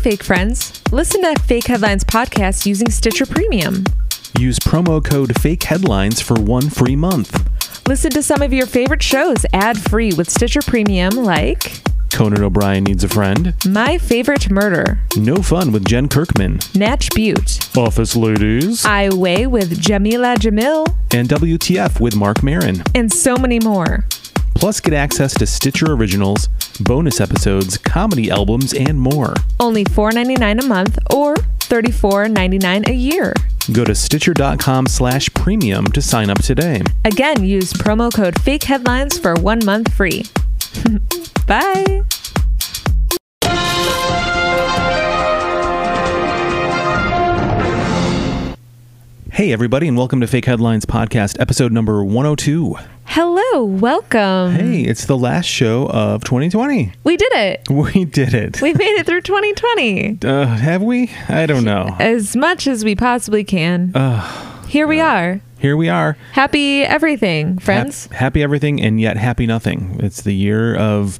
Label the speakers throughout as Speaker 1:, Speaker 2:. Speaker 1: fake friends. Listen to Fake Headlines podcast using Stitcher Premium.
Speaker 2: Use promo code Fake Headlines for one free month.
Speaker 1: Listen to some of your favorite shows ad free with Stitcher Premium, like
Speaker 2: Conan O'Brien needs a friend.
Speaker 1: My Favorite Murder,
Speaker 2: No fun with Jen Kirkman.
Speaker 1: Natch Butte,
Speaker 2: Office ladies.
Speaker 1: I Way with Jamila Jamil,
Speaker 2: and WTF with Mark Marin.
Speaker 1: and so many more.
Speaker 2: Plus, get access to Stitcher originals, bonus episodes, comedy albums, and more.
Speaker 1: Only $4.99 a month or $34.99 a year.
Speaker 2: Go to stitcher.com slash premium to sign up today.
Speaker 1: Again, use promo code Fake Headlines for one month free. Bye.
Speaker 2: Hey, everybody, and welcome to Fake Headlines Podcast, episode number 102.
Speaker 1: Hello, welcome.
Speaker 2: Hey, it's the last show of 2020.
Speaker 1: We did it.
Speaker 2: We did it.
Speaker 1: We made it through 2020
Speaker 2: Uh, have we? I don't know.
Speaker 1: as much as we possibly can. Here we are.
Speaker 2: Here we are.
Speaker 1: Happy everything,
Speaker 2: Hap-
Speaker 1: friends.
Speaker 2: happy everything and yet happy nothing. It's the year of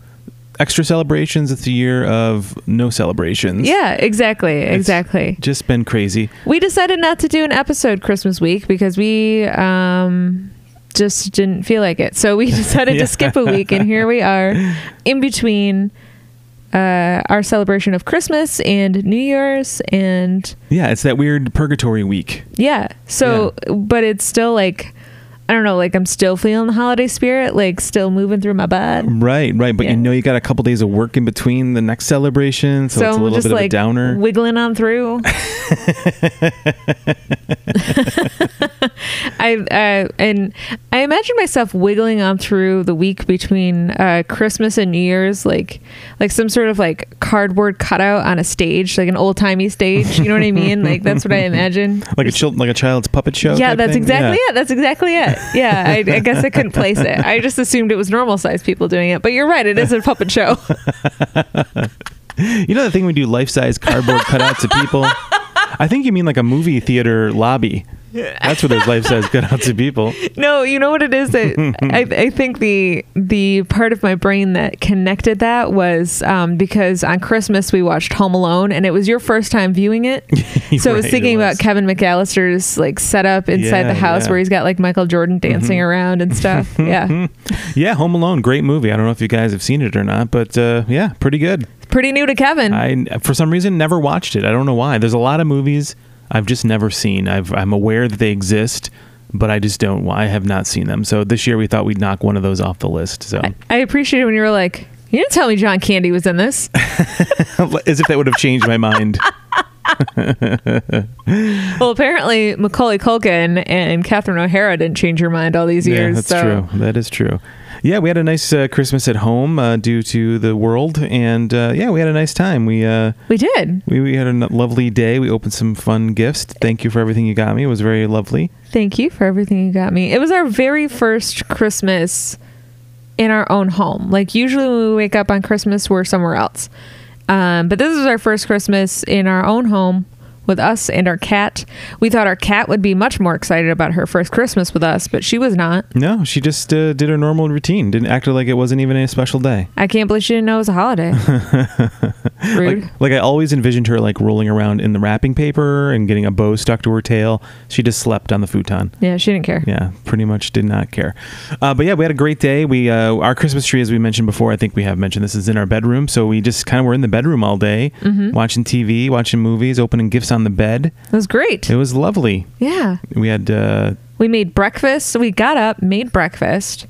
Speaker 2: extra celebrations. It's the year of no celebrations.
Speaker 1: yeah, exactly.
Speaker 2: It's
Speaker 1: Exactly.
Speaker 2: Just been crazy.
Speaker 1: We decided not to do an episode Christmas week because we um, just didn't feel like it. So we decided
Speaker 2: Yeah.
Speaker 1: to skip a week, and here we are in between uh, our celebration of Christmas and New Year's. And
Speaker 2: Yeah, it's that weird purgatory week.
Speaker 1: yeah, so, but it's still like, I don't know, like I'm still feeling the holiday spirit, like still moving through my body.
Speaker 2: Right, right. But
Speaker 1: Yeah.
Speaker 2: you know you got a couple days of work in between the next celebration, so, it's a
Speaker 1: I'm
Speaker 2: little
Speaker 1: just
Speaker 2: bit of
Speaker 1: like
Speaker 2: a downer.
Speaker 1: wiggling on through. I uh, and I imagine myself wiggling on through the week between uh, Christmas and New Year's, like like some sort of like cardboard cutout on a stage, like an old timey stage. You know what I mean? Like that's what I imagine.
Speaker 2: like a child, like a child's puppet show.
Speaker 1: yeah,
Speaker 2: type
Speaker 1: that's
Speaker 2: thing?
Speaker 1: exactly
Speaker 2: Yeah.
Speaker 1: it. That's exactly it. Yeah, I, I guess I couldn't place it. I just assumed it was normal sized people doing it, but you're right. It is a puppet show.
Speaker 2: You know the thing we do life size cardboard cutouts of people. I think you mean like a movie theater lobby. That's where there's life size cutouts of people.
Speaker 1: No, you know what it is that I, I think the the part of my brain that connected that was um, because on Christmas we watched Home Alone and it was your first time viewing it, so I was
Speaker 2: Right, it
Speaker 1: thinking
Speaker 2: was.
Speaker 1: about Kevin McAllister's like setup inside
Speaker 2: Yeah,
Speaker 1: the house
Speaker 2: yeah. Mm-hmm.
Speaker 1: where he's got like Michael Jordan dancing around and stuff. yeah,
Speaker 2: Yeah, Home Alone, great movie. I don't know if you guys have seen it or not, but uh, yeah, pretty good.
Speaker 1: it's pretty new to Kevin.
Speaker 2: I for some reason never watched it. I don't know why. There's a lot of movies I've just never seen. I've, I'm aware that they exist, but I just don't. I have not seen them. So this year we thought we'd knock one of those off the list. So
Speaker 1: I appreciate it when you were like, you didn't tell me John Candy was in this.
Speaker 2: as if that would have changed my mind.
Speaker 1: well, apparently Macaulay Culkin and Catherine O'Hara didn't change your mind all these years.
Speaker 2: yeah, that's
Speaker 1: so.
Speaker 2: true. That is true. Yeah, we had a nice uh, Christmas at home uh, due to the world, and uh, yeah, we had a nice time. We. Uh,
Speaker 1: We did.
Speaker 2: we, we had a n- lovely day. We opened some fun gifts. Thank you for everything you got me. It was very lovely.
Speaker 1: Thank you for everything you got me. It was our very first Christmas in our own home. Like usually when we wake up on Christmas, we're somewhere else. Um, but this is our first Christmas in our own home with us and our cat. We thought our cat would be much more excited about her first Christmas with us, but she was not.
Speaker 2: No, she just uh, did her normal routine. Didn't act like it wasn't even a special day.
Speaker 1: I can't believe she didn't know it was a holiday. Rude.
Speaker 2: Like, like I always envisioned her like rolling around in the wrapping paper and getting a bow stuck to her tail. She just slept on the futon.
Speaker 1: yeah, she didn't care.
Speaker 2: Yeah, pretty much did not care. Uh, but yeah, we had a great day. We uh, our Christmas tree, as we mentioned before, I think we have mentioned this is in our bedroom. So we just kind of were in the bedroom all day, watching TV, watching movies, opening gifts on the bed.
Speaker 1: It was great.
Speaker 2: It was lovely.
Speaker 1: Yeah.
Speaker 2: We had uh,
Speaker 1: We made breakfast. We got up, made breakfast,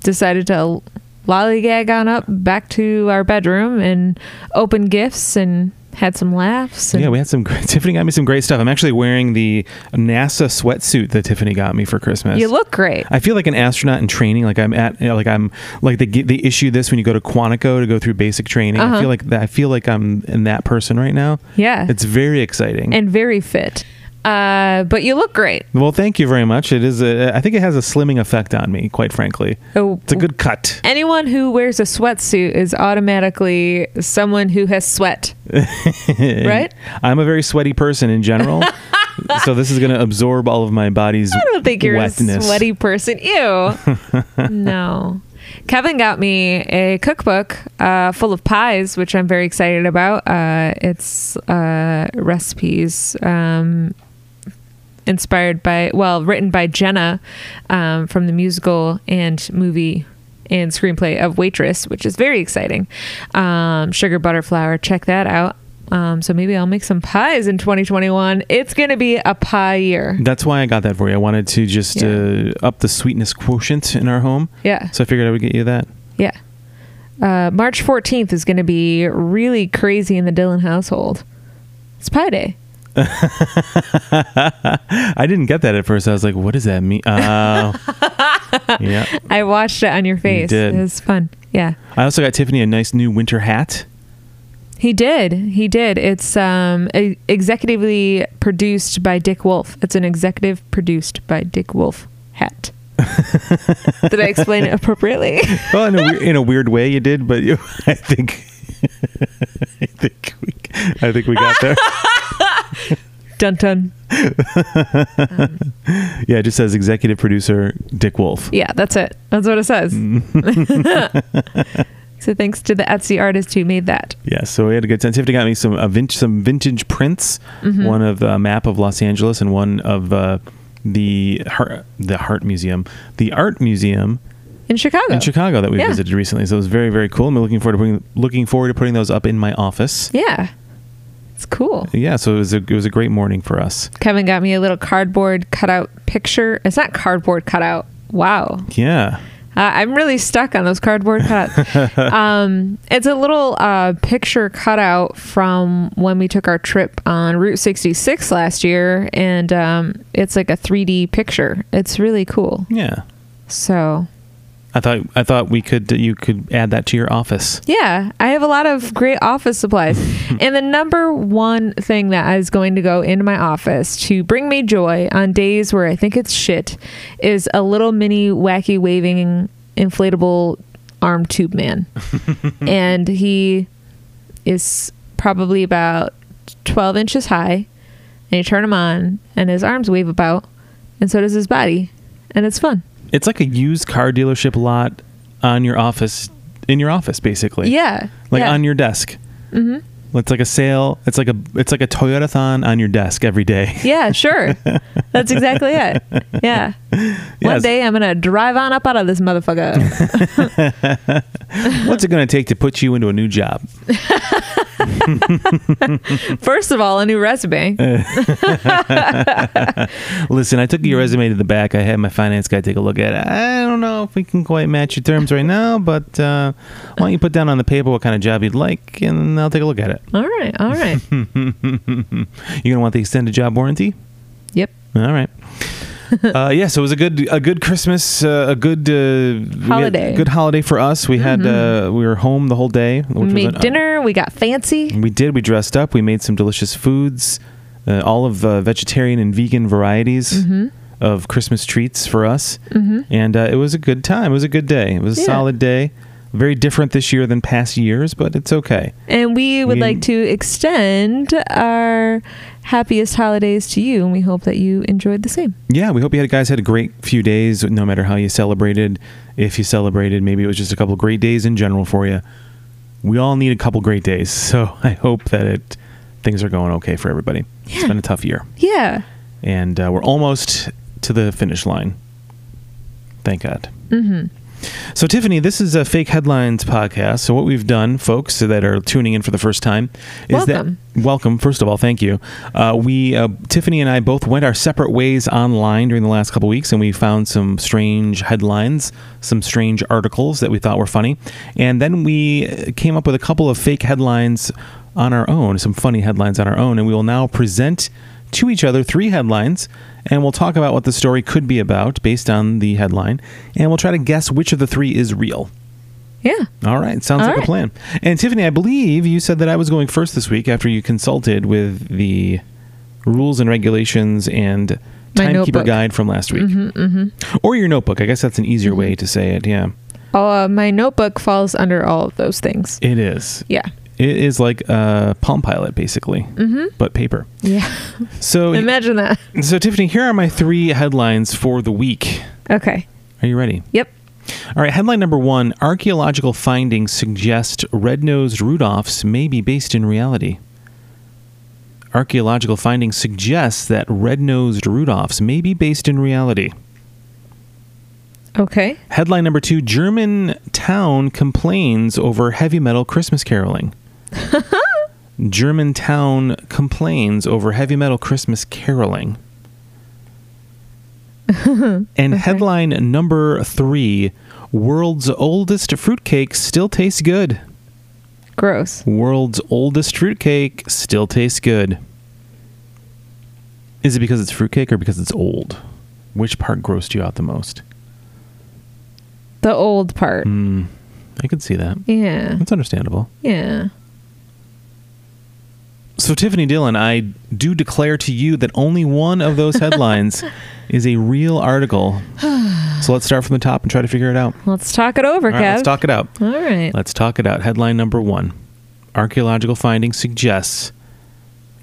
Speaker 1: decided to lollygag on up back to our bedroom and open gifts and had some laughs. And
Speaker 2: Yeah, we had some. Great, Tiffany got me some great stuff. I'm actually wearing the NASA sweatsuit that Tiffany got me for Christmas.
Speaker 1: you look great.
Speaker 2: I feel like an astronaut in training. Like I'm at, you know, like I'm, like they gi- they issue this when you go to Quantico to go through basic training. I
Speaker 1: Uh-huh.
Speaker 2: feel like that. I feel like I'm in that person right now.
Speaker 1: yeah.
Speaker 2: It's very exciting.
Speaker 1: and very fit. Uh, but you look great.
Speaker 2: well, thank you very much. It is. A, I think it has a slimming effect on me. Quite frankly,
Speaker 1: Oh,
Speaker 2: it's a good cut.
Speaker 1: Anyone who wears a sweatsuit is automatically someone who has sweat. right?
Speaker 2: I'm a very sweaty person in general, so this is going to absorb all of my body's.
Speaker 1: I don't think you're
Speaker 2: wetness.
Speaker 1: a sweaty person. Ew. no. Kevin got me a cookbook uh, full of pies, which I'm very excited about. Uh, it's uh, recipes um, inspired by, well, written by Jenna um, from the musical and movie and screenplay of Waitress, which is very exciting. Um, Sugar Butter Flour, check that out. Um, so maybe I'll make some pies in 2021. It's going to be a pie year.
Speaker 2: That's why I got that for you. I wanted to just
Speaker 1: Yeah.
Speaker 2: uh, up the sweetness quotient in our home.
Speaker 1: Yeah.
Speaker 2: So I figured I would get you that.
Speaker 1: Yeah. Uh, March 14th is going to be really crazy in the Dylan household. It's Pie Day.
Speaker 2: I didn't get that at first. I was like, what does that mean? Uh, yeah.
Speaker 1: I watched it on your face.
Speaker 2: did.
Speaker 1: It was fun. Yeah.
Speaker 2: I also got Tiffany a nice new winter hat.
Speaker 1: He did. He did. It's um, e- executively produced by Dick Wolf. It's an executive produced by Dick Wolf hat. did I explain it appropriately?
Speaker 2: Well, in a, we- in a weird way, you did, but you, I think. I think we, I think we got there.
Speaker 1: dun dun.
Speaker 2: Yeah, it just says executive producer Dick Wolf.
Speaker 1: Yeah, that's it. That's what it says.
Speaker 2: Mm.
Speaker 1: so thanks to the Etsy artist who made that.
Speaker 2: Yeah, so we had a good time. Tiffany got me some uh, vin- some vintage prints, one of a map of Los Angeles and one of uh, the heart, the Heart Museum, the Art Museum
Speaker 1: In Chicago.
Speaker 2: in Chicago that we
Speaker 1: Yeah.
Speaker 2: visited recently. So it was very very cool. I'm looking forward to putting, looking forward to putting those up in my office.
Speaker 1: Yeah. It's cool.
Speaker 2: Yeah, so it was a it was a great morning for us.
Speaker 1: Kevin got me a little cardboard cutout picture. It's not cardboard cutout. Wow.
Speaker 2: Yeah,
Speaker 1: Uh, I'm really stuck on those cardboard cutouts. um, it's a little uh, picture cutout from when we took our trip on Route 66 last year, and um, it's like a 3D picture. It's really cool.
Speaker 2: yeah.
Speaker 1: So,
Speaker 2: I thought I thought we could you could add that to your office.
Speaker 1: yeah, I have a lot of great office supplies. and the number one thing that is going to go into my office to bring me joy on days where I think it's shit is a little mini wacky waving inflatable arm tube man. and he is probably about 12 inches high. And you turn him on, and his arms wave about, and so does his body. And it's fun.
Speaker 2: It's like a used car dealership lot on your office in your office basically.
Speaker 1: Yeah.
Speaker 2: like
Speaker 1: yeah.
Speaker 2: on your desk. Mm-hmm. It's like a sale. It's like a it's like a Toyota thon on your desk every day.
Speaker 1: Yeah, sure. That's exactly it. Yeah. One
Speaker 2: Yes.
Speaker 1: day I'm going to drive on up out of this motherfucker.
Speaker 2: What's it going to take to put you into a new job?
Speaker 1: First of all, a new resume.
Speaker 2: Eh. Listen, I took your
Speaker 1: Hmm.
Speaker 2: resume to the back. I had my finance guy take a look at it. I don't know if we can quite match your terms right now, but uh, why don't you put down on the paper what kind of job you'd like, and I'll take a look at it.
Speaker 1: All right. All right.
Speaker 2: You're going to want the extended job warranty.
Speaker 1: Yep.
Speaker 2: All right. uh, yeah, so it was a good a good Christmas, uh, a good uh, we had-
Speaker 1: Holiday.
Speaker 2: good holiday for us. We had uh, we were home the whole day. Which
Speaker 1: We
Speaker 2: was
Speaker 1: made
Speaker 2: an- uh,
Speaker 1: dinner. We got fancy.
Speaker 2: We did. We dressed up. We made some delicious foods, uh, all of uh, vegetarian and vegan varieties
Speaker 1: Mm-hmm.
Speaker 2: of Christmas treats for us. Mm-hmm. And uh, it was a good time. It was a good day. It was a
Speaker 1: Yeah.
Speaker 2: solid day. Very different this year than past years, but it's okay.
Speaker 1: And we would
Speaker 2: We-
Speaker 1: like to extend our happiest holidays to you. And we hope that you enjoyed the same.
Speaker 2: Yeah, we hope you had guys had a great few days. No matter how you celebrated, if you celebrated, maybe it was just a couple great days in general for you. We all need a couple great days, so I hope that it things are going okay for everybody. It's
Speaker 1: Yeah.
Speaker 2: been a tough year.
Speaker 1: Yeah.
Speaker 2: and uh, we're almost to the finish line. Thank God. Mm-hmm. So, Tiffany, this is a fake headlines podcast. So, what we've done, folks that are tuning in for the first time, is
Speaker 1: Welcome.
Speaker 2: that welcome. First of all, thank you. Uh, we, uh, Tiffany and I, both went our separate ways online during the last couple weeks, and we found some strange headlines, some strange articles that we thought were funny, and then we uh, came up with a couple of fake headlines on our own, some funny headlines on our own, and we will now present to each other three headlines, and we'll talk about what the story could be about based on the headline, and we'll try to guess which of the three is real.
Speaker 1: Yeah.
Speaker 2: All right, sounds
Speaker 1: All
Speaker 2: like a
Speaker 1: right.
Speaker 2: plan. And Tiffany, I believe you said that I was going first this week after you consulted with the rules and regulations and
Speaker 1: My
Speaker 2: timekeeper
Speaker 1: notebook.
Speaker 2: guide from last week, mm-hmm, or your notebook. I guess that's an easier
Speaker 1: Mm-hmm.
Speaker 2: way to say it. Yeah,
Speaker 1: Uh, my notebook falls under all of those things.
Speaker 2: it is.
Speaker 1: Yeah.
Speaker 2: It is like a Palm Pilot, basically, mm-hmm. but paper.
Speaker 1: Yeah.
Speaker 2: So,
Speaker 1: Imagine that.
Speaker 2: so Tiffany, here are my three headlines for the week.
Speaker 1: Okay.
Speaker 2: Are you ready?
Speaker 1: Yep.
Speaker 2: All right, headline number one Archaeological findings suggest red nosed Rudolphs may be based in reality. Archaeological findings suggest that red nosed Rudolphs may be based in reality.
Speaker 1: Okay.
Speaker 2: Headline number two German town complains over heavy metal Christmas caroling. German town complains over heavy metal Christmas caroling. and headline number three World's oldest fruitcake still tastes good.
Speaker 1: Gross.
Speaker 2: World's oldest fruitcake still tastes good. Is it because it's fruitcake or because it's old? Which part grossed you out the most?
Speaker 1: The old part.
Speaker 2: Mm. I could see that.
Speaker 1: Yeah.
Speaker 2: That's understandable.
Speaker 1: Yeah.
Speaker 2: So, Tiffany Dillon, I do declare to you that only one of those headlines is a real article. So, let's start from the top and try to figure it out.
Speaker 1: Let's talk it over,
Speaker 2: All right,
Speaker 1: Kev.
Speaker 2: let's talk it out.
Speaker 1: All right.
Speaker 2: Let's talk it out. Headline number one Archaeological findings suggests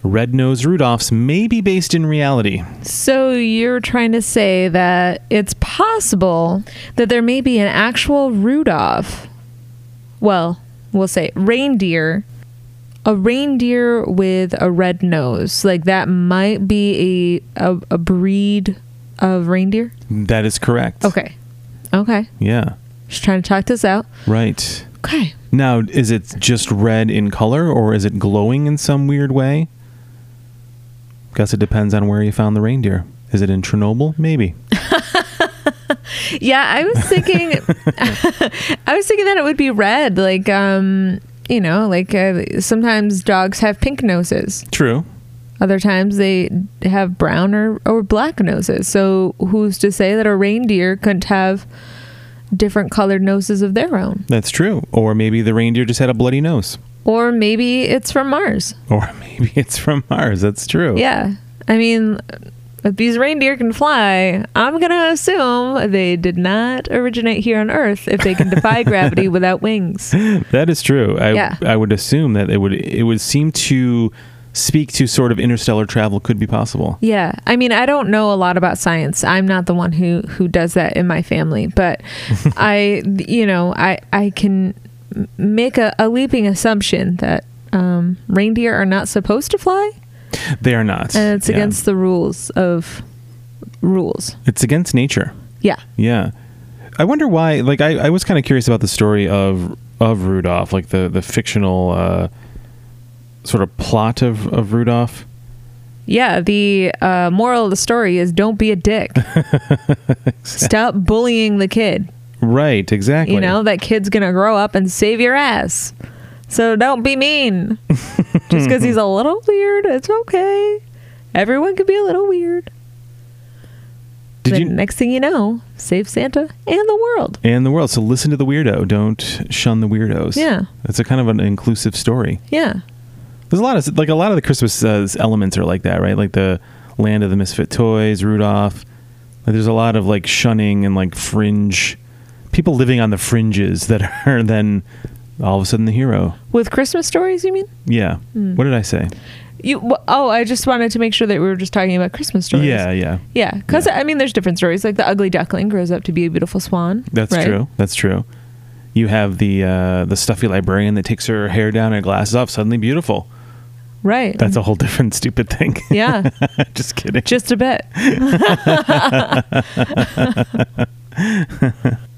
Speaker 2: red nosed Rudolphs may be based in reality.
Speaker 1: So you're trying to say that it's possible that there may be an actual Rudolph. Well, we'll say reindeer. A reindeer with a red nose. Like that might be a a, a breed of reindeer.
Speaker 2: That is correct.
Speaker 1: Okay. Okay.
Speaker 2: Yeah.
Speaker 1: Just trying to talk this out.
Speaker 2: Right.
Speaker 1: Okay.
Speaker 2: Now, is it just red in color or is it glowing in some weird way? Guess it depends on where you found the reindeer. Is it in Chernobyl? Maybe.
Speaker 1: Yeah, I was thinking I was thinking that it would be red like um you know, like uh, sometimes dogs have pink noses.
Speaker 2: True.
Speaker 1: Other times they have brown or, or black noses. So who's to say that a reindeer couldn't have different colored noses of their own?
Speaker 2: That's true. Or maybe the reindeer just had a bloody nose.
Speaker 1: Or maybe it's from Mars.
Speaker 2: Or maybe it's from Mars. That's true.
Speaker 1: Yeah. I mean, if these reindeer can fly, I'm going to assume they did not originate here on Earth if they can defy gravity without wings.
Speaker 2: That is true. I
Speaker 1: Yeah.
Speaker 2: I would assume that it would it would seem to speak to sort of interstellar travel could be possible.
Speaker 1: Yeah, I mean, I don't know a lot about science. I'm not the one who who does that in my family, but I, you know, I I can m- make a, a leaping assumption that um, reindeer are not supposed to fly,
Speaker 2: They are not.
Speaker 1: and it's
Speaker 2: Yeah.
Speaker 1: against the rules of rules.
Speaker 2: it's against nature.
Speaker 1: Yeah,
Speaker 2: Yeah. I wonder why like I, I was kind of curious about the story of of Rudolph, like the the fictional uh, sort of plot of, of Rudolph.
Speaker 1: yeah. The uh, moral of the story is don't be a dick. Stop bullying the kid.
Speaker 2: Right, exactly.
Speaker 1: You know, that kid's going to grow up and save your ass. So don't be mean. Just because he's a little weird, it's okay. Everyone can be a little weird.
Speaker 2: Did
Speaker 1: then
Speaker 2: you
Speaker 1: next thing you know, save Santa and the world.
Speaker 2: and the world. So listen to the weirdo. Don't shun the weirdos.
Speaker 1: Yeah.
Speaker 2: It's a kind of an inclusive story.
Speaker 1: Yeah.
Speaker 2: There's a lot of like a lot of the Christmas uh, elements are like that, right? Like the land of the misfit toys, Rudolph. Like there's a lot of like shunning and like fringe people living on the fringes that are then all of a sudden the hero.
Speaker 1: With Christmas stories, you mean?
Speaker 2: Yeah.
Speaker 1: Hmm.
Speaker 2: What did I say?
Speaker 1: You wh- oh, I just wanted to make sure that we were just talking about Christmas stories.
Speaker 2: Yeah, yeah.
Speaker 1: Yeah, because I mean, there's different stories. Like the ugly duckling grows up to be a beautiful swan.
Speaker 2: That's
Speaker 1: right?
Speaker 2: true. That's true. You have the uh, the stuffy librarian that takes her hair down and her glasses off, suddenly beautiful.
Speaker 1: Right.
Speaker 2: That's a whole different stupid thing.
Speaker 1: yeah,
Speaker 2: Just kidding.
Speaker 1: just a bit.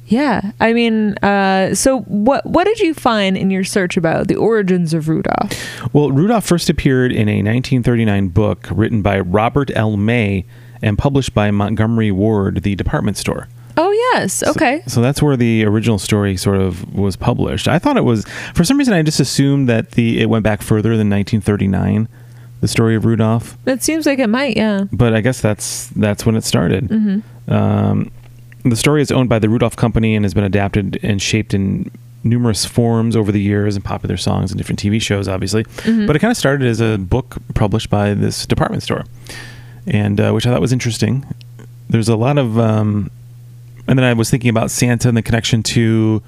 Speaker 1: Yeah, I mean, uh, so what? What did you find in your search about the origins of Rudolph?
Speaker 2: Well, Rudolph first appeared in a 1939 book written by Robert L. May and published by Montgomery Ward, the department store.
Speaker 1: Oh yes, okay,
Speaker 2: So that's where the original story sort of was published. I thought it was for some reason I just assumed that the it went back further than 1939, the story of Rudolph.
Speaker 1: it seems like it might. Yeah,
Speaker 2: But I guess that's that's when it started. Um, the story is owned by the Rudolph Company and has been adapted and shaped in numerous forms over the years and popular songs and different TV shows, obviously. But it kind of started as a book published by this department store, and uh, which I thought was interesting. There's a lot of, um, and then I was thinking about Santa and the connection to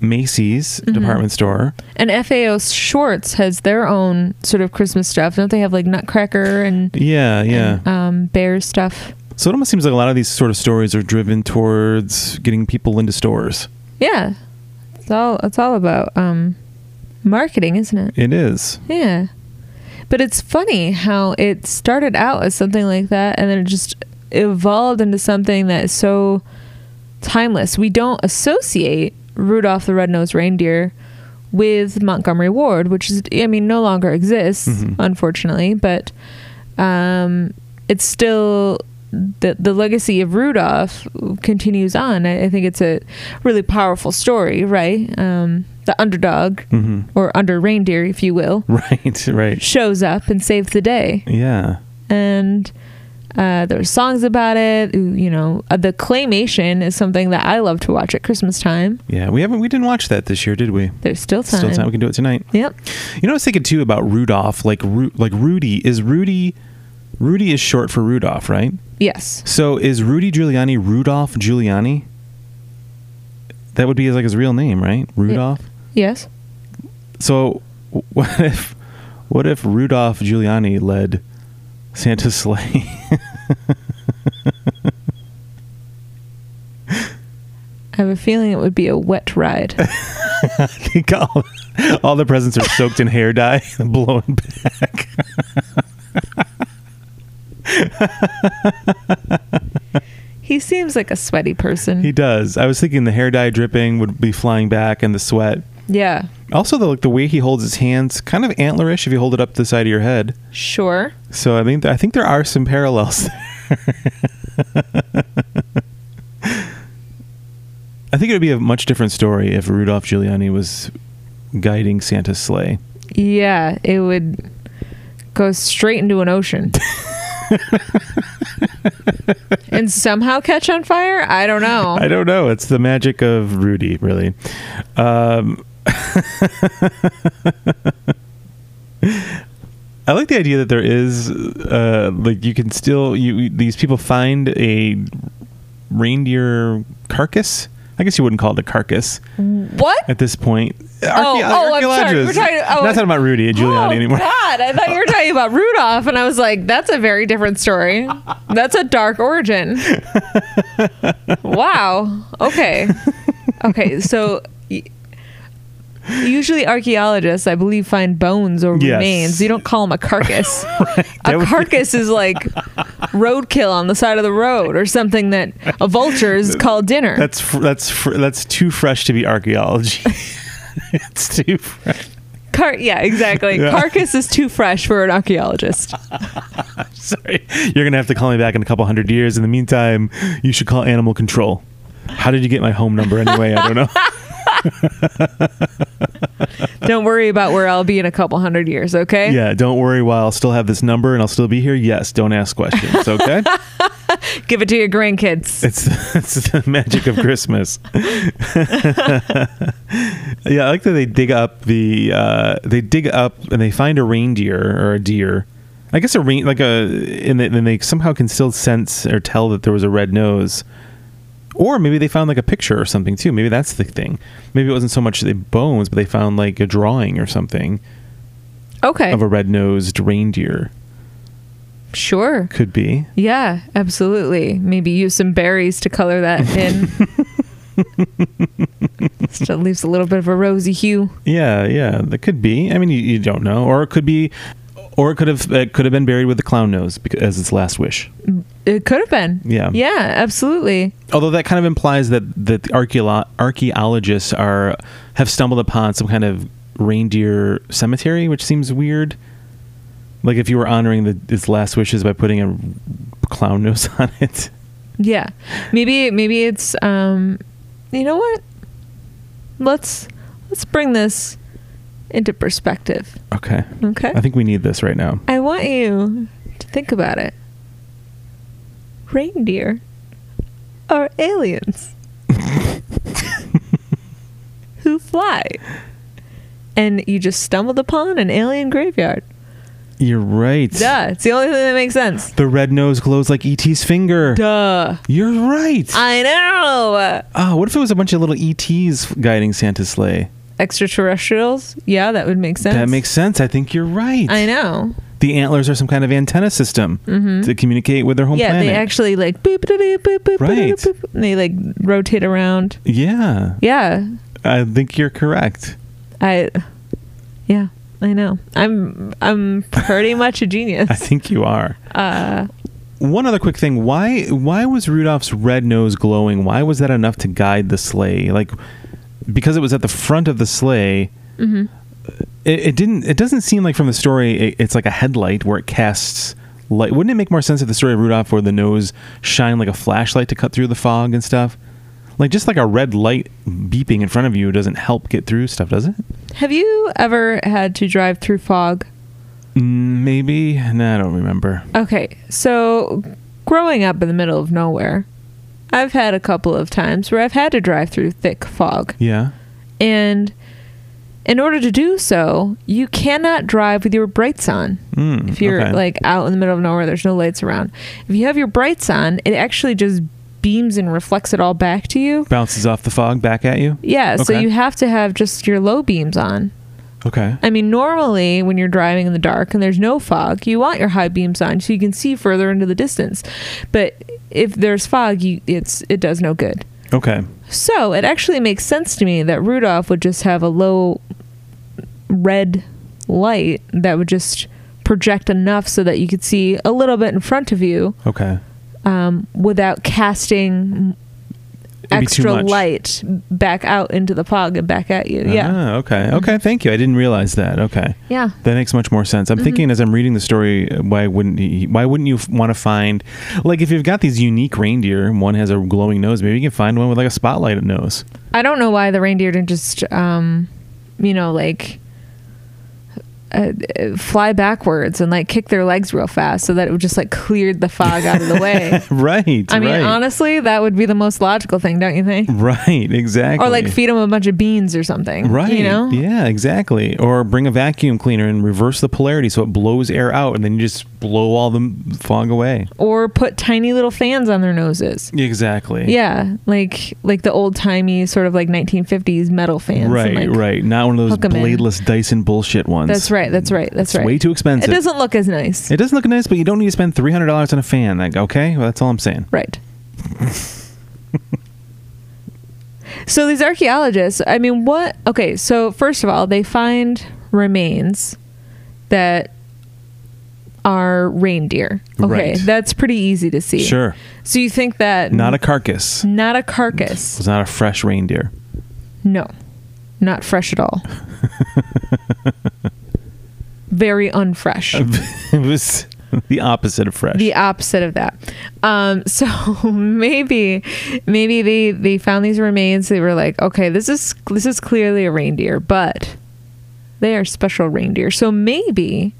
Speaker 2: Macy's department store.
Speaker 1: and FAO Schwartz has their own sort of Christmas stuff. Don't they have like Nutcracker and uh,
Speaker 2: Yeah, yeah.
Speaker 1: and, um, bear stuff?
Speaker 2: So it almost seems like a lot of these sort of stories are driven towards getting people into stores.
Speaker 1: Yeah. It's all it's all about um marketing, isn't it?
Speaker 2: It is.
Speaker 1: Yeah. But it's funny how it started out as something like that and then it just evolved into something that is so timeless. We don't associate Rudolph the Red-Nosed Reindeer with Montgomery Ward, which is I mean no longer exists unfortunately, but um it's still the the legacy of Rudolph continues on. I, I think it's a really powerful story, right? Um the underdog
Speaker 2: hmm
Speaker 1: or under reindeer, if you will,
Speaker 2: Right, right.
Speaker 1: shows up and saves the day.
Speaker 2: Yeah.
Speaker 1: And uh, there were songs about it. You know, uh, the claymation is something that I love to watch at Christmas time.
Speaker 2: Yeah. We haven't, we didn't watch that this year, did we?
Speaker 1: There's still time.
Speaker 2: Still time. We can do it tonight.
Speaker 1: Yep.
Speaker 2: You know, I was thinking too about Rudolph, like Ru- like Rudy. Is Rudy Rudy is short for Rudolph, right?
Speaker 1: Yes.
Speaker 2: So is Rudy Giuliani Rudolph Giuliani? That would be like his real name, right? Rudolph.
Speaker 1: Yes.
Speaker 2: So w- what if what if Rudolph Giuliani led Santa's sleigh?
Speaker 1: I have a feeling it would be a wet ride.
Speaker 2: I think all, all the presents are soaked in hair dye and blown back.
Speaker 1: he seems like a sweaty person.
Speaker 2: He does. I was thinking the hair dye dripping would be flying back and the sweat.
Speaker 1: yeah.
Speaker 2: Also, the, like the way he holds his hands, kind of antlerish if you hold it up to the side of your head.
Speaker 1: Sure.
Speaker 2: So I mean, I think there are some parallels. There. I think it would be a much different story if Rudolph Giuliani was guiding Santa's sleigh.
Speaker 1: Yeah. It would go straight into an ocean. and somehow catch on fire? I don't know.
Speaker 2: I don't know. It's the magic of Rudy, really. Um, I like the idea that there is, uh, like, you can still you you- these people find a reindeer carcass. I guess you wouldn't call it a carcass
Speaker 1: What?
Speaker 2: at this point. Archae-
Speaker 1: oh, I'm sorry.
Speaker 2: archaeologists.
Speaker 1: We're talking- oh.
Speaker 2: Not talking about Rudy and Giuliani
Speaker 1: oh,
Speaker 2: anymore.
Speaker 1: God, I thought you were talking about Rudolph, and I was like, that's a very different story. That's a dark origin. wow. Okay. Okay, so y- usually archaeologists, I believe, find bones or
Speaker 2: Yes.
Speaker 1: remains. You don't call them a carcass.
Speaker 2: That
Speaker 1: A
Speaker 2: would-
Speaker 1: carcass is like roadkill on the side of the road or something that a vulture is called dinner.
Speaker 2: That's fr- that's fr- that's too fresh to be archaeology. it's too fresh.
Speaker 1: Car- yeah, exactly.
Speaker 2: Yeah.
Speaker 1: Carcass is too fresh for an archaeologist.
Speaker 2: Sorry. You're going to have to call me back in a couple hundred years. In the meantime, you should call animal control. How did you get my home number anyway? I don't know.
Speaker 1: Don't worry about where I'll be in a couple hundred years, okay?
Speaker 2: Yeah, don't worry. While I'll still have this number and I'll still be here, yes, don't ask questions, okay?
Speaker 1: Give it to your grandkids.
Speaker 2: it's, it's the magic of Christmas. yeah, I like that they dig up the, uh, they dig up and they find a reindeer or a deer. I guess a rein, like a, and they, and they somehow can still sense or tell that there was a red nose. Or maybe they found like a picture or something too. Maybe that's the thing. Maybe it wasn't so much the bones, but they found like a drawing or something
Speaker 1: Okay.
Speaker 2: of a red nosed reindeer.
Speaker 1: Sure.
Speaker 2: Could be.
Speaker 1: Yeah, absolutely. Maybe use some berries to color that in. Still leaves a little bit of a rosy hue.
Speaker 2: Yeah, yeah, that could be. I mean, you, you don't know, or it could be, or it could have it could have been buried with a clown nose because, as its last wish.
Speaker 1: It could have been.
Speaker 2: Yeah.
Speaker 1: Yeah, absolutely.
Speaker 2: Although that kind of implies that that the archeolo- archaeologists are have stumbled upon some kind of reindeer cemetery, which seems weird. Like if you were honoring the, its last wishes by putting a clown nose on it.
Speaker 1: Yeah. Maybe maybe it's um you know what? Let's let's bring this into perspective.
Speaker 2: Okay.
Speaker 1: Okay?
Speaker 2: I think we need this right now.
Speaker 1: I want you to think about it. Reindeer are aliens who fly. And you just stumbled upon an alien graveyard.
Speaker 2: You're right.
Speaker 1: Duh. It's the only thing that makes sense.
Speaker 2: The red nose glows like ET's finger.
Speaker 1: Duh.
Speaker 2: You're right.
Speaker 1: I know.
Speaker 2: Oh, what if it was a bunch of little ETs guiding Santa's sleigh?
Speaker 1: Extraterrestrials? Yeah, that would make sense.
Speaker 2: That makes sense. I think you're right.
Speaker 1: I know. Mm-hmm.
Speaker 2: the antlers are some kind of antenna system to communicate with their home
Speaker 1: yeah,
Speaker 2: planet.
Speaker 1: they actually like boop, boop, boop, boop,
Speaker 2: Right.
Speaker 1: boop, boop, and they like rotate around.
Speaker 2: yeah,
Speaker 1: Yeah,
Speaker 2: I think you're correct.
Speaker 1: I, yeah, I know. I'm I'm pretty much a genius.
Speaker 2: I think you are.
Speaker 1: Uh,
Speaker 2: One other quick thing: why why was Rudolph's red nose glowing? Why was that enough to guide the sleigh? Like because it was at the front of the sleigh. uh,
Speaker 1: mhm.
Speaker 2: It, it didn't. It doesn't seem like from the story. It, it's like a headlight where it casts light. Wouldn't it make more sense if the story of Rudolph where the nose shine like a flashlight to cut through the fog and stuff? Like just like a red light beeping in front of you doesn't help get through stuff, does it?
Speaker 1: Have you ever had to drive through fog?
Speaker 2: Mm, Maybe. No, I don't remember.
Speaker 1: Okay, so growing up in the middle of nowhere, I've had a couple of times where I've had to drive through thick fog.
Speaker 2: Yeah.
Speaker 1: And in order to do so, you cannot drive with your brights on.
Speaker 2: Mm,
Speaker 1: If you're
Speaker 2: okay.
Speaker 1: like out in the middle of nowhere, there's no lights around. If you have your brights on, it actually just beams and reflects it all back to you.
Speaker 2: bounces off the fog back at you.
Speaker 1: Yeah, so
Speaker 2: Okay.
Speaker 1: you have to have just your low beams on.
Speaker 2: Okay.
Speaker 1: I mean, normally when you're driving in the dark and there's no fog, you want your high beams on so you can see further into the distance. But if there's fog, you, it's it does no good.
Speaker 2: Okay.
Speaker 1: So it actually makes sense to me that Rudolph would just have a low red light that would just project enough so that you could see a little bit in front of you
Speaker 2: Okay.
Speaker 1: um, without casting
Speaker 2: It'd be too
Speaker 1: extra
Speaker 2: much.
Speaker 1: light back out into the fog and back at you. Yeah.
Speaker 2: Ah, okay. Okay. Thank you. I didn't realize that. Okay.
Speaker 1: Yeah.
Speaker 2: That makes much more sense. I'm thinking as I'm reading the story, why wouldn't he, why wouldn't you want to find like if you've got these unique reindeer, and one has a glowing nose, maybe you can find one with like a spotlight nose.
Speaker 1: I don't know why the reindeer didn't just, um, you know, like uh, uh, fly backwards and like kick their legs real fast so that it would just like cleared the fog out of the way.
Speaker 2: Right.
Speaker 1: I mean,
Speaker 2: right.
Speaker 1: honestly, that would be the most logical thing, don't you think?
Speaker 2: Right. Exactly.
Speaker 1: Or like feed them a bunch of beans or something.
Speaker 2: Right.
Speaker 1: You know?
Speaker 2: Yeah, exactly. Or bring a vacuum cleaner and reverse the polarity so it blows air out and then you just blow all the m- fog away.
Speaker 1: Or put tiny little fans on their noses.
Speaker 2: Exactly.
Speaker 1: Yeah, like like the old timey sort of like 1950s metal fans. and,
Speaker 2: Right,
Speaker 1: like-
Speaker 2: right. Not one of those
Speaker 1: hook 'em in.
Speaker 2: bladeless Dyson bullshit ones.
Speaker 1: That's right. That's right. That's
Speaker 2: It's
Speaker 1: right.
Speaker 2: way too expensive.
Speaker 1: It doesn't look as nice.
Speaker 2: It doesn't look nice, but you don't need to spend three hundred dollars on a fan. Like, okay, well, that's all I'm saying.
Speaker 1: Right. so these archaeologists, I mean, what? Okay, so first of all, they find remains that are reindeer. Okay,
Speaker 2: Right.
Speaker 1: that's pretty easy to see.
Speaker 2: Sure,
Speaker 1: So you think that
Speaker 2: not a carcass.
Speaker 1: not a carcass?
Speaker 2: It's not a fresh reindeer.
Speaker 1: No, not fresh at all. Very unfresh.
Speaker 2: it was the opposite of fresh.
Speaker 1: the opposite of that um so maybe maybe they they found these remains they were like okay this is this is clearly a reindeer but they are special reindeer so maybe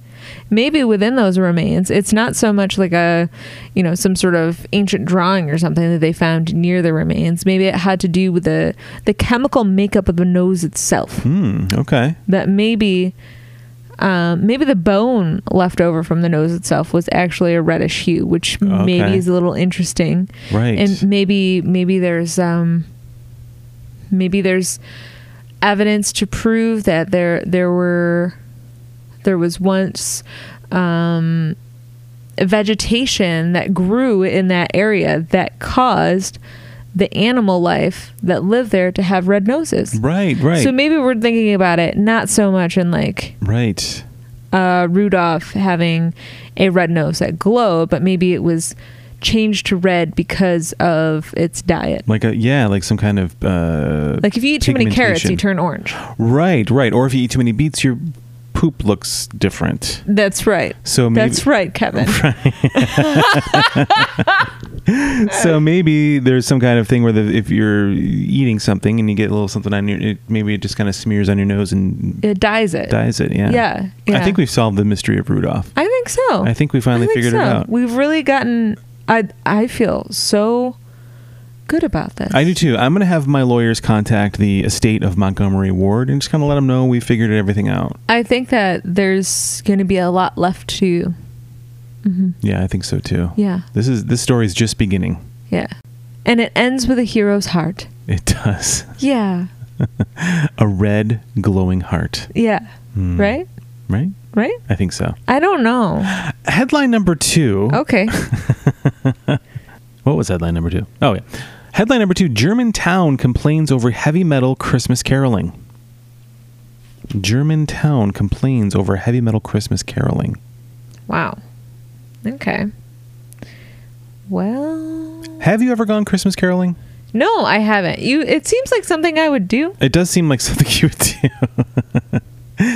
Speaker 1: maybe within those remains it's not so much like a you know some sort of ancient drawing or something that they found near the remains maybe it had to do with the the chemical makeup of the nose itself
Speaker 2: Hmm. Okay.
Speaker 1: that maybe um, maybe the bone left over from the nose itself was actually a reddish hue, which
Speaker 2: Okay.
Speaker 1: maybe is a little interesting.
Speaker 2: Right.
Speaker 1: And maybe maybe there's um, maybe there's evidence to prove that there there were there was once um, vegetation that grew in that area that caused the animal life that lived there to have red noses.
Speaker 2: right. Right.
Speaker 1: So maybe we're thinking about it not so much in like
Speaker 2: right.
Speaker 1: uh, Rudolph having a red nose that glow, but maybe it was changed to red because of its diet.
Speaker 2: Like a yeah, like some kind of uh,
Speaker 1: Like if you eat too many carrots, you
Speaker 2: Pigmentation.
Speaker 1: turn orange.
Speaker 2: right, right. Or if you eat too many beets, your poop looks different.
Speaker 1: That's right.
Speaker 2: So maybe
Speaker 1: That's right, Kevin.
Speaker 2: so maybe there's some kind of thing where the, if you're eating something and you get a little something on your, it, maybe it just kind of smears on your nose and
Speaker 1: It dyes it.
Speaker 2: dyes it. Yeah.
Speaker 1: Yeah,
Speaker 2: I
Speaker 1: yeah.
Speaker 2: think we've solved the mystery of Rudolph.
Speaker 1: I think so.
Speaker 2: I think we finally figured it out.
Speaker 1: We've really gotten. I I feel so good about this.
Speaker 2: I do too. I'm going to have my lawyers contact the estate of Montgomery Ward and just kind of let them know we figured everything out.
Speaker 1: I think that there's going to be a lot left to.
Speaker 2: Yeah, I think so too.
Speaker 1: Yeah.
Speaker 2: This is this story is just beginning.
Speaker 1: Yeah. And it ends with a hero's heart.
Speaker 2: It does.
Speaker 1: Yeah.
Speaker 2: A red glowing heart,
Speaker 1: Yeah. Right?
Speaker 2: right?
Speaker 1: right?
Speaker 2: I think so.
Speaker 1: I don't know.
Speaker 2: Headline number two.
Speaker 1: Okay.
Speaker 2: What was headline number two? Oh, yeah. Headline number two German town complains over heavy metal Christmas caroling. German town complains over heavy metal Christmas caroling.
Speaker 1: Wow. Okay. Well,
Speaker 2: Have you ever gone Christmas caroling?
Speaker 1: no, I haven't. You it seems like something I would do.
Speaker 2: It does seem like something you would do.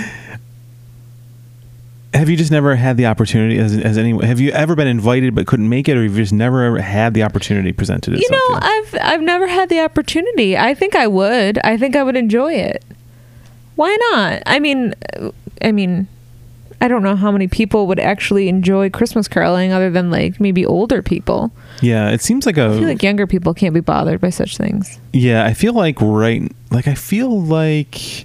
Speaker 2: have you just never had the opportunity? As, as any, have you ever been invited but couldn't make it, or have you just never ever had the opportunity presented
Speaker 1: You
Speaker 2: itself?
Speaker 1: know,
Speaker 2: to you?
Speaker 1: I've I've never had the opportunity. I think I would. I think I would enjoy it. Why not? I mean, uh, I mean, I don't know how many people would actually enjoy Christmas caroling other than like maybe older people.
Speaker 2: yeah, it seems like a
Speaker 1: I feel like younger people can't be bothered by such things.
Speaker 2: Yeah, I feel like right like I feel like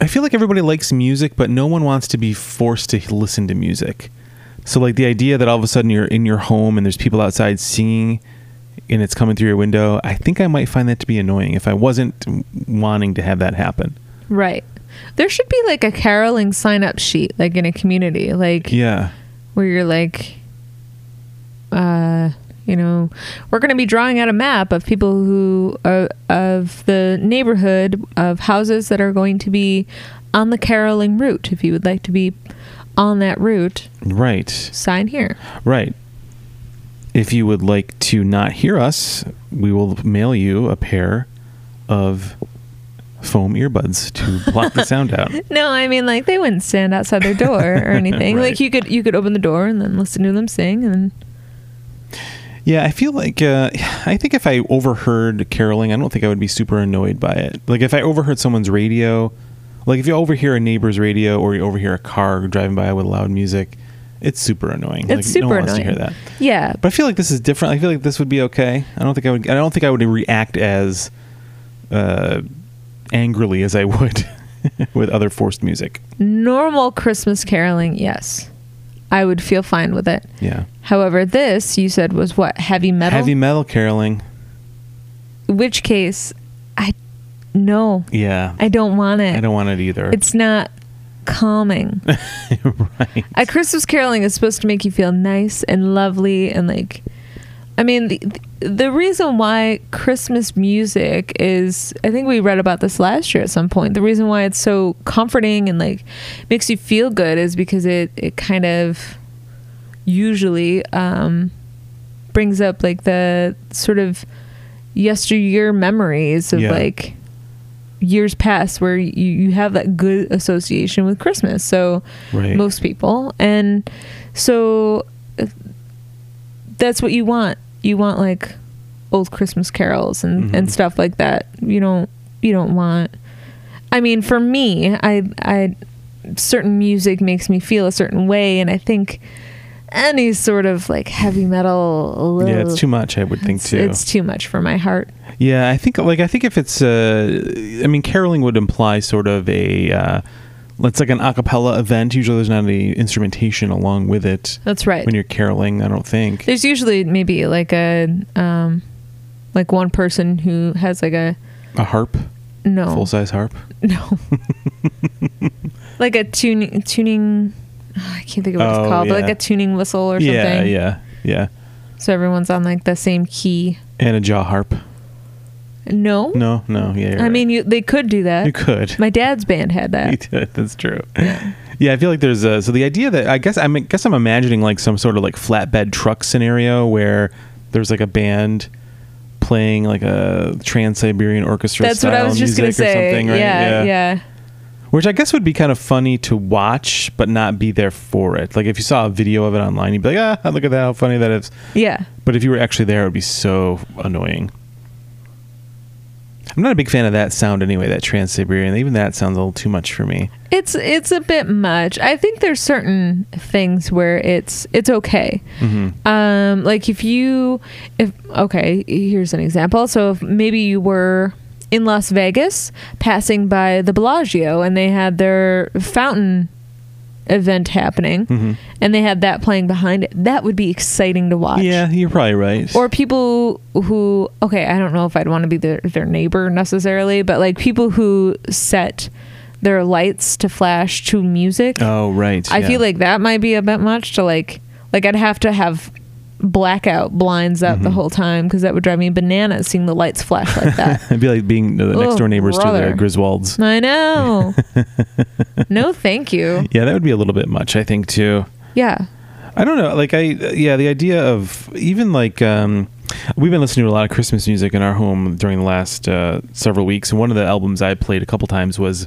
Speaker 2: I feel like everybody likes music, but no one wants to be forced to listen to music. So like the idea that all of a sudden you're in your home and there's people outside singing and it's coming through your window, I think I might find that to be annoying if I wasn't wanting to have that happen.
Speaker 1: Right. There should be like a caroling sign up sheet like in a community like
Speaker 2: Yeah.
Speaker 1: where you're like uh you know we're going to be drawing out a map of people who uh, of the neighborhood of houses that are going to be on the caroling route if you would like to be on that route
Speaker 2: Right.
Speaker 1: sign here
Speaker 2: Right. If you would like to not hear us, we will mail you a pair of foam earbuds to block the sound out.
Speaker 1: no i mean like they wouldn't stand outside their door or anything
Speaker 2: Right.
Speaker 1: like you could you could open the door and then listen to them sing and
Speaker 2: Yeah, I feel like uh, I think if I overheard caroling, I don't think I would be super annoyed by it. Like if I overheard someone's radio, like if you overhear a neighbor's radio or you overhear a car driving by with loud music, it's super annoying. like,
Speaker 1: it's super
Speaker 2: no one wants
Speaker 1: annoying
Speaker 2: to hear that.
Speaker 1: yeah
Speaker 2: But I feel like this is different. I feel like this would be okay. I don't think I would. I don't think I would react as uh, angrily as I would with other forced music.
Speaker 1: normal christmas caroling yes i would feel fine with it
Speaker 2: Yeah,
Speaker 1: However, this you said was what heavy metal.
Speaker 2: heavy metal caroling.
Speaker 1: which case, I no,
Speaker 2: Yeah,
Speaker 1: I don't want it.
Speaker 2: I don't want it either.
Speaker 1: It's not calming.
Speaker 2: right.
Speaker 1: A Christmas caroling is supposed to make you feel nice and lovely and like. I mean, the, the reason why Christmas music is, I think we read about this last year at some point. The reason why it's so comforting and like makes you feel good is because it, it kind of usually um, brings up like the sort of yesteryear memories of
Speaker 2: Yeah.
Speaker 1: like years past where you, you have that good association with Christmas. So
Speaker 2: Right.
Speaker 1: most people. And so uh, that's what you want. You want like old Christmas carols and,
Speaker 2: Mhm.
Speaker 1: and stuff like that. You don't you don't want I mean for me, I I certain music makes me feel a certain way and I think any sort of like heavy metal
Speaker 2: Yeah, it's too much. I would think
Speaker 1: it's,
Speaker 2: too.
Speaker 1: it's too much for my heart.
Speaker 2: Yeah, I think like I think if it's uh I mean caroling would imply sort of a uh let's like an a cappella event. Usually there's not any instrumentation along with it
Speaker 1: That's right.
Speaker 2: when you're caroling, I don't think.
Speaker 1: There's usually maybe like a um like one person who has like a
Speaker 2: A harp,
Speaker 1: no
Speaker 2: full size harp.
Speaker 1: No. like a tuning tuning oh, I can't think of what
Speaker 2: Oh,
Speaker 1: it's called, but
Speaker 2: yeah.
Speaker 1: like a tuning whistle or something.
Speaker 2: Yeah, yeah, yeah.
Speaker 1: So everyone's on like the same key.
Speaker 2: And a jaw harp.
Speaker 1: No.
Speaker 2: No, no, yeah. you're
Speaker 1: I
Speaker 2: right.
Speaker 1: mean you they could do that.
Speaker 2: you could.
Speaker 1: My dad's band had
Speaker 2: You
Speaker 1: that.
Speaker 2: did. That's true. Yeah, I feel like there's a, so the idea that I guess I am guess I'm imagining like some sort of like flatbed truck scenario where there's like a band playing like a Trans Siberian Orchestra.
Speaker 1: That's what I
Speaker 2: style
Speaker 1: was just gonna
Speaker 2: music or
Speaker 1: say.
Speaker 2: something, right?
Speaker 1: yeah, yeah,
Speaker 2: Which I guess would be kind of funny to watch, but not be there for it. Like if you saw a video of it online, you'd be like, ah, look at that, how funny that is.
Speaker 1: yeah.
Speaker 2: But if you were actually there, it would be so annoying. I'm not a big fan of that sound anyway. That Trans Siberian, even that sounds a little too much for me.
Speaker 1: It's it's a bit much. I think there's certain things where it's it's okay. Um, like if you if okay, here's an example. So if maybe you were in Las Vegas passing by the Bellagio and they had their fountain event happening and they had that playing behind it, that would be exciting to watch.
Speaker 2: Yeah, you're probably right.
Speaker 1: Or people who okay, I don't know if I'd want to be their their neighbor necessarily, but like people who set their lights to flash to music.
Speaker 2: Oh, right.
Speaker 1: I
Speaker 2: yeah.
Speaker 1: feel like that might be a bit much to like like I'd have to have blackout blinds up the
Speaker 2: Mm-hmm.
Speaker 1: whole time because that would drive me bananas seeing the lights flash like that.
Speaker 2: it'd be like being the next door
Speaker 1: Oh,
Speaker 2: neighbors to
Speaker 1: brother.
Speaker 2: the Griswolds.
Speaker 1: I know. no, thank you.
Speaker 2: Yeah, that would be a little bit much, I think, too.
Speaker 1: Yeah.
Speaker 2: I don't know. Like I, yeah, the idea of even like um, we've been listening to a lot of Christmas music in our home during the last uh, several weeks, and one of the albums I played a couple times was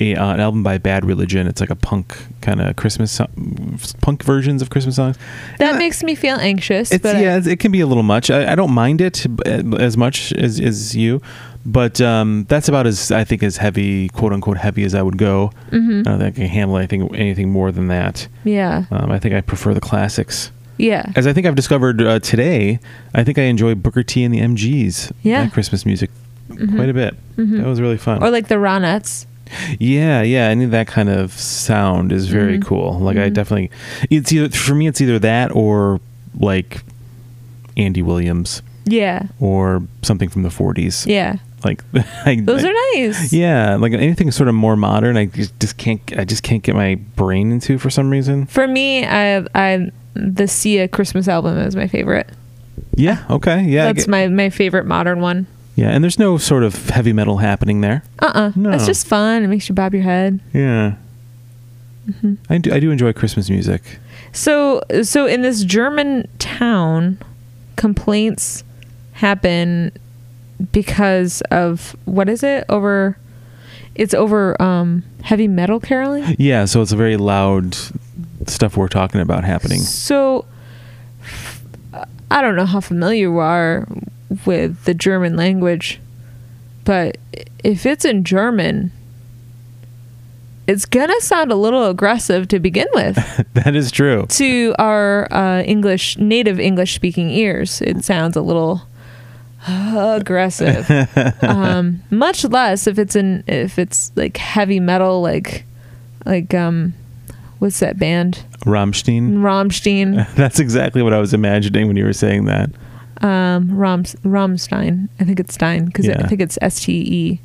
Speaker 2: a, uh, an album by Bad Religion. It's like a punk kind of Christmas song, punk versions of Christmas songs.
Speaker 1: That makes me feel anxious.
Speaker 2: It's
Speaker 1: but I-
Speaker 2: yeah, it's- it can be a little much. I, I don't mind it b- uh, as much as as you, but um, that's about as I think as heavy, quote unquote, heavy as I would go. Mm-hmm. I don't think I can handle anything anything more than that.
Speaker 1: yeah.
Speaker 2: Um, I think I prefer the classics.
Speaker 1: Yeah.
Speaker 2: As I think I've discovered uh, today, I think I enjoy Booker T and the MGs.
Speaker 1: Yeah. Mm-hmm.
Speaker 2: that Christmas music quite a bit. That was really fun.
Speaker 1: Or like the Ronettes.
Speaker 2: yeah, yeah. Any of that kind of sound is very
Speaker 1: Mm-hmm.
Speaker 2: cool. Like I definitely, it's either for me, it's either that or like Andy Williams
Speaker 1: Yeah.
Speaker 2: or something from the 40s.
Speaker 1: Yeah.
Speaker 2: Like I,
Speaker 1: Those
Speaker 2: I-
Speaker 1: are nice.
Speaker 2: Yeah, like anything sort of more modern, I just, just can't. I just can't get my brain into for some reason.
Speaker 1: For me, I I the Sia Christmas album is my favorite.
Speaker 2: Yeah. Okay. Yeah. I
Speaker 1: That's
Speaker 2: get-
Speaker 1: my my favorite modern one.
Speaker 2: Yeah, and there's no sort of heavy metal happening there.
Speaker 1: Uh-uh.
Speaker 2: No.
Speaker 1: That's just fun. It makes you bob your head.
Speaker 2: Yeah.
Speaker 1: Mm-hmm.
Speaker 2: I do. I do enjoy Christmas music.
Speaker 1: So so in this German town, complaints happen because of what is it? Over it's over um heavy metal caroling.
Speaker 2: Yeah, so it's a very loud stuff we're talking about happening.
Speaker 1: So I don't know how familiar you are with the German language, but if it's in German, it's gonna sound a little aggressive to begin with.
Speaker 2: that is true.
Speaker 1: to our uh, English native English speaking ears, it sounds a little aggressive. um, much less if it's in if it's like heavy metal, like like um, what's that band?
Speaker 2: Rammstein.
Speaker 1: Rammstein,
Speaker 2: That's exactly what I was imagining when you were saying that.
Speaker 1: um, Rams Rammstein. I think it's Stein because
Speaker 2: Yeah.
Speaker 1: I think it's S T E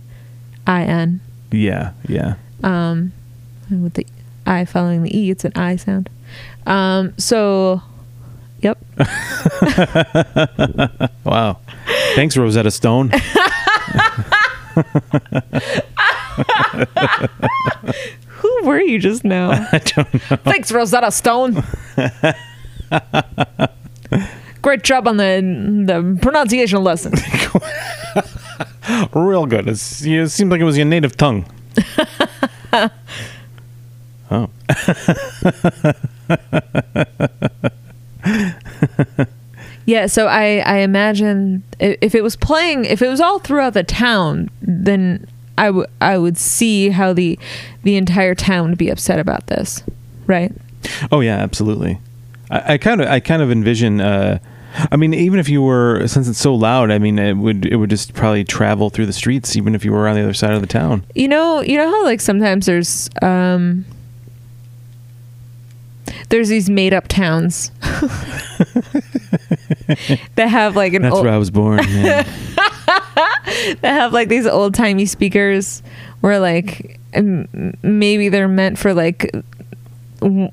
Speaker 1: I N
Speaker 2: Yeah, yeah.
Speaker 1: And with the I following the E. It's an I sound. Um, so, yep.
Speaker 2: Wow. Thanks, Rosetta Stone.
Speaker 1: Who were you just now? I don't know. Thanks, Rosetta Stone. Great job on the the pronunciation lesson.
Speaker 2: Real good. It's, you it seemed like it was your native tongue. oh.
Speaker 1: Yeah, so I I imagine i- if it was playing, if it was all throughout the town, then I would I would see how the the entire town would be upset about this, right?
Speaker 2: Oh yeah, absolutely. I, I kind of I kind of envision. Uh, I mean, even if you were, since it's so loud, I mean, it would it would just probably travel through the streets, even if you were on the other side of the town.
Speaker 1: You know, you know how like sometimes there's um there's these made up towns that have like an
Speaker 2: That's
Speaker 1: old,
Speaker 2: where I was born. Man.
Speaker 1: that have like these old timey speakers where like m- m- maybe they're meant for like w-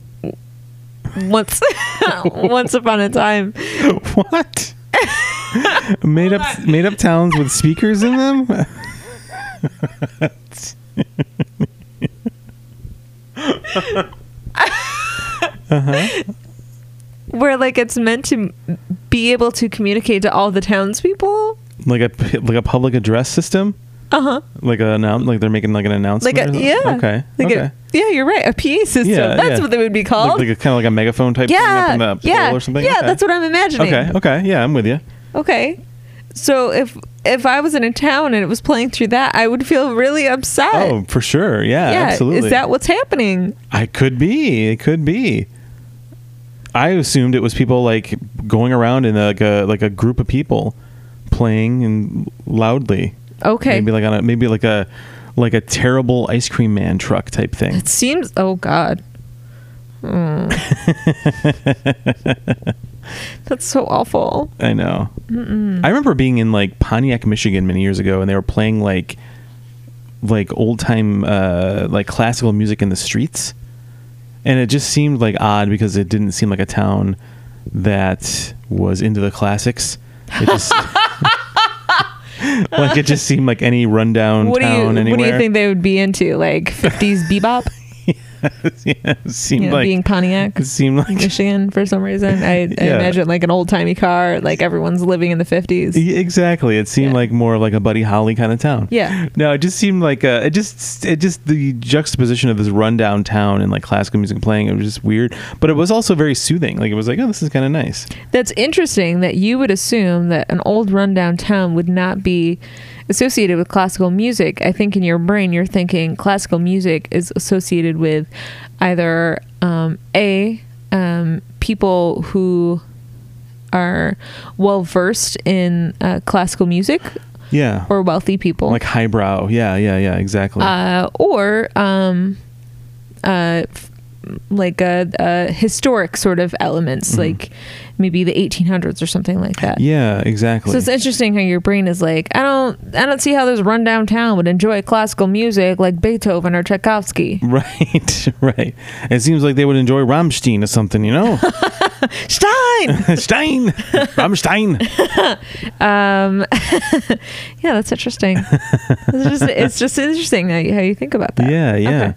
Speaker 1: once once upon a time.
Speaker 2: what? made up made up towns with speakers in them.
Speaker 1: Where like it's meant to m- be able to communicate to all the townspeople.
Speaker 2: like a p- like a public address system.
Speaker 1: Uh huh.
Speaker 2: Like a annou- like they're making like an announcement.
Speaker 1: Like
Speaker 2: or
Speaker 1: a,
Speaker 2: something?
Speaker 1: yeah.
Speaker 2: Okay.
Speaker 1: Like a-
Speaker 2: okay.
Speaker 1: yeah, you're right. A PA system.
Speaker 2: Yeah,
Speaker 1: That's
Speaker 2: yeah.
Speaker 1: what they would be
Speaker 2: like,
Speaker 1: called.
Speaker 2: like a kind of like a megaphone type
Speaker 1: yeah,
Speaker 2: thing up in the
Speaker 1: yeah,
Speaker 2: pole or something.
Speaker 1: Yeah,
Speaker 2: okay.
Speaker 1: that's what I'm imagining.
Speaker 2: Okay. Okay. Yeah, I'm with you.
Speaker 1: Okay. So if if I was in a town and it was playing through that, I would feel really upset.
Speaker 2: Oh, for sure. Yeah.
Speaker 1: yeah.
Speaker 2: absolutely.
Speaker 1: Is that what's happening?
Speaker 2: I could be. It could be. I assumed it was people like going around in like a like a group of people playing and loudly.
Speaker 1: Okay.
Speaker 2: Maybe like on a maybe like a like a terrible ice cream man truck type thing.
Speaker 1: it seems oh God. Mm. that's so awful.
Speaker 2: I know. I remember being in like Pontiac, Michigan many years ago and they were playing like like old time uh, like classical music in the streets, and it just seemed like odd because it didn't seem like a town that was into the classics. It just like it just seemed like any rundown
Speaker 1: What do you
Speaker 2: town anywhere.
Speaker 1: What do you think they would be into? Like 50s bebop,
Speaker 2: yeah, it seemed
Speaker 1: you know,
Speaker 2: like
Speaker 1: being Pontiac,
Speaker 2: it seemed like
Speaker 1: Michigan for some reason. I, I
Speaker 2: Yeah.
Speaker 1: imagine like an old timey car. Like everyone's living in the 50s.
Speaker 2: Yeah, Exactly. It seemed
Speaker 1: Yeah.
Speaker 2: like more like a Buddy Holly kind of town.
Speaker 1: Yeah.
Speaker 2: No, it just seemed like uh, it just it just the juxtaposition of this rundown town and like classical music playing. It was just weird, but it was also very soothing. Like it was like, oh, this is kind of nice.
Speaker 1: That's interesting that you would assume that an old rundown town would not be associated with classical music. I think in your brain you're thinking classical music is associated with either um, a um, people who are well versed in uh, classical music
Speaker 2: Yeah.
Speaker 1: or wealthy people,
Speaker 2: like highbrow. Yeah, yeah, yeah. Exactly.
Speaker 1: uh, or um, uh, f- like a, a historic sort of elements, like maybe the 1800s or something like that.
Speaker 2: yeah, exactly.
Speaker 1: So it's interesting how your brain is like, I don't, I don't see how this rundown town would enjoy classical music like Beethoven or Tchaikovsky.
Speaker 2: right, right. It seems like they would enjoy Rammstein or something. You know,
Speaker 1: Stein.
Speaker 2: Stein, Rammstein.
Speaker 1: um, yeah, that's interesting. It's just, it's just interesting how you, how you think about that.
Speaker 2: Yeah, yeah.
Speaker 1: Okay.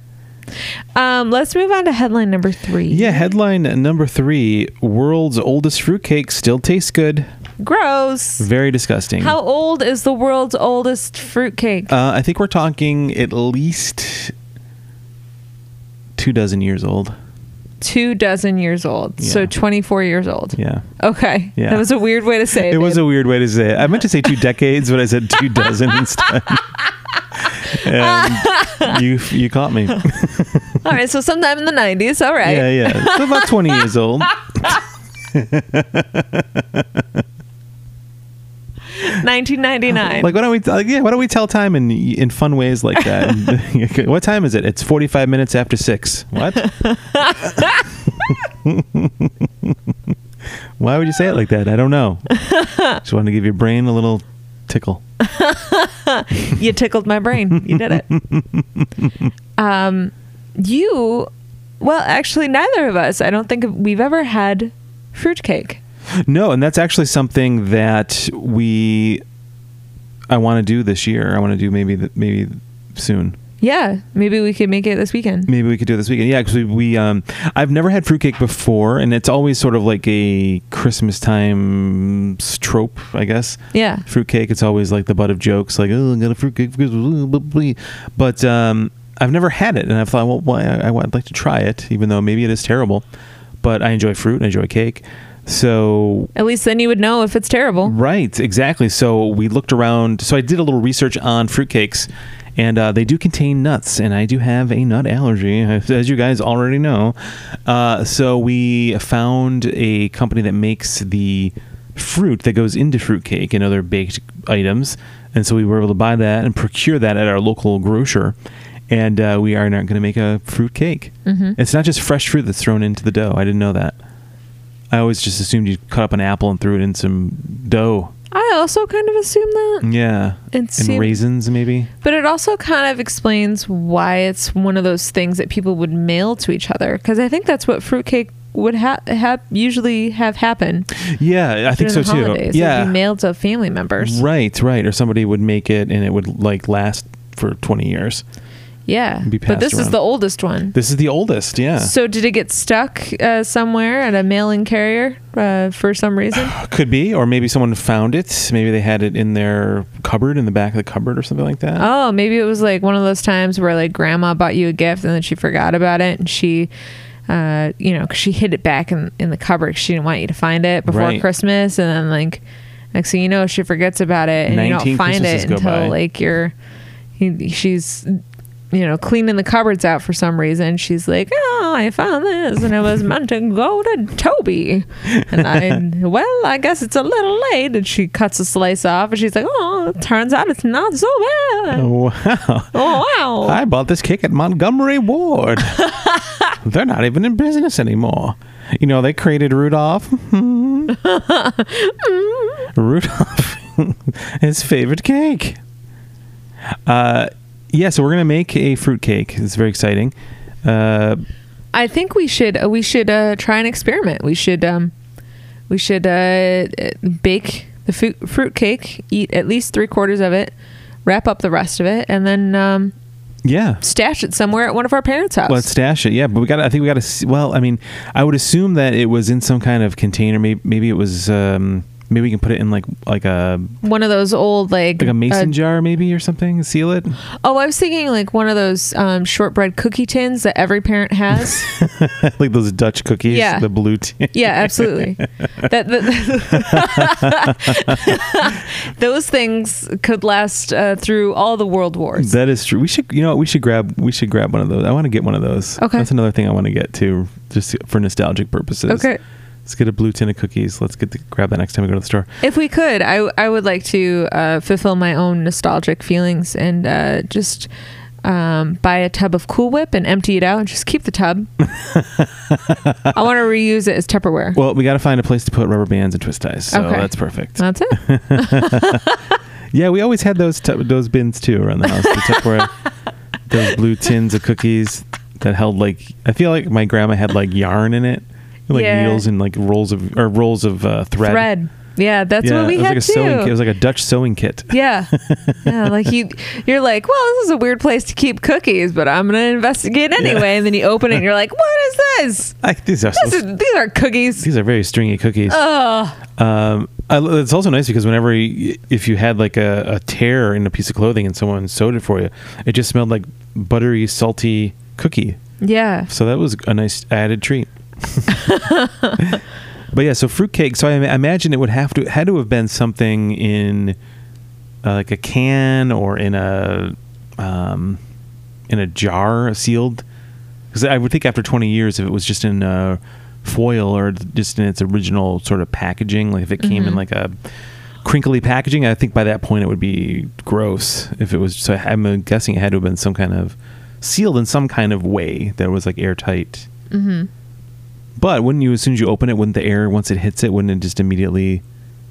Speaker 1: Um, let's move on to headline number three.
Speaker 2: Yeah, headline number three World's oldest fruitcake still tastes good.
Speaker 1: Gross.
Speaker 2: Very disgusting.
Speaker 1: How old is the world's oldest fruitcake?
Speaker 2: Uh, I think we're talking at least two dozen years old.
Speaker 1: Two dozen years old. So
Speaker 2: Yeah.
Speaker 1: 24 years old.
Speaker 2: Yeah.
Speaker 1: Okay.
Speaker 2: Yeah.
Speaker 1: That was a weird way to say it.
Speaker 2: It was
Speaker 1: babe.
Speaker 2: a weird way to say it. I meant to say two decades, but I said two dozen instead. and you you caught me.
Speaker 1: All right. So sometime in the 90s. All right.
Speaker 2: Yeah, yeah. So about 20 years old. I
Speaker 1: 1999.
Speaker 2: Like why don't we like, yeah, why don't we tell time in in fun ways like that? what time is it? It's 45 minutes after 6. What? Why would you say it like that? I don't know. Just wanted to give your brain a little tickle.
Speaker 1: you tickled my brain. You did it. um, you, well, actually, neither of us. I don't think we've ever had fruitcake.
Speaker 2: No, and that's actually something that we I want to do this year. I want to do maybe th- maybe soon.
Speaker 1: Yeah, maybe we could make it this weekend.
Speaker 2: Maybe we could do it this weekend. Yeah, because we, we um I've never had fruitcake before, and it's always sort of like a Christmas time s- trope, I guess.
Speaker 1: Yeah,
Speaker 2: Fruitcake. It's always like the butt of jokes, like oh, I got a fruitcake for Christmas. ooh, blah, blah, blah." But um, I've never had it, and I've thought, well, why I, I'd like to try it, even though maybe it is terrible. But I enjoy fruit, I enjoy cake, so
Speaker 1: at least then you would know if it's terrible.
Speaker 2: Right, exactly. So we looked around. So I did a little research on fruitcakes, and uh, they do contain nuts, and I do have a nut allergy, as you guys already know. Uh, so we found a company that makes the fruit that goes into fruitcake and other baked items, and so we were able to buy that and procure that at our local grocer. And uh, we are now going to make a fruit cake.
Speaker 1: Mhm.
Speaker 2: It's not just fresh fruit that's thrown into the dough. I didn't know that. I always just assumed you cut up an apple and threw it in some dough.
Speaker 1: I also kind of assume
Speaker 2: Mm.
Speaker 1: that,
Speaker 2: Yeah.
Speaker 1: It
Speaker 2: and
Speaker 1: seem-
Speaker 2: raisins, maybe.
Speaker 1: but it also kind of explains why it's one of those things that people would mail to each other because I think that's what fruitcake would ha- ha- usually have happen
Speaker 2: Yeah, I think
Speaker 1: during the
Speaker 2: so too.
Speaker 1: holidays. It'd be
Speaker 2: yeah.
Speaker 1: mailed to family members.
Speaker 2: Right, right. Or somebody would make it and it would like last for 20 years.
Speaker 1: Yeah,
Speaker 2: Be
Speaker 1: but
Speaker 2: passed
Speaker 1: this is
Speaker 2: around.
Speaker 1: the oldest one.
Speaker 2: This is the oldest, yeah.
Speaker 1: So did it get stuck uh, somewhere at a mail-in carrier uh, for some reason?
Speaker 2: Could be, or maybe someone found it. Maybe they had it in their cupboard, in the back of the cupboard, or something like that.
Speaker 1: oh, maybe it was like one of those times where like grandma bought you a gift and then she forgot about it and she, uh, you know, 'cause she hid it back in in the cupboard. 'cause She didn't want you to find it before
Speaker 2: Right.
Speaker 1: Christmas, and then like next thing you know, she forgets about it and you don't
Speaker 2: 19
Speaker 1: find
Speaker 2: Christmases
Speaker 1: it
Speaker 2: go
Speaker 1: until
Speaker 2: by.
Speaker 1: like you're, you, she's. You know, cleaning the cupboards out for some reason. She's like, "Oh, I found this, and it was meant to go to Toby." And I, well, I guess it's a little late. And she cuts a slice off, and she's like, "Oh, it turns out it's not so bad."
Speaker 2: Wow.
Speaker 1: Oh wow!
Speaker 2: Oh. I bought this cake at Montgomery Ward. They're not even in business anymore. You know, they created Rudolph. Rudolph, his favorite cake. Uh, yeah, so we're gonna make a fruitcake. It's very exciting. Uh,
Speaker 1: I think we should uh, we should uh, try an experiment. We should um, we should uh, bake the fruit fruit cake, eat at least three quarters of it, wrap up the rest of it, and then um,
Speaker 2: yeah.
Speaker 1: stash it somewhere at one of our parents' house.
Speaker 2: Well, let's stash it. Yeah, but we got. to I think we got to. Well, I mean, I would assume that it was in some kind of container. Maybe, maybe it was. Um, maybe we can put it in like like a
Speaker 1: one of those old like,
Speaker 2: like a mason
Speaker 1: uh,
Speaker 2: jar, maybe or something. Seal it.
Speaker 1: oh, I was thinking like one of those um, shortbread cookie tins that every parent has.
Speaker 2: like those Dutch cookies.
Speaker 1: Yeah.
Speaker 2: The blue tin.
Speaker 1: yeah, absolutely. that, that- those things could last uh, through all the world wars.
Speaker 2: That is true. We should, you know, what, we should grab, we should grab one of those. I want to get one of those.
Speaker 1: Okay.
Speaker 2: that's another thing I want to get too, just for nostalgic purposes.
Speaker 1: Okay.
Speaker 2: let's get a blue tin of cookies. Let's get the, grab that next time we go to the store.
Speaker 1: If we could, I I would like to uh, fulfill my own nostalgic feelings and uh, just um, buy a tub of Cool Whip and empty it out and just keep the tub. I want to reuse it as Tupperware.
Speaker 2: Well, we got to find a place to put rubber bands and twist ties. So
Speaker 1: Okay. Uh.
Speaker 2: that's perfect.
Speaker 1: That's it.
Speaker 2: Yeah, we always had those tu- those bins too around the house. The Tupperware, those blue tins of cookies that held like I feel like my grandma had like yarn in it, like
Speaker 1: Yeah.
Speaker 2: needles and like rolls of or rolls of uh, thread.
Speaker 1: Thread. Yeah, that's
Speaker 2: yeah,
Speaker 1: what we
Speaker 2: it was
Speaker 1: had
Speaker 2: like a
Speaker 1: too.
Speaker 2: sewing. Kit. It was like a Dutch sewing kit.
Speaker 1: yeah. yeah, like you, you're like, well, this is a weird place to keep cookies, but I'm gonna investigate anyway. And then you open it, and you're like, what is this?
Speaker 2: Like, these are
Speaker 1: This is these are cookies.
Speaker 2: these are very stringy cookies.
Speaker 1: Oh,
Speaker 2: Um, I, it's also nice because whenever you, if you had like a, a tear in a piece of clothing and someone sewed it for you, it just smelled like buttery, salty cookie.
Speaker 1: yeah.
Speaker 2: So that was a nice added treat. but yeah, so fruitcake. So I im- imagine it would have to had to have been something in uh, like a can or in a um, in a jar, a sealed. Because I would think after 20 years, if it was just in a foil or just in its original sort of packaging, like if it came in like a crinkly packaging, I think by that point it would be gross. If it was, so I'm guessing it had to have been some kind of sealed in some kind of way that was like airtight.
Speaker 1: Mm-hmm.
Speaker 2: But wouldn't you, as soon as you open it, wouldn't the air, once it hits it, wouldn't it just immediately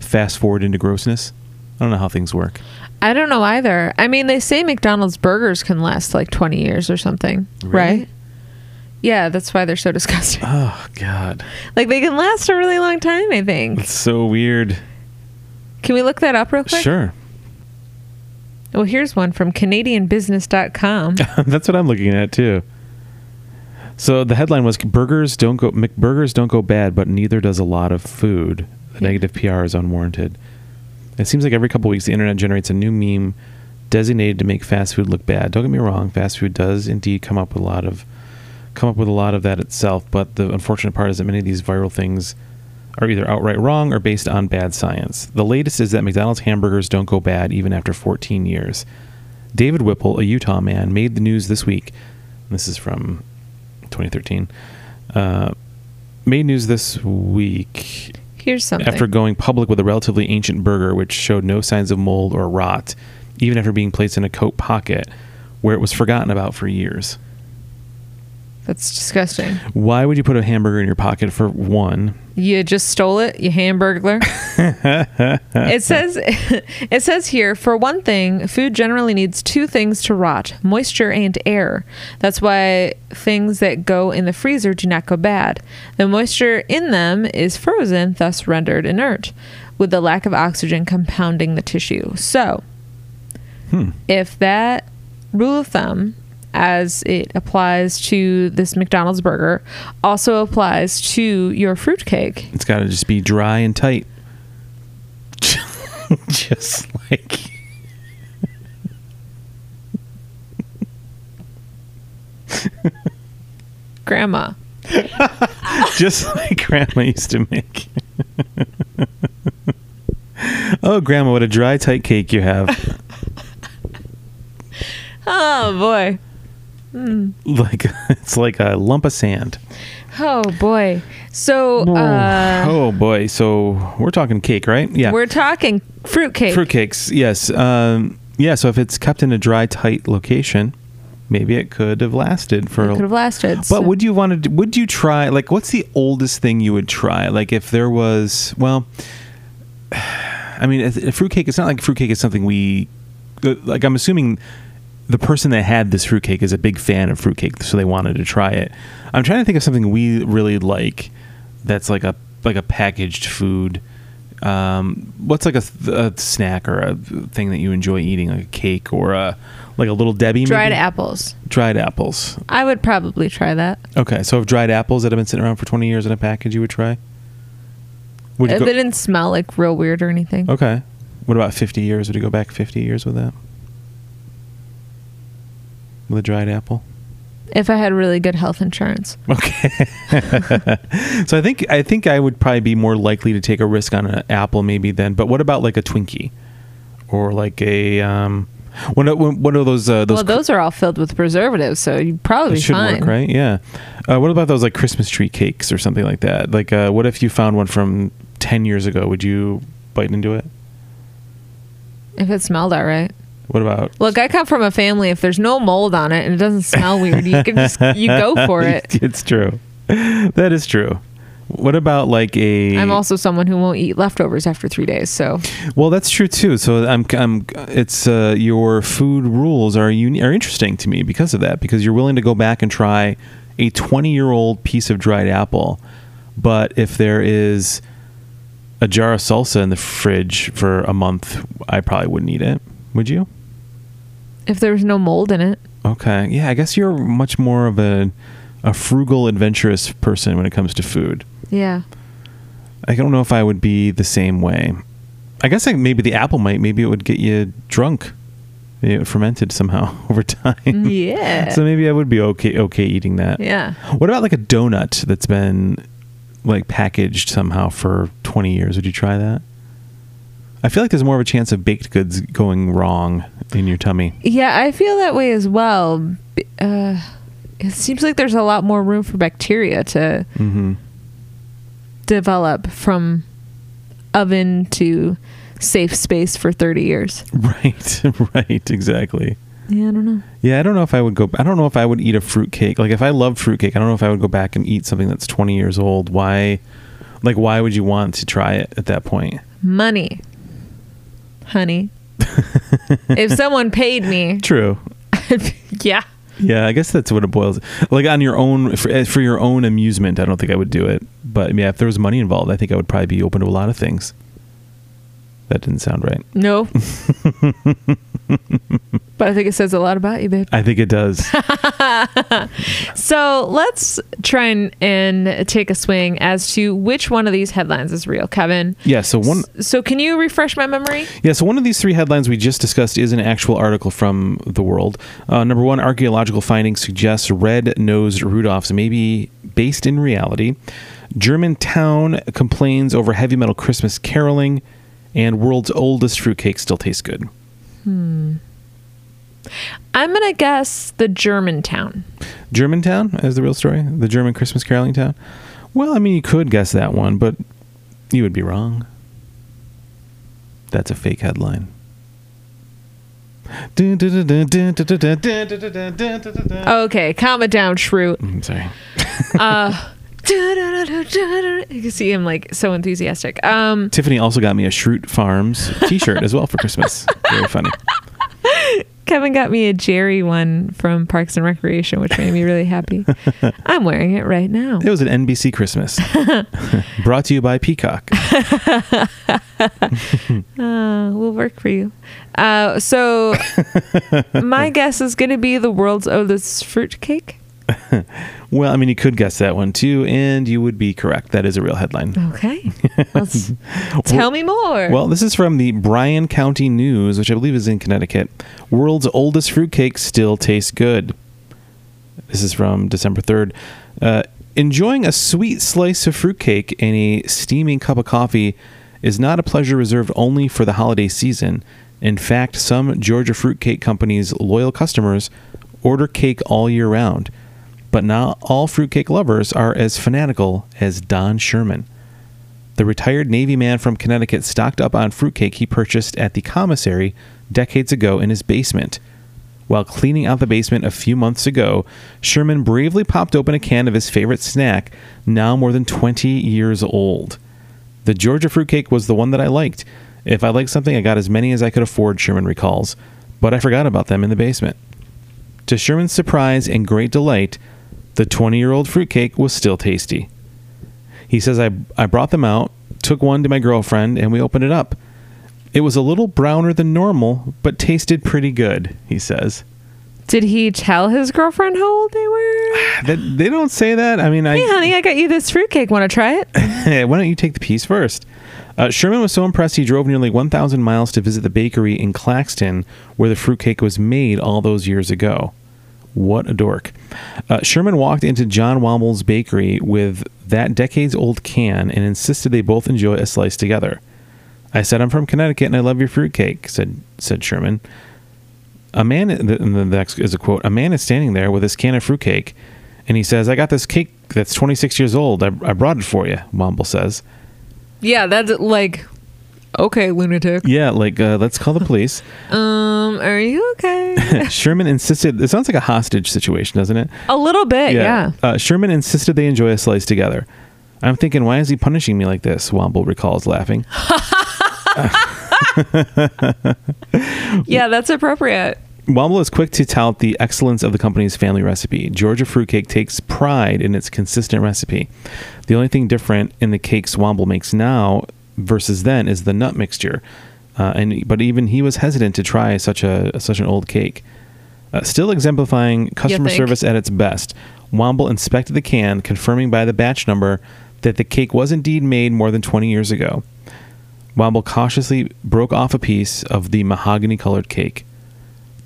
Speaker 2: fast forward into grossness? I don't know how things work.
Speaker 1: I don't know either. I mean, they say McDonald's burgers can last like 20 years or something,
Speaker 2: Really?
Speaker 1: right? Yeah, that's why they're so disgusting.
Speaker 2: Oh, God.
Speaker 1: Like they can last a really long time, I think.
Speaker 2: It's so weird.
Speaker 1: Can we look that up real quick?
Speaker 2: Sure.
Speaker 1: Well, here's one from canadianbusiness.com.
Speaker 2: That's what I'm looking at too. So the headline was burgers don't go McBurgers don't go bad, but neither does a lot of food. The
Speaker 1: Yeah.
Speaker 2: negative PR is unwarranted. It seems like every couple weeks the internet generates a new meme designated to make fast food look bad. Don't get me wrong, fast food does indeed come up with a lot of come up with a lot of that itself, but the unfortunate part is that many of these viral things are either outright wrong or based on bad science. The latest is that McDonald's hamburgers don't go bad even after 14 years. David Whipple, a Utah man, made the news this week. This is from 2013. Uh, made news this week
Speaker 1: Here's something.
Speaker 2: after going public with a relatively ancient burger which showed no signs of mold or rot, even after being placed in a coat pocket where it was forgotten about for years.
Speaker 1: that's disgusting.
Speaker 2: Why would you put a hamburger in your pocket for one?
Speaker 1: You just stole it, you hamburglar. it says it says here, for one thing, food generally needs two things to rot, moisture and air. That's why things that go in the freezer do not go bad. The moisture in them is frozen, thus rendered inert, with the lack of oxygen compounding the tissue. So, if that rule of thumb as it applies to this McDonald's burger also applies to your fruitcake.
Speaker 2: It's got to just be dry and tight. just like.
Speaker 1: Grandma.
Speaker 2: just like grandma used to make. oh, grandma, what a dry, tight cake you have.
Speaker 1: Oh boy.
Speaker 2: like it's like a lump of sand.
Speaker 1: Oh boy. So uh
Speaker 2: oh boy. So we're talking cake, right? Yeah.
Speaker 1: we're talking fruitcake.
Speaker 2: Fruitcakes, yes. Um, yeah, so if it's kept in a dry, tight location, maybe it could have lasted for
Speaker 1: Could have lasted. so-
Speaker 2: But would you want to? Would you try? Like, what's the oldest thing you would try? Like, if there was, well, I mean, a, a fruitcake. It's not like fruitcake is something we. Like, I'm uh, assuming the person that had this fruitcake is a big fan of fruitcake, so they wanted to try it. I'm trying to think of something we really like that's like a like a packaged food. Um, what's like a, th- a snack or a thing that you enjoy eating, like a cake or a like a little Debbie?
Speaker 1: Dried
Speaker 2: maybe?
Speaker 1: apples.
Speaker 2: Dried apples.
Speaker 1: I would probably try that.
Speaker 2: Okay, so if dried apples that have been sitting around for 20 years in a package, you would try. Would you
Speaker 1: If
Speaker 2: go-
Speaker 1: it didn't smell like real weird or anything.
Speaker 2: okay. What about 50 years? Would you go back 50 years with that? With a dried apple.
Speaker 1: If I had really good health insurance.
Speaker 2: Okay. so I think I think I would probably be more likely to take a risk on an apple maybe then. But what about like a Twinkie, or like a um, one of one one of those uh, those
Speaker 1: well, those are all filled with preservatives, so you'd probably
Speaker 2: it
Speaker 1: be
Speaker 2: should
Speaker 1: fine.
Speaker 2: work right? Yeah. Uh, what about those like Christmas tree cakes or something like that? Like uh, what if you found one from ten years ago? Would you bite into it?
Speaker 1: If it smelled all right.
Speaker 2: What about
Speaker 1: Look, I come from a family. If there's no mold on it and it doesn't smell weird, you can just you go for it.
Speaker 2: it's true. That is true. What about like a?
Speaker 1: I'm also someone who won't eat leftovers after three days, so
Speaker 2: Well, that's true too. So I'm, I'm. It's uh, your food rules are uni- are interesting to me because of that. Because you're willing to go back and try a 20 year old piece of dried apple, but if there is a jar of salsa in the fridge for a month, I probably wouldn't eat it. Would you?
Speaker 1: if there was no mold in it,
Speaker 2: Okay. Yeah, I guess you're much more of a a frugal, adventurous person when it comes to food.
Speaker 1: yeah.
Speaker 2: I don't know if I would be the same way. I guess like maybe the apple might. Maybe it would get you drunk. Maybe It fermented somehow over time.
Speaker 1: Mm, Yeah.
Speaker 2: So maybe I would be okay okay eating that.
Speaker 1: yeah.
Speaker 2: What about like a donut that's been like packaged somehow for 20 years? Would you try that? I feel like there's more of a chance of baked goods going wrong in your tummy.
Speaker 1: Yeah, I feel that way as well. B- Uh, it seems like there's a lot more room for bacteria to
Speaker 2: Mhm.
Speaker 1: develop from oven to safe space for 30 years.
Speaker 2: Right. Right, exactly.
Speaker 1: Yeah, I don't know.
Speaker 2: Yeah, I don't know if I would go. I don't know if I would eat a fruitcake. Like, if I love fruitcake, I don't know if I would go back and eat something that's 20 years old. Why, like, why would you want to try it at that point?
Speaker 1: Money. Honey. if someone paid me,
Speaker 2: True.
Speaker 1: yeah.
Speaker 2: Yeah, I guess that's what it boils. Like on your own, for, eh, for your own amusement, I don't think I would do it. But yeah, if there was money involved, I think I would probably be open to a lot of things. That didn't sound right.
Speaker 1: No. but I think it says a lot about you, babe.
Speaker 2: I think it does.
Speaker 1: So let's try and, and take a swing as to which one of these headlines is real, Kevin.
Speaker 2: yeah. So one.
Speaker 1: So can you refresh my memory?
Speaker 2: Yeah, so one of these three headlines we just discussed is an actual article from The World. Uh, number one, archaeological findings suggest red nosed Rudolphs may be based in reality. German town complains over heavy metal Christmas caroling, and world's oldest fruitcake still tastes good.
Speaker 1: I'm gonna guess the Germantown.
Speaker 2: Germantown is the real story, the German Christmas caroling town. Well, I mean, you could guess that one, but you would be wrong. That's a fake headline. Oh,
Speaker 1: Okay, calm it down, Shrew.
Speaker 2: I'm sorry.
Speaker 1: You can see him like so enthusiastic. Um,
Speaker 2: Tiffany also got me a Shroot Farms T-shirt as well for Christmas. Very funny.
Speaker 1: Kevin got me a Jerry one from Parks and Recreation, which made me really happy. I'm wearing it right now.
Speaker 2: It was an NBC Christmas, brought to you by Peacock.
Speaker 1: Uh, we'll work for you. Uh, so my guess is gonna be the world's oldest fruitcake.
Speaker 2: Well, I mean, you could guess that one too, and you would be correct. That is a real headline.
Speaker 1: Okay, Let's- tell me more.
Speaker 2: Well, this is from the Bryan County News, which I believe is in Connecticut. World's oldest fruitcake still tastes good. This is from December 3rd. Uh, enjoying a sweet slice of fruitcake and a steaming cup of coffee is not a pleasure reserved only for the holiday season. In fact, some Georgia Fruitcake Company's loyal customers order cake all year round. But not all fruitcake lovers are as fanatical as Don Sherman. The retired Navy man from Connecticut stocked up on fruitcake he purchased at the commissary decades ago in his basement. While cleaning out the basement a few months ago, Sherman bravely popped open a can of his favorite snack, now more than 20 years old. The Georgia fruitcake was the one that I liked. If I liked something, I got as many as I could afford, Sherman recalls, but I forgot about them in the basement. To Sherman's surprise and great delight, the 20 year old fruitcake was still tasty. He says, I, I brought them out, took one to my girlfriend, and we opened it up. It was a little browner than normal, but tasted pretty good, he says.
Speaker 1: Did he tell his girlfriend how old they were?
Speaker 2: That, they don't say that. I mean, I.
Speaker 1: Hey, honey, I got you this fruitcake. Want to try it?
Speaker 2: Hey, why don't you take the piece first? Uh, Sherman was so impressed he drove nearly 1,000 miles to visit the bakery in Claxton where the fruitcake was made all those years ago. What a dork. Uh, Sherman walked into John Womble's bakery with that decades old can and insisted they both enjoy a slice together. I said, I'm from Connecticut and I love your fruitcake, said, said Sherman. A man, the, the next is a quote, a man is standing there with his can of fruitcake and he says, I got this cake that's 26 years old. I, I brought it for you, Womble says.
Speaker 1: Yeah, that's like, okay, lunatic.
Speaker 2: Yeah, like, uh, let's call the police.
Speaker 1: Um, are you okay?
Speaker 2: Sherman insisted. It sounds like a hostage situation, doesn't it?
Speaker 1: A little bit, yeah.
Speaker 2: Uh, Sherman insisted they enjoy a slice together. I'm thinking, why is he punishing me like this? Womble recalls, laughing.
Speaker 1: Yeah, that's appropriate.
Speaker 2: Womble is quick to tout the excellence of the company's family recipe. Georgia Fruitcake takes pride in its consistent recipe. The only thing different in the cakes Womble makes now versus then is the nut mixture. Uh, and but even he was hesitant to try such a such an old cake. Uh, still exemplifying customer
Speaker 1: think?
Speaker 2: service at its best, Womble inspected the can, confirming by the batch number that the cake was indeed made more than 20 years ago. Womble cautiously broke off a piece of the mahogany colored cake.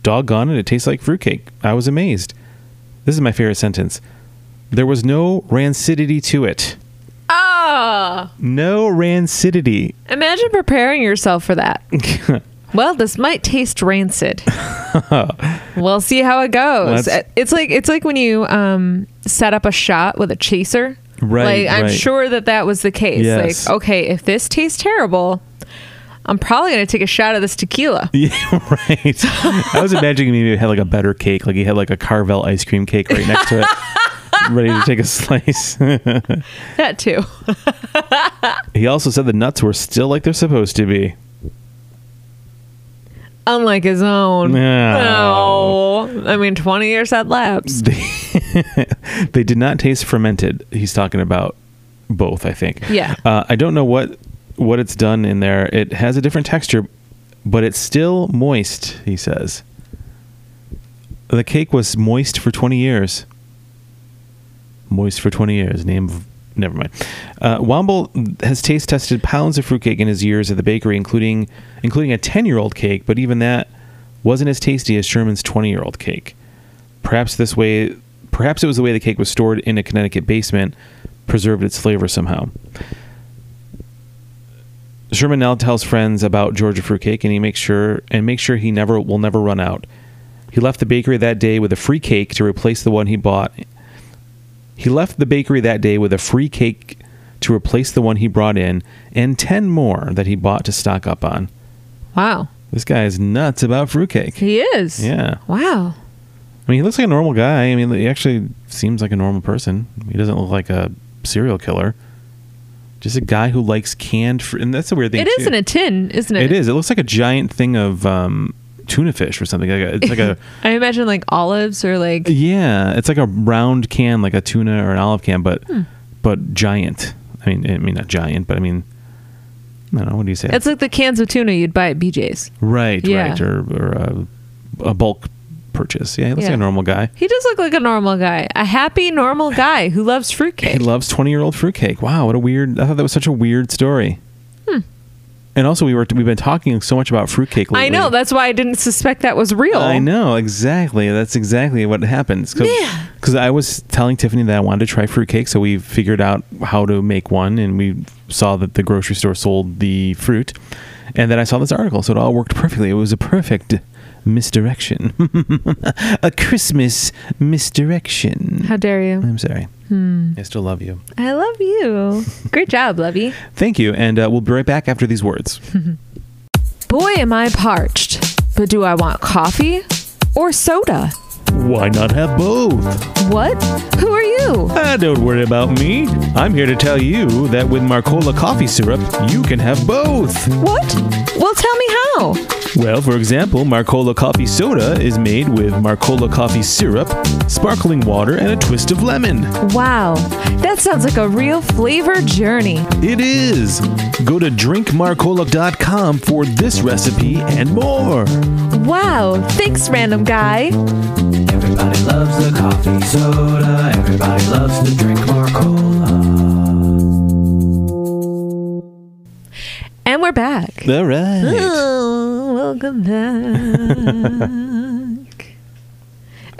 Speaker 2: Doggone it, it tastes like fruitcake. I was amazed. This is my favorite sentence. There was no rancidity to it.
Speaker 1: Ah,
Speaker 2: No rancidity.
Speaker 1: imagine preparing yourself for that. well, this might taste rancid. we'll see how it goes. Uh,
Speaker 2: Let's-
Speaker 1: It's like it's like when you um set up a shot with a chaser.
Speaker 2: Right,
Speaker 1: Like I'm
Speaker 2: right.
Speaker 1: sure that that was the case.
Speaker 2: Yes.
Speaker 1: Like okay, if this tastes terrible, I'm probably gonna take a shot of this tequila.
Speaker 2: Yeah, right. I was imagining maybe it had like a better cake, like he had like a Carvel ice cream cake right next to it, ready to take a slice.
Speaker 1: That too.
Speaker 2: he also said the nuts were still like they're supposed to be.
Speaker 1: Unlike his own.
Speaker 2: No.
Speaker 1: Oh. I mean, 20 years had lapsed.
Speaker 2: They did not taste fermented. He's talking about both, I think.
Speaker 1: Yeah.
Speaker 2: Uh, I don't know what what it's done in there. It has a different texture, but it's still moist. He says. The cake was moist for twenty years. Moist for 20 years. Name of. Never mind. Uh, Womble has taste tested pounds of fruitcake in his years at the bakery, including including a 10 year old cake, but even that wasn't as tasty as Sherman's 20 year old cake. Perhaps this way, perhaps it was the way the cake was stored in a Connecticut basement, preserved its flavor somehow. Sherman now tells friends about Georgia fruitcake, and he makes sure and makes sure he never will never run out. He left the bakery that day with a free cake to replace the one he bought. He left the bakery that day with a free cake to replace the one he brought in, and ten more that he bought to stock up on.
Speaker 1: Wow.
Speaker 2: This guy is nuts about fruitcake.
Speaker 1: He is.
Speaker 2: Yeah.
Speaker 1: Wow.
Speaker 2: I mean, he looks like a normal guy. I mean, he actually seems like a normal person. He doesn't look like a serial killer. Just a guy who likes canned fruit. And that's a weird thing.
Speaker 1: It
Speaker 2: too.
Speaker 1: is in a tin, isn't it?
Speaker 2: It is. It looks like a giant thing of um, tuna fish or something. Like a, it's like a
Speaker 1: I imagine like olives or like.
Speaker 2: yeah. It's like a round can, like a tuna or an olive can, but
Speaker 1: Hmm.
Speaker 2: but giant. I mean, I mean not giant, but I mean, I don't know. What do you say?
Speaker 1: It's like the cans of tuna you'd buy at BJ's.
Speaker 2: right,
Speaker 1: yeah.
Speaker 2: right, or or a, a bulk purchase. Yeah, he looks
Speaker 1: Yeah.
Speaker 2: like a normal guy.
Speaker 1: He does look like a normal guy, a happy normal guy who loves
Speaker 2: He
Speaker 1: fruitcake.
Speaker 2: loves 20 year old fruitcake. Wow, what a weird. I thought that was such a weird story.
Speaker 1: Hmm.
Speaker 2: And also, we were we've been talking so much about fruitcake lately.
Speaker 1: I know. That's why I didn't suspect that was real.
Speaker 2: I know exactly. That's exactly what happens.
Speaker 1: Yeah.
Speaker 2: Because I was telling Tiffany that I wanted to try fruitcake, so we figured out how to make one, and we saw that the grocery store sold the fruit, and then I saw this article, so it all worked perfectly. It was a perfect misdirection, a Christmas misdirection.
Speaker 1: How Hmm. dare you?
Speaker 2: I'm sorry. I still love you.
Speaker 1: I love you. Great job, Lovey.
Speaker 2: Thank you, and uh, we'll be right back after these words.
Speaker 1: Boy, am I parched. But do I want coffee or soda?
Speaker 2: Why not have both?
Speaker 1: What? Who are you?
Speaker 2: Ah, don't worry about me. I'm here to tell you that with Marcola coffee syrup, you can have both.
Speaker 1: What? Well, tell me how.
Speaker 2: Well, for example, Marcola coffee soda is made with Marcola coffee syrup, sparkling water, and a twist of lemon.
Speaker 1: Wow, that sounds like a real flavor journey.
Speaker 2: It is. Go to drinkmarcola.com for this recipe and more.
Speaker 1: Wow, thanks, random guy.
Speaker 3: Everybody loves the coffee soda. Everybody loves to drink more cola.
Speaker 1: And we're back.
Speaker 2: All right.
Speaker 1: Oh, welcome back.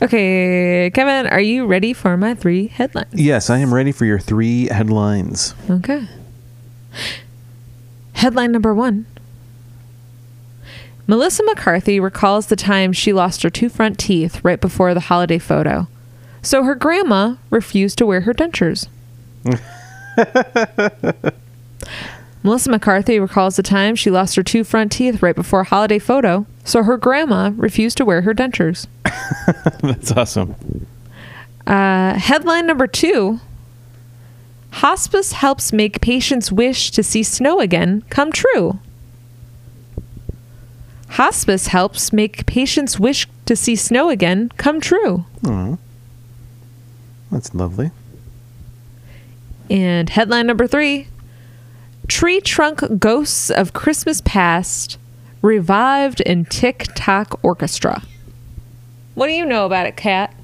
Speaker 1: okay, Kevin, are you ready for my three headlines?
Speaker 2: Yes, I am ready for your three headlines.
Speaker 1: Okay. Headline number one Melissa McCarthy recalls the time she lost her two front teeth right before the holiday photo. So her grandma refused to wear her dentures. Melissa McCarthy recalls the time she lost her two front teeth right before a holiday photo, so her grandma refused to wear her dentures.
Speaker 2: That's awesome.
Speaker 1: Uh, headline number two Hospice helps make patients' wish to see snow again come true. Hospice helps make patients' wish to see snow again come true.
Speaker 2: That's lovely.
Speaker 1: And headline number three Tree Trunk Ghosts of Christmas Past revived in TikTok Orchestra. What do you know about it, Kat?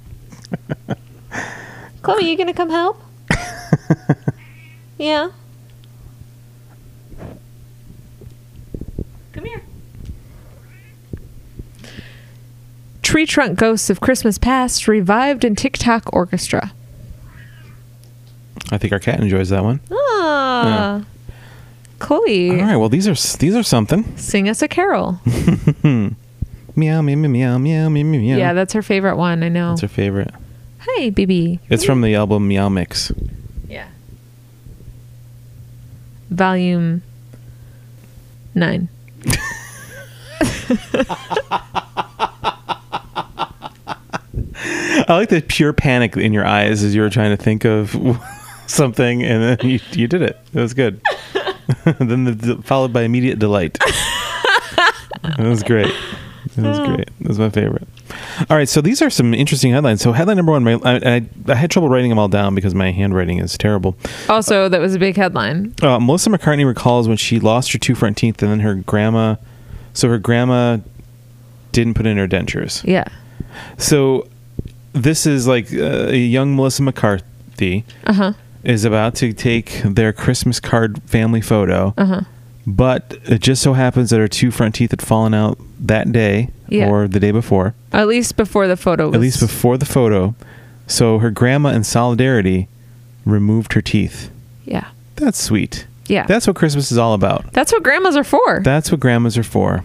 Speaker 1: Chloe, you going to come help? yeah. Come here. Tree Trunk Ghosts of Christmas Past revived in TikTok Orchestra.
Speaker 2: I think our cat enjoys that one.
Speaker 1: Ah. Chloe,
Speaker 2: All right. Well, these are s- these are something.
Speaker 1: sing us a carol.
Speaker 2: Meow, meow, meow, meow, meow, meow, meow.
Speaker 1: Yeah, that's her favorite one. I know.
Speaker 2: that's her favorite.
Speaker 1: Hi, baby.
Speaker 2: It's from the album Meow Mix.
Speaker 1: Yeah. Volume nine.
Speaker 2: I like the pure panic in your eyes as you were trying to think of something, and then you, you did it. It was good. then the, the- followed by immediate delight. That was great. That was great. That was my favorite. All right, so these are some interesting headlines. So headline number one, my, I, I, I had trouble writing them all down because my handwriting is terrible.
Speaker 1: Also, that was a big headline.
Speaker 2: Uh, Melissa McCartney recalls when she lost her two front teeth, and then her grandma. So her grandma didn't put in her dentures.
Speaker 1: Yeah.
Speaker 2: So this is like uh, a young Melissa McCarthy
Speaker 1: Uh huh.
Speaker 2: is about to take their Christmas card family photo,
Speaker 1: Uh-huh.
Speaker 2: but it just so happens that her two front teeth had fallen out that day
Speaker 1: Yeah.
Speaker 2: or the day before,
Speaker 1: At least before the photo was.
Speaker 2: at least before the photo. So her grandma, in solidarity, removed her teeth.
Speaker 1: Yeah.
Speaker 2: That's sweet.
Speaker 1: Yeah.
Speaker 2: That's what Christmas is all about.
Speaker 1: That's what grandmas are for.
Speaker 2: That's what grandmas are for.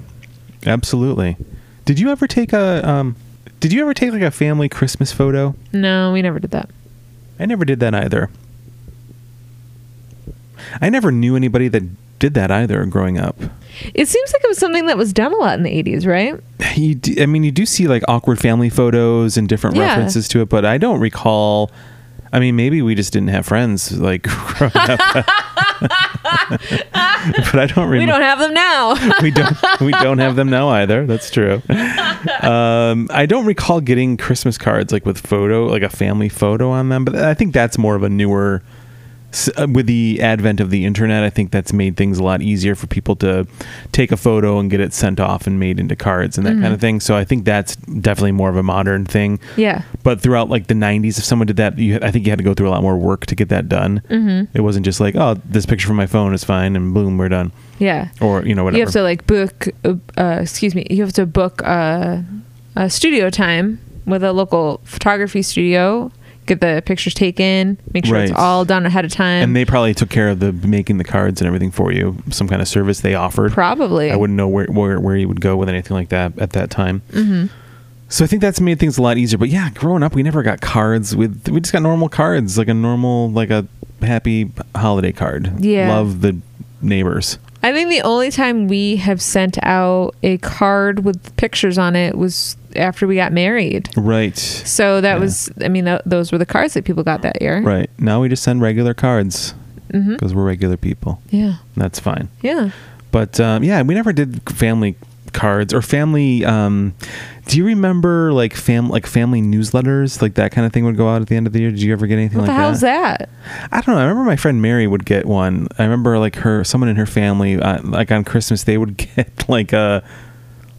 Speaker 2: Absolutely. Did you ever take a um did you ever take like a family Christmas photo?
Speaker 1: no, we never did that.
Speaker 2: I never did that either. I never knew anybody that did that either growing up.
Speaker 1: It seems like it was something that was done a lot in the 80s, right?
Speaker 2: You do, I mean, you do see like awkward family photos and different
Speaker 1: Yeah.
Speaker 2: references to it, but I don't recall. I mean, maybe we just didn't have friends like growing up. but I don't remember.
Speaker 1: We don't have them now.
Speaker 2: we don't we don't have them now either. That's true. Um, I don't recall getting Christmas cards like with photo, like a family photo on them. But I think that's more of a newer. s- uh, With the advent of the internet, I think that's made things a lot easier for people to take a photo and get it sent off and made into cards and that kind of thing. So I think that's definitely more of a modern thing.
Speaker 1: yeah.
Speaker 2: But throughout like the '90s, if someone did that, you, I think you had to go through a lot more work to get that done. Mm-hmm. It wasn't just like, oh, this picture from my phone is fine, and boom, we're done,
Speaker 1: Yeah.
Speaker 2: or you know whatever.
Speaker 1: You have to like book, uh, uh, excuse me, you have to book uh, a studio time with a local photography studio, get the pictures taken, make sure it's
Speaker 2: Right.
Speaker 1: all done ahead of time.
Speaker 2: and they probably took care of the making the cards and everything for you some kind of service they offered
Speaker 1: probably.
Speaker 2: i wouldn't know where, where where you would go with anything like that at that time mm-hmm. so i think that's made things a lot easier but yeah growing up we never got cards with we just got normal cards like a normal like a happy holiday card
Speaker 1: Yeah.
Speaker 2: love the neighbors
Speaker 1: I think the only time we have sent out a card with pictures on it was after we got married.
Speaker 2: Right.
Speaker 1: So that was, I mean, th- those were the cards that people got that year.
Speaker 2: Right. Now we just send regular cards because we're regular people.
Speaker 1: Yeah.
Speaker 2: That's fine.
Speaker 1: Yeah.
Speaker 2: But um, yeah, we never did family cards or family. Um, do you remember like fam like family newsletters like that kind of thing would go out at the end of the year? Did you ever get anything
Speaker 1: What the
Speaker 2: like
Speaker 1: hell's that?
Speaker 2: I don't know. I remember my friend Mary would get one. I remember like her, someone in her family, uh, like on Christmas, they would get like a,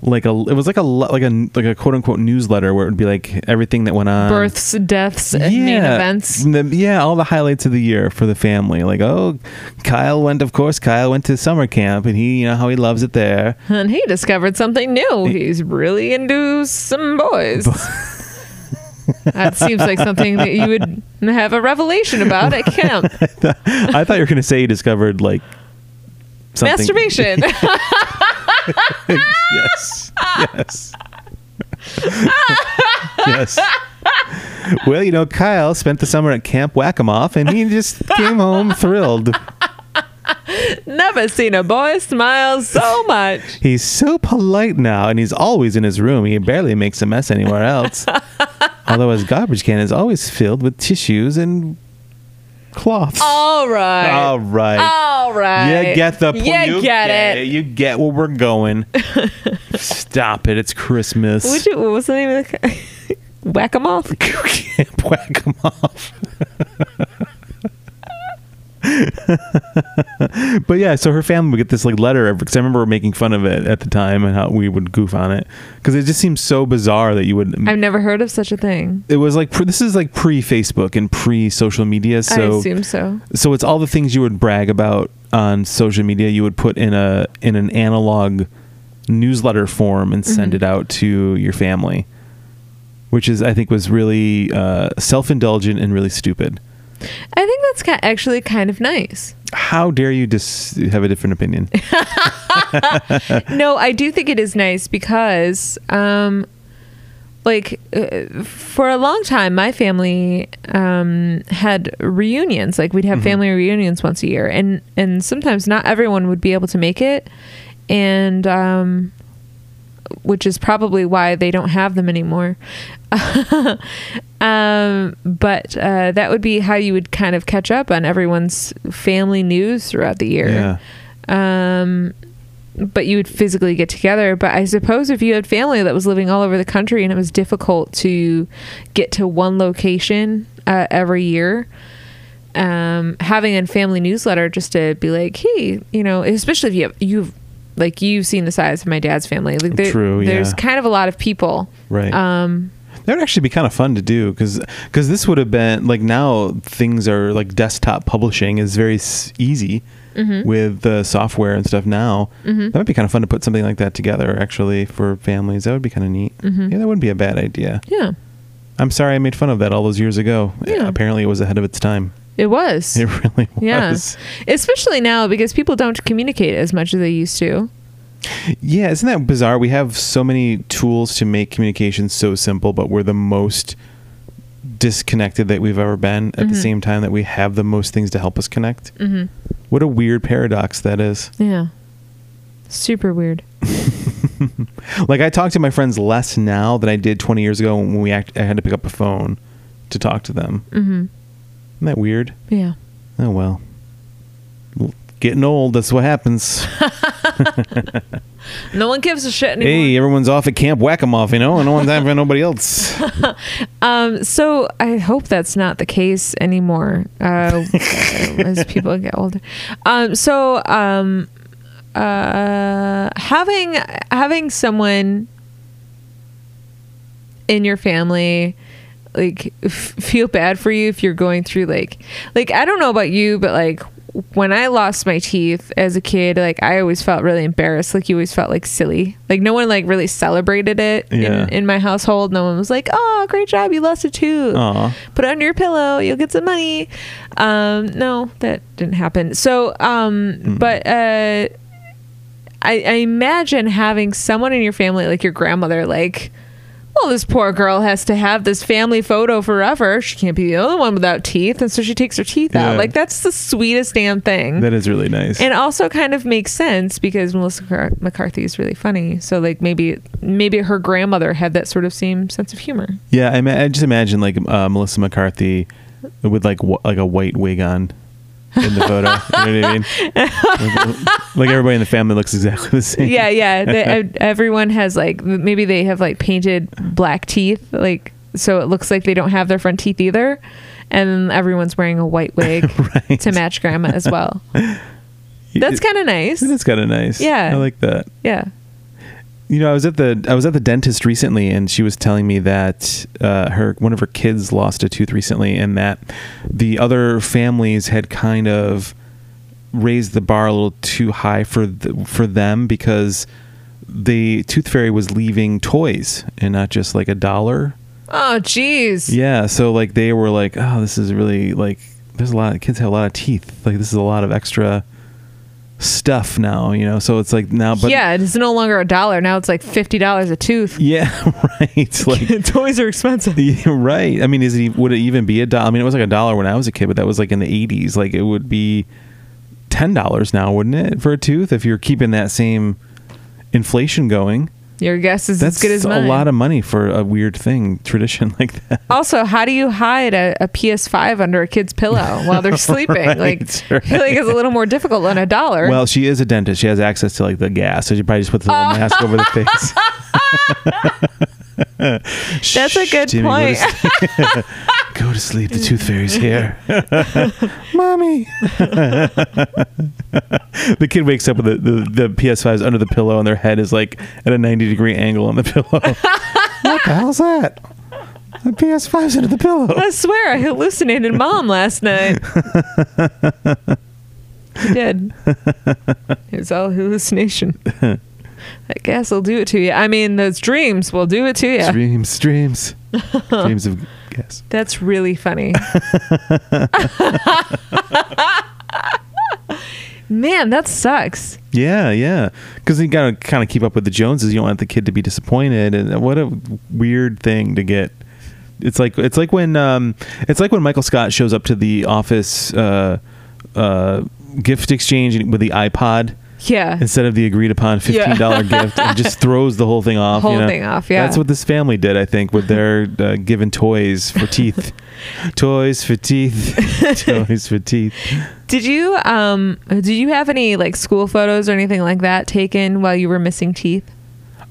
Speaker 2: like a, it was like a le- like a like a quote unquote newsletter where it would be like everything that went on,
Speaker 1: Births, deaths, and main events.
Speaker 2: the- yeah, all the highlights of the year for the family. Like oh, Kyle went. Of course, Kyle went to summer camp, and he you know how he loves it there.
Speaker 1: And he discovered something new. He's really into some boys. that seems like something that you would have a revelation about at camp.
Speaker 2: I thought you were gonna say he discovered like something.
Speaker 1: Masturbation.
Speaker 2: yes. Yes. yes. Well, you know, Kyle spent the summer at Camp Whack 'em Off and he just came home thrilled.
Speaker 1: Never seen a boy smile so much.
Speaker 2: He's so polite now and he's always in his room. He barely makes a mess anywhere else. Although his garbage can is always filled with tissues and cloths.
Speaker 1: All right.
Speaker 2: All right.
Speaker 1: All right.
Speaker 2: You get the point.
Speaker 1: You, get, it.
Speaker 2: You get where we're going. Stop it. It's Christmas.
Speaker 1: Would you, what was the name of the ca- Whack 'em off.
Speaker 2: Camp whack 'em off. but yeah, so her family would get this like letter every. Because I remember making fun of it at the time and how we would goof on it because it just seems so bizarre that you would.
Speaker 1: I've never heard of such a thing.
Speaker 2: it was like pre, this is like pre Facebook and pre social media,
Speaker 1: I
Speaker 2: so
Speaker 1: assume so.
Speaker 2: so it's all the things you would brag about on social media. You would put in a in an analog newsletter form and send it out to your family, which is I think was really uh, self indulgent and really stupid.
Speaker 1: I think that's ki- actually kind of nice.
Speaker 2: How dare you dis- have a different opinion?
Speaker 1: no, I do think it is nice because, um, like, uh, for a long time, my family um, had reunions. Like, we'd have family reunions once a year, and and sometimes not everyone would be able to make it, and um, which is probably why they don't have them anymore. um, but uh, that would be how you would kind of catch up on everyone's family news throughout the year
Speaker 2: yeah,
Speaker 1: um, but you would physically get together. But I suppose if you had family that was living all over the country and it was difficult to get to one location uh, every year, um, having a family newsletter just to be like, hey, you know, especially if you have, you've like you've seen the size of my dad's family. Like there,
Speaker 2: True,
Speaker 1: there's
Speaker 2: yeah.
Speaker 1: kind of a lot of people.
Speaker 2: right.
Speaker 1: Um,
Speaker 2: That would actually be kind of fun to do because this would have been like now things are like desktop publishing is very s- easy
Speaker 1: Mm-hmm.
Speaker 2: with the software and stuff now. That would be kind of fun to put something like that together actually for families. That would be kind of neat.
Speaker 1: Mm-hmm.
Speaker 2: Yeah, that wouldn't be a bad idea.
Speaker 1: yeah,
Speaker 2: I'm sorry I made fun of that all those years ago.
Speaker 1: Yeah.
Speaker 2: Apparently it was ahead of its time.
Speaker 1: it was.
Speaker 2: It really
Speaker 1: yeah,
Speaker 2: was.
Speaker 1: especially now because people don't communicate as much as they used to.
Speaker 2: Yeah, isn't that bizarre? We have so many tools to make communication so simple, but we're the most disconnected that we've ever been at the same time that we have the most things to help us connect.
Speaker 1: Mhm.
Speaker 2: What a weird paradox that is.
Speaker 1: Yeah, super weird.
Speaker 2: Like, I talk to my friends less now than I did 20 years ago when we act- I had to pick up a phone to talk to them.
Speaker 1: Mm-hmm.
Speaker 2: Isn't that weird?
Speaker 1: Yeah.
Speaker 2: Oh, well. Well, Getting old, that's what happens.
Speaker 1: No one gives a shit anymore.
Speaker 2: hey, everyone's off at Camp Whack 'em Off, you know, and no one's time for nobody else.
Speaker 1: Um, so I hope that's not the case anymore uh, as people get older. Um, so um, uh, having having someone in your family like f- feel bad for you if you're going through like like I don't know about you but like when I lost my teeth as a kid like I always felt really embarrassed like you always felt like silly like no one like really celebrated it
Speaker 2: Yeah.
Speaker 1: in, in my household no one was like oh great job you lost a tooth
Speaker 2: Aw.
Speaker 1: put it under your pillow you'll get some money um no that didn't happen so um
Speaker 2: Hmm.
Speaker 1: but uh I, I imagine having someone in your family like your grandmother like well, this poor girl has to have this family photo forever. She can't be the only one without teeth. And so she takes her teeth
Speaker 2: Yeah.
Speaker 1: out. Like, that's the sweetest damn thing.
Speaker 2: That is really nice.
Speaker 1: and also kind of makes sense because Melissa Car- McCarthy is really funny. So like maybe maybe her grandmother had that sort of same sense of humor.
Speaker 2: yeah, I, ma- I just imagine like uh, Melissa McCarthy with like w- like a white wig on in the photo. you know what I mean? Like, like everybody in the family looks exactly the same.
Speaker 1: yeah, yeah. They, ev- everyone has like maybe they have like painted black teeth, like so it looks like they don't have their front teeth either, and everyone's wearing a white wig
Speaker 2: Right.
Speaker 1: to match grandma as well. That's kind of nice.
Speaker 2: It is kind of nice.
Speaker 1: Yeah.
Speaker 2: I like that.
Speaker 1: Yeah.
Speaker 2: You know, I was at the I was at the dentist recently, and she was telling me that uh, her one of her kids lost a tooth recently, and that the other families had kind of raised the bar a little too high for the, for them because the tooth fairy was leaving toys and not just like a dollar.
Speaker 1: Oh, jeez.
Speaker 2: Yeah, so like they were like, oh, this is really like there's a lot of kids have a lot of teeth. Like this is a lot of extra stuff now, you know. So it's like now, but
Speaker 1: yeah, it's no longer a dollar. Now it's like fifty dollars a tooth.
Speaker 2: yeah, right. Like
Speaker 1: Toys are expensive.
Speaker 2: Yeah, right. I mean, is it e, would it even be a dollar? I mean, it was like a dollar when I was a kid, but that was like in the '80s. Like it would be ten dollars now, wouldn't it, for a tooth if you're keeping that same inflation going?
Speaker 1: Your guess is
Speaker 2: That's
Speaker 1: as good as mine.
Speaker 2: a lot of money for a weird thing tradition like that.
Speaker 1: Also, how do you hide a, a PS5 under a kid's pillow while they're sleeping? like,
Speaker 2: Right,
Speaker 1: I feel like it's a little more difficult than a dollar.
Speaker 2: Well, she is a dentist. She has access to like the gas, so she probably just put the
Speaker 1: Oh.
Speaker 2: little mask over the face.
Speaker 1: That's a
Speaker 2: Shh,
Speaker 1: good
Speaker 2: Jimmy,
Speaker 1: point.
Speaker 2: Go to, sleep. Go to sleep. The tooth fairy's here. Mommy. the kid wakes up with the, the, the PS5s under the pillow, and their head is like at a 90 degree angle on the pillow. what the hell's that? The PS5's under the pillow.
Speaker 1: I swear I hallucinated mom last night. I did. It was all hallucination. That gas will do it to you. I mean, those dreams will do it to you.
Speaker 2: Dreams, dreams. dreams of gas.
Speaker 1: That's really funny. Man, that sucks.
Speaker 2: Yeah, yeah. Because you gotta kind of keep up with the Joneses. You don't want the kid to be disappointed. And what a weird thing to get. It's like it's like when um, it's like when Michael Scott shows up to the office uh, uh, gift exchange with the iPod
Speaker 1: Yeah.
Speaker 2: instead of the agreed upon fifteen dollar gift, and just throws the whole thing off.
Speaker 1: Whole
Speaker 2: you know?
Speaker 1: thing off, yeah.
Speaker 2: that's what this family did, I think, with their uh, given toys for teeth, toys for teeth, toys for teeth.
Speaker 1: Did you um did you have any like school photos or anything like that taken while you were missing teeth?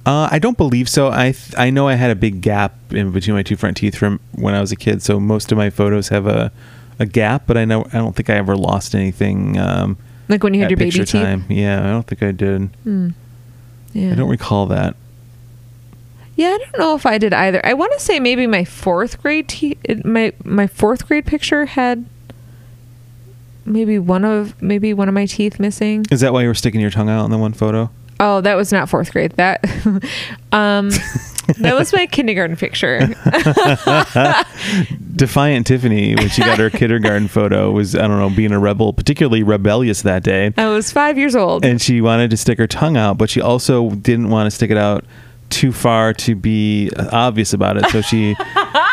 Speaker 2: Uh, I don't believe so. I th- I know I had a big gap in between my two front teeth from when I was a kid, so most of my photos have a a gap. But I know I don't think I ever lost anything. Um,
Speaker 1: Like when you had
Speaker 2: at
Speaker 1: your baby
Speaker 2: picture
Speaker 1: teeth?
Speaker 2: time. Yeah, I don't think I did.
Speaker 1: Yeah.
Speaker 2: I don't recall that.
Speaker 1: yeah, I don't know if I did either. I want to say maybe my 4th grade te- it- my my 4th grade picture had maybe one of maybe one of my teeth missing.
Speaker 2: Is that why you were sticking your tongue out in the one photo?
Speaker 1: Oh, that was not 4th grade. That um that was my kindergarten picture.
Speaker 2: Defiant Tiffany, when she got her kindergarten photo, was I don't know being a rebel, particularly rebellious that day.
Speaker 1: I was 5 years old.
Speaker 2: and she wanted to stick her tongue out, but she also didn't want to stick it out too far to be uh, obvious about it. So she,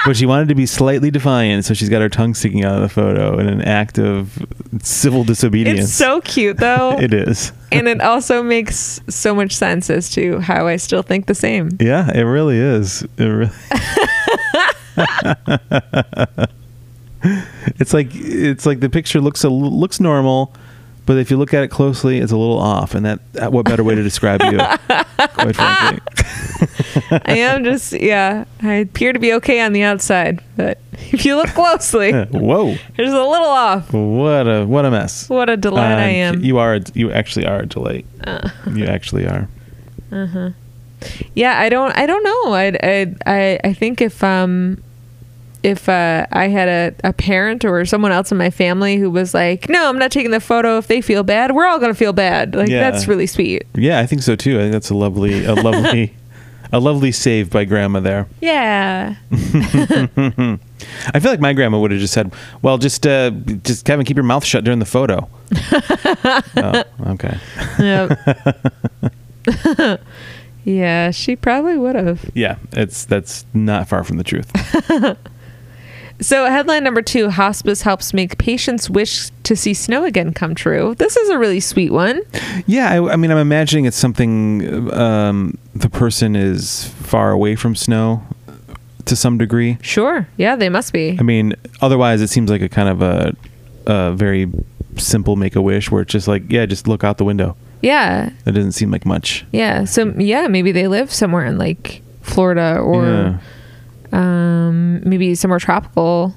Speaker 2: but she wanted to be slightly defiant. So she's got her tongue sticking out of the photo in an act of civil disobedience.
Speaker 1: it's so cute though.
Speaker 2: It is.
Speaker 1: and it also makes so much sense as to how I still think the same.
Speaker 2: Yeah, it really is. It really. it's like it's like the picture looks a, l- looks normal, but if you look at it closely, it's a little off. And that, that what better way to describe you? quite frankly.
Speaker 1: I am just, yeah, I appear to be okay on the outside, but if you look closely, there's
Speaker 2: Whoa.
Speaker 1: a little off.
Speaker 2: What a what a mess.
Speaker 1: What a delight I am.
Speaker 2: Um,
Speaker 1: Uh.
Speaker 2: You are a, you actually are a delight. You actually are.
Speaker 1: yeah, I don't, I don't know. I, I, I, I think if um, if uh, I had a, a parent or someone else in my family who was like, no, I'm not taking the photo. If they feel bad, we're all gonna feel bad. Like
Speaker 2: Yeah.
Speaker 1: that's really sweet.
Speaker 2: Yeah, I think so too. I think that's a lovely a lovely a lovely save by grandma there.
Speaker 1: Yeah.
Speaker 2: I feel like my grandma would have just said, "Well, just uh, just Kevin, keep your mouth shut during the photo." oh, okay.
Speaker 1: Yep. Yeah, she probably would have.
Speaker 2: Yeah, it's that's not far from the truth.
Speaker 1: So, headline number two Hospice helps make patients wish to see snow again come true. This is a really sweet one.
Speaker 2: yeah, I, I mean, I'm imagining it's something um, the person is far away from snow to some degree.
Speaker 1: Sure. Yeah, they must be.
Speaker 2: I mean, otherwise it seems like a kind of a, a very simple make a wish where it's just like, yeah, just look out the window.
Speaker 1: Yeah.
Speaker 2: That doesn't seem like much.
Speaker 1: Yeah. So, yeah, maybe they live somewhere in like Florida or
Speaker 2: yeah.
Speaker 1: um, maybe somewhere tropical,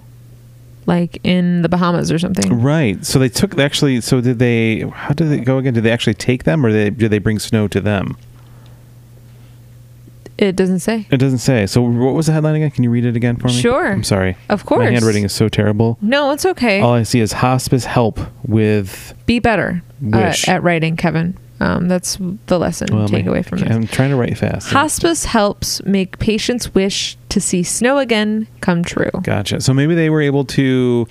Speaker 1: like in the Bahamas or something.
Speaker 2: Right. So they took they actually. So did they? How did it go again? Did they actually take them, or they, did they bring snow to them?
Speaker 1: It doesn't say.
Speaker 2: It doesn't say. So what was the headline again? Can you read it again for me?
Speaker 1: Sure.
Speaker 2: I'm sorry.
Speaker 1: Of
Speaker 2: My
Speaker 1: course.
Speaker 2: handwriting is so terrible.
Speaker 1: No, it's okay.
Speaker 2: All I see is hospice help with.
Speaker 1: be better uh,
Speaker 2: Wish.
Speaker 1: at writing, Kevin. Um, that's the lesson
Speaker 2: Well,
Speaker 1: take
Speaker 2: my-
Speaker 1: away from this.
Speaker 2: I'm trying to write fast.
Speaker 1: Hospice helps make patients wish to see snow again come true.
Speaker 2: Gotcha. So maybe they were able to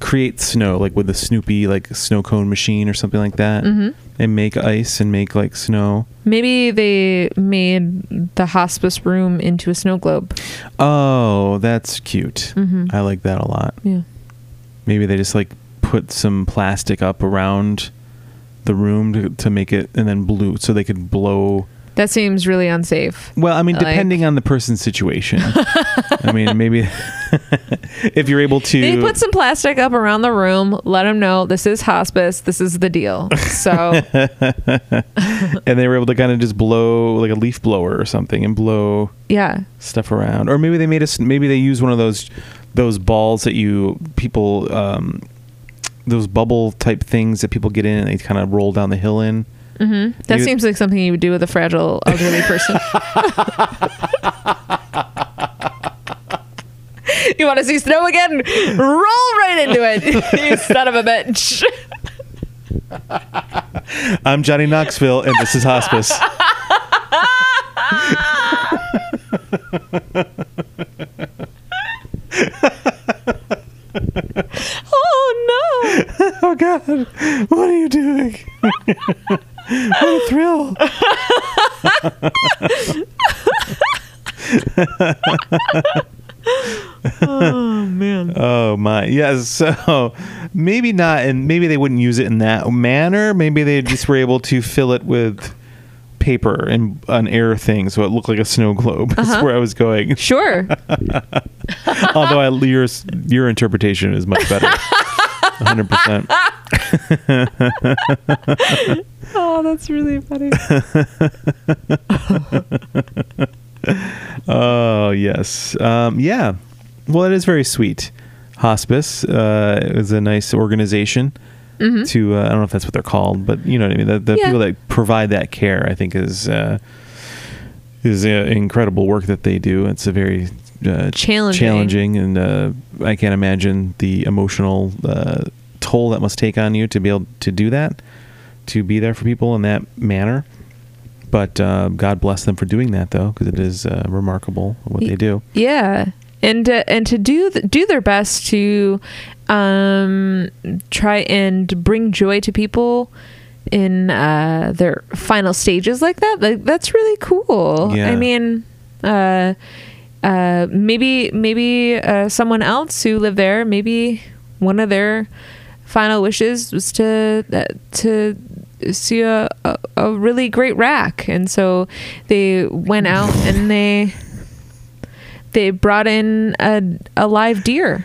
Speaker 2: create snow, like with the Snoopy like snow cone machine or something like that,
Speaker 1: Mhm.
Speaker 2: and make ice and make like snow.
Speaker 1: Maybe they made the hospice room into a snow globe.
Speaker 2: Oh, that's cute.
Speaker 1: Mhm.
Speaker 2: I like that a lot.
Speaker 1: Yeah.
Speaker 2: maybe they just like put some plastic up around the room to, to make it and then blew so they could blow
Speaker 1: That seems really unsafe.
Speaker 2: well i mean
Speaker 1: Like-
Speaker 2: depending on the person's situation i mean maybe if you're able to
Speaker 1: They put some plastic up around the room, let them know this is hospice, this is the deal. So,
Speaker 2: and they were able to kind of just blow like a leaf blower or something and blow
Speaker 1: yeah.
Speaker 2: stuff around or maybe they made us maybe they use one of those those balls that you people um those bubble type things that people get in and they kind of roll down the hill in
Speaker 1: Mhm. That
Speaker 2: You-
Speaker 1: seems like something you would do with a fragile elderly person. you want to see snow again? Roll right into it, you son of a bitch.
Speaker 2: I'm Johnny Knoxville, and this is Hospice.
Speaker 1: Oh no!
Speaker 2: oh God, what are you doing? what a thrill!
Speaker 1: Oh man.
Speaker 2: Oh my, yes. so maybe not, and maybe they wouldn't use it in that manner. Maybe they just were able to fill it with paper and an air thing, so it looked like a snow globe. That's where I was going.
Speaker 1: Sure.
Speaker 2: Although I, your your interpretation is much better. 100%.
Speaker 1: Oh, that's really funny.
Speaker 2: Oh yes, um, yeah. Well, it is very sweet. Hospice uh, is a nice organization. To uh, I don't know if that's what they're called, but you know what I mean. The, the
Speaker 1: Mm-hmm. Yeah.
Speaker 2: people that provide that care, I think, is uh, is uh, incredible work that they do. It's a very uh,
Speaker 1: Challenging.
Speaker 2: challenging, and uh, I can't imagine the emotional uh, toll that must take on you to be able to do that, to be there for people in that manner. But uh, God bless them for doing that, though, because it is uh, remarkable what they do.
Speaker 1: Yeah, and uh, and to do th- do their best to um, try and bring joy to people in uh, their final stages like that. Like that's really cool.
Speaker 2: Yeah.
Speaker 1: I mean, uh, uh, maybe maybe uh, someone else who lived there, maybe one of their final wishes was to uh, to see a, a, a really great rack and so they went out and they they brought in a, a live deer.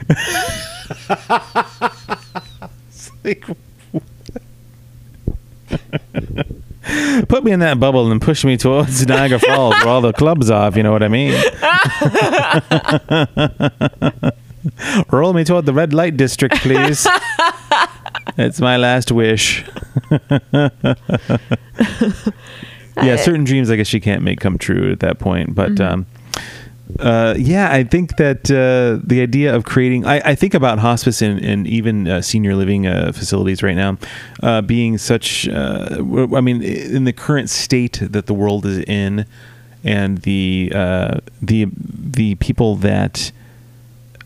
Speaker 2: Put me in that bubble and push me towards Niagara Falls, where all the clubs are. If you know what I mean. Roll me toward the red light district, please. it's my last wish. yeah, certain dreams I guess you can't make come true at that point. But um, uh, yeah, I think that uh, the idea of creating, I, I think about hospice and, and even uh, senior living uh, facilities right now uh, being such, uh, w- I mean, in the current state that the world is in and the, uh, the, the people that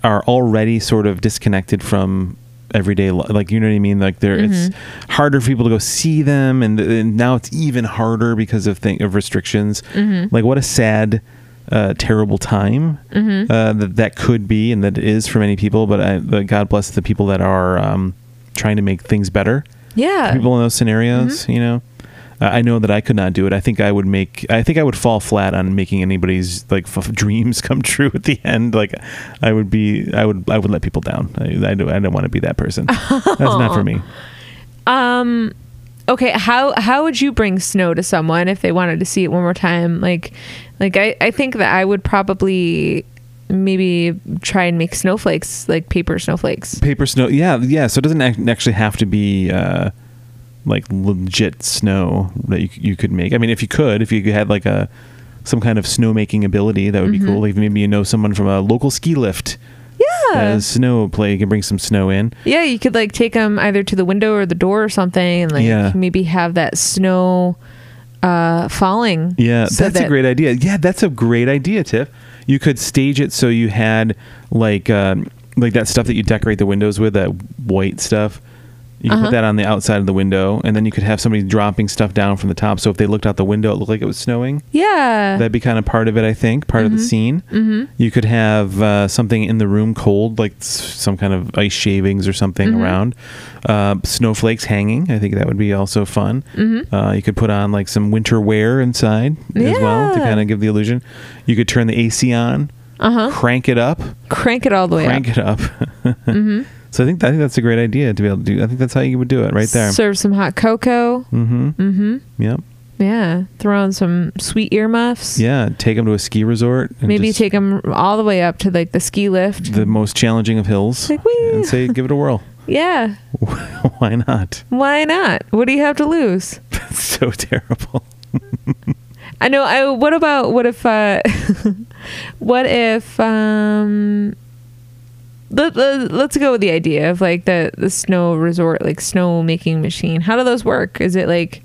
Speaker 2: are already sort of disconnected from everyday li- like you know what I mean like there it's harder for people to go see them and, and now it's even harder because of thing of restrictions like what a sad uh, terrible time uh, that that could be and that it is for many people but I, but God bless the people that are um, trying to make things better
Speaker 1: Yeah.
Speaker 2: people in those scenarios you know Uh, i know that i could not do it i think i would make i think i would fall flat on making anybody's like f- dreams come true at the end like i would be i would i would let people down i, I, don't, I don't want to be that person that's not for me
Speaker 1: okay how how would you bring snow to someone if they wanted to see it one more time like like i i think that i would probably maybe try and make snowflakes like paper snowflakes
Speaker 2: paper snow yeah yeah so it doesn't act- actually have to be uh like legit snow that you, c- you could make i mean if you could if you had like a some kind of snow making ability that would be cool like maybe you know someone from a local ski lift
Speaker 1: yeah
Speaker 2: uh, snow play you can bring some snow in
Speaker 1: yeah you could like take them either to the window or the door or something and like
Speaker 2: Yeah.
Speaker 1: maybe have that snow uh falling
Speaker 2: Yeah,
Speaker 1: so
Speaker 2: that's
Speaker 1: that-
Speaker 2: a great idea. Yeah, that's a great idea, Tiff. You could stage it so you had like um, like that stuff that you decorate the windows with, that white stuff. You could
Speaker 1: Uh-huh.
Speaker 2: put that on the outside of the window, and then you could have somebody dropping stuff down from the top. So if they looked out the window, it looked like it was snowing.
Speaker 1: yeah
Speaker 2: That'd be kind of part of it, I think, part of the scene. Mm-hmm. You could have uh, something in the room cold, like s- some kind of ice shavings or something
Speaker 1: Mm-hmm.
Speaker 2: around. Uh, snowflakes hanging. I think that would be also fun.
Speaker 1: Mm-hmm.
Speaker 2: Uh, you could put on like some winter wear inside as well to
Speaker 1: Yeah.
Speaker 2: kind of give the illusion. You could turn the AC on,
Speaker 1: uh-huh
Speaker 2: crank it up,
Speaker 1: crank it all the way
Speaker 2: crank
Speaker 1: up
Speaker 2: it up.
Speaker 1: Mm-hmm.
Speaker 2: So I think I think that's a great idea to be able to do. I think that's how you would do it right there.
Speaker 1: serve some hot cocoa
Speaker 2: mm-hmm.
Speaker 1: mm-hmm
Speaker 2: Yep.
Speaker 1: yeah throw in some sweet earmuffs
Speaker 2: Yeah. Take them to a ski resort. And
Speaker 1: maybe
Speaker 2: just-
Speaker 1: take them all the way up to like the ski lift.
Speaker 2: the most challenging of hills
Speaker 1: Like, "Wee."
Speaker 2: and say, give it a whirl.
Speaker 1: yeah,
Speaker 2: Why not?
Speaker 1: why not? What do you have to lose?
Speaker 2: That's so terrible.
Speaker 1: I know. I what about what if uh, what if um. Let, let, let's go with the idea of like the, the snow resort, like snow making machine. How do those work? Is it like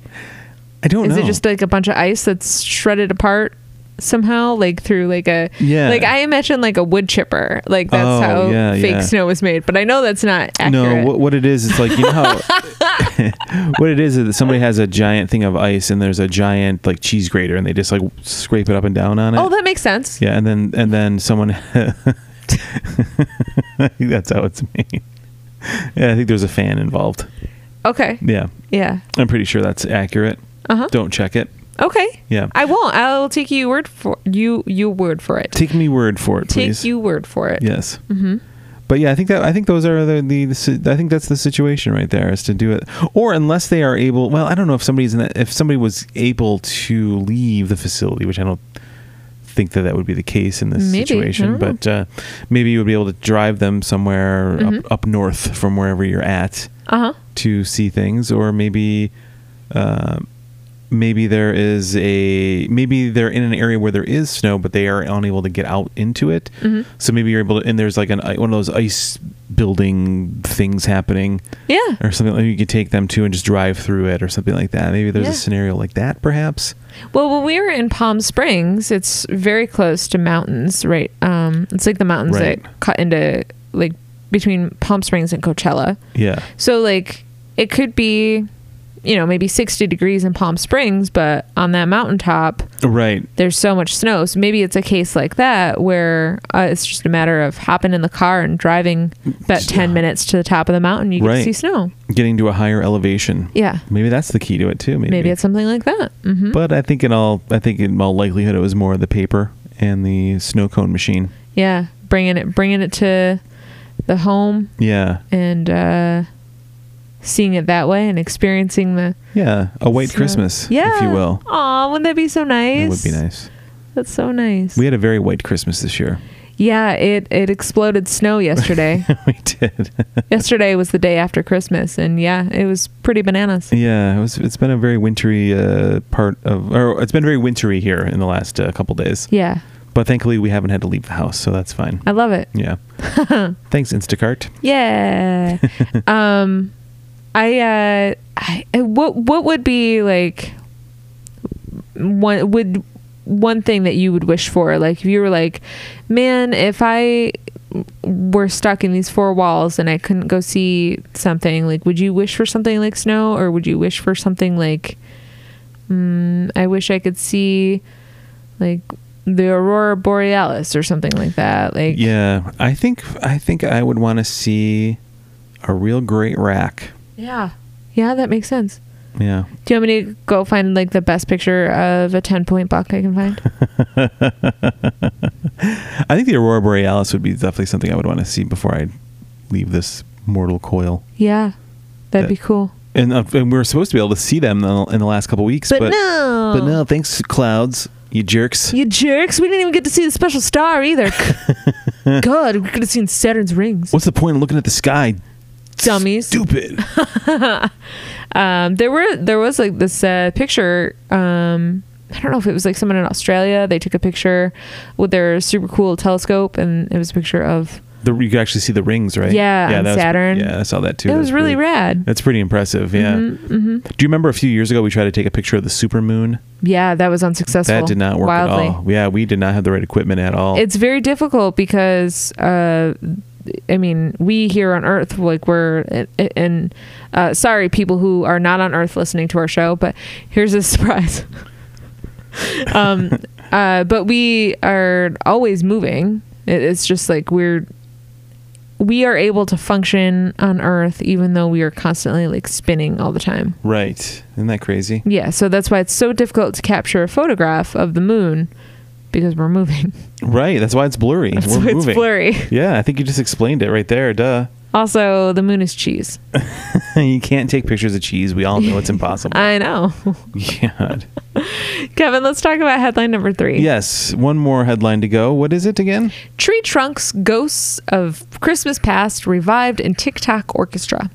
Speaker 2: I don't
Speaker 1: is
Speaker 2: know.
Speaker 1: it just like a bunch of ice that's shredded apart somehow, like through like a
Speaker 2: Yeah.
Speaker 1: Like I imagine like a wood chipper. Like that's
Speaker 2: Oh,
Speaker 1: how
Speaker 2: yeah,
Speaker 1: fake
Speaker 2: yeah.
Speaker 1: snow is made. But I know that's not accurate.
Speaker 2: no, what, what it is, it's like, you know how, what it is is that somebody has a giant thing of ice and there's a giant like cheese grater and they just like scrape it up and down on it.
Speaker 1: oh, that makes sense.
Speaker 2: yeah. And then, and then someone, that's how it's made. Yeah. I think there's a fan involved.
Speaker 1: Okay.
Speaker 2: Yeah.
Speaker 1: Yeah.
Speaker 2: I'm pretty sure that's accurate.
Speaker 1: Uh huh.
Speaker 2: Don't check it.
Speaker 1: Okay.
Speaker 2: Yeah.
Speaker 1: I won't. I'll take you word for you. You word for it.
Speaker 2: Take me word for it,
Speaker 1: Take
Speaker 2: please.
Speaker 1: you word for it.
Speaker 2: Yes. Mm-hmm. But yeah, I think that I think those are the, the, the si- I think that's the situation right there is to do it, or unless they are able. Well, I don't know if somebody's in that, if somebody was able to leave the facility, which I don't think that that would be the case in this
Speaker 1: Maybe. I
Speaker 2: situation.
Speaker 1: don't know.
Speaker 2: But uh, maybe you would be able to drive them somewhere up, up north from wherever you're at
Speaker 1: Uh huh.
Speaker 2: to see things, or maybe. Uh, Maybe there is a maybe they're in an area where there is snow, but they are unable to get out into it.
Speaker 1: Mm-hmm.
Speaker 2: So maybe you're able to, and there's like an one of those ice building things happening,
Speaker 1: Yeah.
Speaker 2: or something like you could take them to and just drive through it, or something like that. Maybe there's
Speaker 1: Yeah.
Speaker 2: a scenario like that, perhaps.
Speaker 1: Well, when we were in Palm Springs, it's very close to mountains, right? Um, it's like the mountains
Speaker 2: Right.
Speaker 1: that cut into like between Palm Springs and Coachella.
Speaker 2: Yeah,
Speaker 1: So like it could be, you know, maybe sixty degrees in Palm Springs, but on that mountaintop,
Speaker 2: right.
Speaker 1: there's so much snow. So maybe it's a case like that where uh, it's just a matter of hopping in the car and driving about 10 minutes to the top of the mountain. You get to
Speaker 2: Right.
Speaker 1: see snow.
Speaker 2: Getting to a higher elevation.
Speaker 1: Yeah.
Speaker 2: Maybe that's the key to it too. Maybe.
Speaker 1: Maybe it's something like that. hmm
Speaker 2: But I think in all, I think in all likelihood, it was more the paper and the snow cone machine.
Speaker 1: Yeah. Bringing it, bringing it to the home
Speaker 2: Yeah,
Speaker 1: and, uh, seeing it that way and experiencing the
Speaker 2: yeah, a white
Speaker 1: snow.
Speaker 2: Christmas,
Speaker 1: yeah
Speaker 2: if you will.
Speaker 1: Aw, wouldn't that be so nice?
Speaker 2: That would be nice.
Speaker 1: That's so nice.
Speaker 2: We had a very white Christmas this year.
Speaker 1: yeah, it it exploded snow yesterday.
Speaker 2: we did.
Speaker 1: yesterday was the day after Christmas, and yeah, it was pretty bananas.
Speaker 2: Yeah, it was, it's been a very wintry uh, part of, or it's been very wintry here in the last uh, couple days.
Speaker 1: Yeah, Oh.
Speaker 2: But thankfully, we haven't had to leave the house, so that's fine.
Speaker 1: I love it.
Speaker 2: Yeah. Thanks, Instacart.
Speaker 1: Yeah. um, I, uh, I I- what what would be like one would one thing that you would wish for? Like if you were like, man, if I were stuck in these four walls and I couldn't go see something, like, would you wish for something like snow or would you wish for something like, mm, I wish I could see, like, the aurora borealis or something like that? Like,
Speaker 2: Yeah, I think I think I would want to see a real great rack.
Speaker 1: yeah, yeah, that makes sense.
Speaker 2: Yeah,
Speaker 1: Do you want me to go find like the best picture of a ten point buck I can find?
Speaker 2: I think the aurora borealis would be definitely something I would want to see before I leave this mortal coil.
Speaker 1: yeah, that'd
Speaker 2: That-
Speaker 1: be cool.
Speaker 2: And, uh, and we were supposed to be able to see them in the, in the last couple weeks,
Speaker 1: But
Speaker 2: but
Speaker 1: no.
Speaker 2: but no, thanks clouds, you jerks.
Speaker 1: You jerks! We didn't even get to see the special star either. God, we could have seen Saturn's rings.
Speaker 2: What's the point of looking at the sky?
Speaker 1: Dummies.
Speaker 2: Stupid.
Speaker 1: Um, there were there was like this uh, picture. Um, I don't know if it was like someone in Australia. They took a picture with their super cool telescope, and it was a picture of.
Speaker 2: the, you could actually see the rings, right?
Speaker 1: Yeah, on
Speaker 2: that was-
Speaker 1: Saturn.
Speaker 2: yeah, I saw that too.
Speaker 1: It
Speaker 2: That
Speaker 1: was really
Speaker 2: pretty-
Speaker 1: rad. Mm-hmm,
Speaker 2: That's pretty impressive. Yeah. Do you remember a few years ago we tried to take a picture of the super moon?
Speaker 1: Yeah, that was unsuccessful.
Speaker 2: That did not work
Speaker 1: Wildly.
Speaker 2: at all. Yeah, we did not have the right equipment at all.
Speaker 1: it's very difficult because uh I mean, we here on Earth, like we're, and uh, sorry, people who are not on Earth listening to our show, but here's a surprise. um, uh, but we are always moving. It, it's just like we're, we are able to function on Earth even though we are constantly like spinning all the time.
Speaker 2: right. Isn't that crazy?
Speaker 1: Yeah, so that's why it's so difficult to capture a photograph of the moon because we're moving.
Speaker 2: Right. That's why it's blurry.
Speaker 1: That's
Speaker 2: We're
Speaker 1: why
Speaker 2: moving.
Speaker 1: it's blurry.
Speaker 2: Yeah, I think you just explained it right there. Duh.
Speaker 1: Also, the moon is cheese.
Speaker 2: you can't take pictures of cheese. We all know it's impossible.
Speaker 1: I know.
Speaker 2: yeah.
Speaker 1: Kevin, let's talk about headline number three.
Speaker 2: Yes. One more headline to go. What is it again?
Speaker 1: Tree Trunks Ghosts of Christmas Past revived in TikTok Orchestra.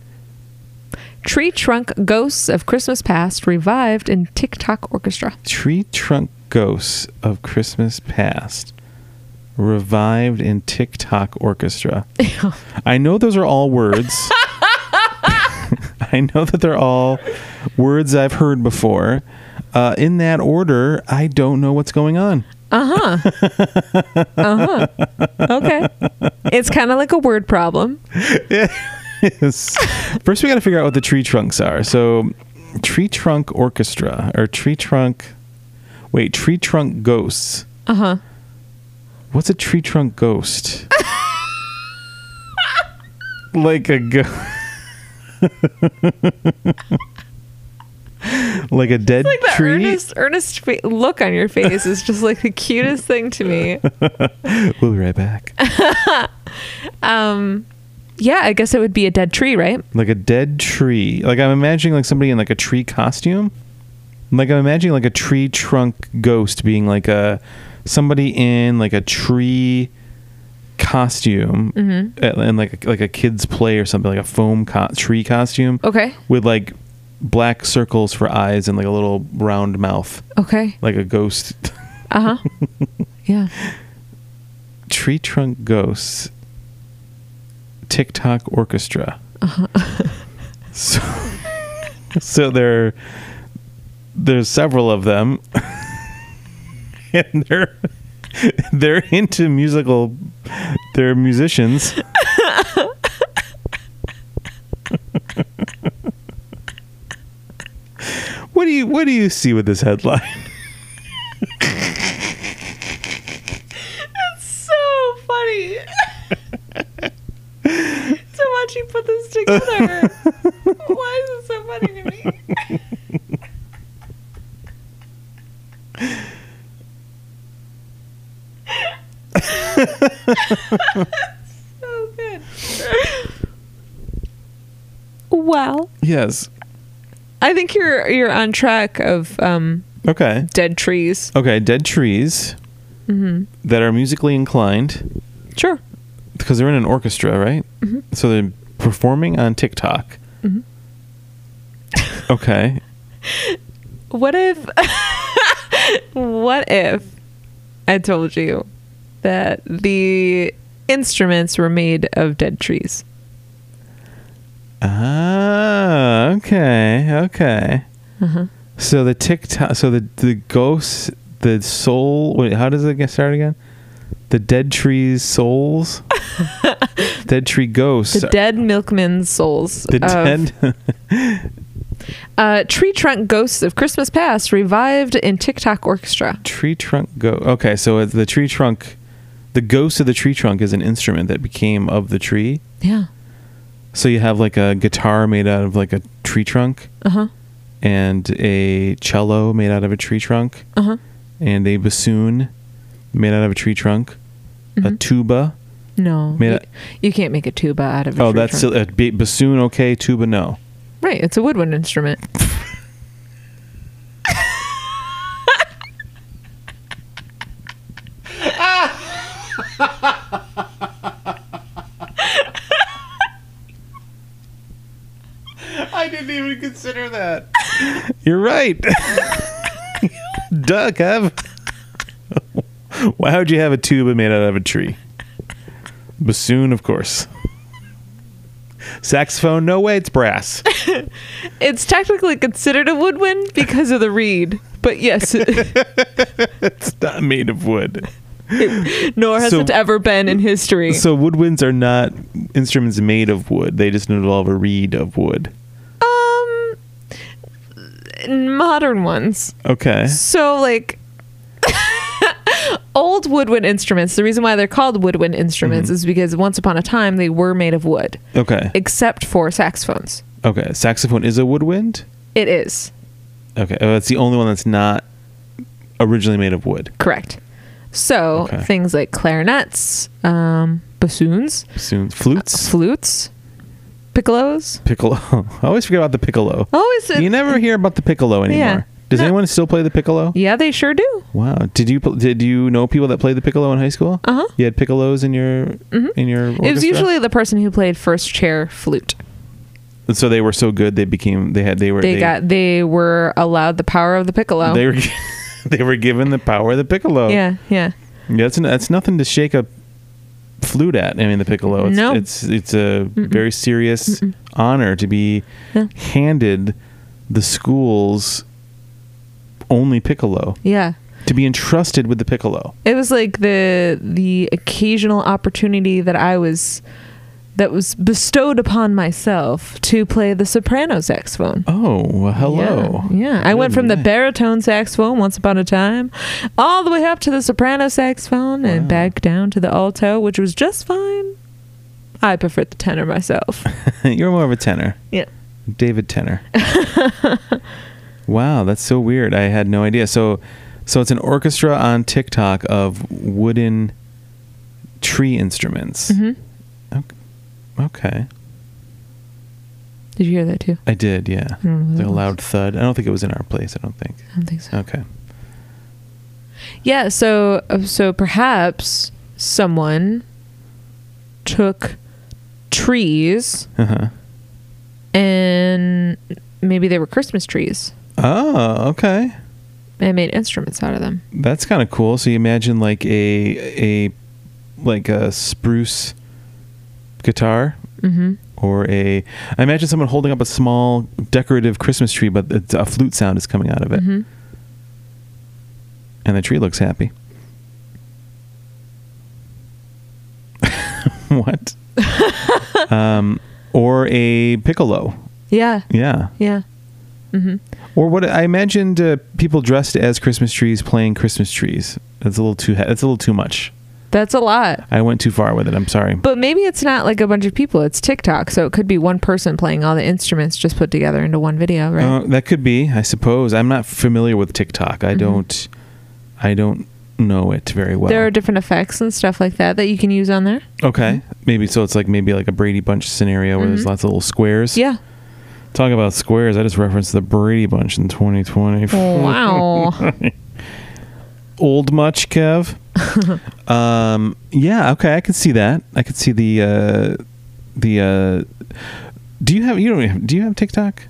Speaker 1: Tree Trunk Ghosts of Christmas Past revived in TikTok Orchestra.
Speaker 2: Tree trunk ghosts of Christmas past revived in TikTok orchestra. I know those are all words. I know that they're all words I've heard before. Uh, in that order, I don't know what's going on.
Speaker 1: Okay. it's kind of like a word problem.
Speaker 2: Yes. First, we got to figure out what the tree trunks are. So, tree trunk orchestra or tree trunk. Wait, tree trunk ghosts. Uh
Speaker 1: Uh-huh.
Speaker 2: What's a tree trunk ghost? like a go- like a dead
Speaker 1: Like the
Speaker 2: tree.
Speaker 1: earnest, earnest fa- look on your face is just like the cutest thing to me.
Speaker 2: We'll be right back.
Speaker 1: Yeah, I guess it would be a dead tree, right?
Speaker 2: like a dead tree. Like I'm imagining like somebody in like a tree costume. Like I'm imagining like a tree trunk ghost being like a somebody in like a tree costume and and like a, like a kid's play or something like a foam co- tree costume
Speaker 1: Okay.
Speaker 2: with like black circles for eyes and like a little round mouth
Speaker 1: Okay.
Speaker 2: like a ghost
Speaker 1: Uh huh. yeah.
Speaker 2: tree trunk ghosts tiktok orchestra so so there there's several of them and they're they're into musical they're musicians what do you what do you see with this headline
Speaker 1: so funny to watch you put this together. Why is it so funny to me? so Oh, good. Well,
Speaker 2: yes
Speaker 1: I think you're you're on track of um,
Speaker 2: okay
Speaker 1: dead trees.
Speaker 2: Okay, dead trees
Speaker 1: Mm-hmm.
Speaker 2: that are musically inclined
Speaker 1: Sure.
Speaker 2: because they're in an orchestra, right?
Speaker 1: Mm-hmm.
Speaker 2: So they're performing on TikTok.
Speaker 1: Mm-hmm.
Speaker 2: okay.
Speaker 1: What if what if I told you that the instruments were made of dead trees?
Speaker 2: Ah, okay, okay.
Speaker 1: Uh-huh.
Speaker 2: So the TikTok, so the the ghosts, the soul. Wait, how does it get started again? The Dead Tree's Souls. dead Tree Ghosts.
Speaker 1: The dead milkman's souls.
Speaker 2: The
Speaker 1: of-
Speaker 2: dead.
Speaker 1: Uh, tree trunk ghosts of Christmas past revived in TikTok orchestra.
Speaker 2: tree trunk go okay so it's the tree trunk the ghost of the tree trunk is an instrument that became of the tree
Speaker 1: Yeah.
Speaker 2: so you have like a guitar made out of like a tree trunk
Speaker 1: Uh huh.
Speaker 2: and a cello made out of a tree trunk
Speaker 1: Uh huh.
Speaker 2: and a bassoon made out of a tree trunk
Speaker 1: Mm-hmm.
Speaker 2: a tuba
Speaker 1: No.
Speaker 2: Made
Speaker 1: you,
Speaker 2: it-
Speaker 1: you can't make a tuba out of a
Speaker 2: oh
Speaker 1: tree
Speaker 2: that's
Speaker 1: trunk.
Speaker 2: still, a b- bassoon okay tuba no
Speaker 1: Right. It's a woodwind instrument.
Speaker 2: i didn't even consider that you're right duck have why would you have a tuba made out of a tree bassoon of course saxophone no way it's brass
Speaker 1: It's technically considered a woodwind because of the reed. But yes,
Speaker 2: it's not made of wood
Speaker 1: nor has
Speaker 2: So-
Speaker 1: it ever been in history.
Speaker 2: so woodwinds are not instruments made of wood they just involve a reed of wood
Speaker 1: um, modern ones.
Speaker 2: okay
Speaker 1: So like old woodwind instruments, the reason why they're called woodwind instruments
Speaker 2: Mm-hmm.
Speaker 1: is because once upon a time they were made of wood,
Speaker 2: okay
Speaker 1: except for saxophones.
Speaker 2: okay saxophone is a woodwind
Speaker 1: It is
Speaker 2: Okay, oh, that's the only one that's not originally made of wood.
Speaker 1: correct. So
Speaker 2: Okay.
Speaker 1: things like clarinets, um, bassoons,
Speaker 2: Soon, flutes,
Speaker 1: flutes, piccolos. Oh,
Speaker 2: piccolo. I always forget about the piccolo.
Speaker 1: Always,
Speaker 2: You never hear about the piccolo anymore.
Speaker 1: Yeah.
Speaker 2: Does
Speaker 1: No.
Speaker 2: anyone still play the piccolo?
Speaker 1: yeah, they sure do.
Speaker 2: Wow. Did you pl- did you know people that played the piccolo in high school?
Speaker 1: Uh-huh. Mm-hmm.
Speaker 2: You had piccolos in your in your. Orchestra?
Speaker 1: It was usually the person who played first chair flute.
Speaker 2: so they were so good they became they had they were
Speaker 1: They, got they were allowed the power of the piccolo.
Speaker 2: they were they were given the power of the piccolo.
Speaker 1: yeah, yeah.
Speaker 2: Yeah, that's n- that's nothing to shake a flute at. I mean, the piccolo. It's,
Speaker 1: No.
Speaker 2: it's it's a very serious honor to be
Speaker 1: Yeah.
Speaker 2: handed the school's only piccolo,
Speaker 1: Yeah.
Speaker 2: to be entrusted with the piccolo.
Speaker 1: It was like the the occasional opportunity that I was that was bestowed upon myself to play the soprano saxophone.
Speaker 2: Oh, well, hello.
Speaker 1: Yeah, yeah. I went from the baritone saxophone once upon a time all the way up to the soprano saxophone and
Speaker 2: Wow.
Speaker 1: back down to the alto, which was just fine. I preferred the tenor myself.
Speaker 2: You're more of a tenor,
Speaker 1: yeah.
Speaker 2: David Tenor. wow, that's so weird. I had no idea. So, so it's an orchestra on TikTok of wooden tree instruments.
Speaker 1: hmm
Speaker 2: Ok- Okay.
Speaker 1: Did you hear that too?
Speaker 2: I did, yeah.
Speaker 1: I don't know who
Speaker 2: Like
Speaker 1: that
Speaker 2: a
Speaker 1: was.
Speaker 2: loud thud. I don't think it was in our place. I don't think.
Speaker 1: I don't think so.
Speaker 2: Okay.
Speaker 1: Yeah, so uh, so perhaps someone took trees
Speaker 2: Uh huh.
Speaker 1: and maybe they were Christmas trees
Speaker 2: Oh, okay.
Speaker 1: and made instruments out of them.
Speaker 2: That's kind of cool. So you imagine like a a like a spruce guitar
Speaker 1: Mm-hmm.
Speaker 2: or a I imagine someone holding up a small decorative Christmas tree, but it's, a flute sound is coming out of it,
Speaker 1: Mhm.
Speaker 2: and the tree looks happy. what? um, or a piccolo.
Speaker 1: Yeah,
Speaker 2: Yeah.
Speaker 1: yeah. Mm-hmm.
Speaker 2: Or what I imagined uh, people dressed as Christmas trees playing Christmas trees. That's a little too. he- That's a little too much.
Speaker 1: That's a lot.
Speaker 2: I went too far with it. I'm sorry.
Speaker 1: But maybe it's not like a bunch of people. It's TikTok, so it could be one person playing all the instruments just put together into one video, right?
Speaker 2: Uh, that could be. I suppose I'm not familiar with TikTok. I
Speaker 1: Mm-hmm.
Speaker 2: don't. I don't know it very well.
Speaker 1: there are different effects and stuff like that that you can use on there.
Speaker 2: okay,
Speaker 1: Mm-hmm.
Speaker 2: maybe so. It's like maybe like a Brady Bunch scenario where there's
Speaker 1: Mhm.
Speaker 2: lots of little squares.
Speaker 1: Yeah.
Speaker 2: Talk about squares. I just referenced the Brady Bunch in 2020.
Speaker 1: Oh, Wow.
Speaker 2: old much, Kev? um, yeah, okay, I could see that. I could see the uh, the. Uh, do you have you don't have, do you have TikTok?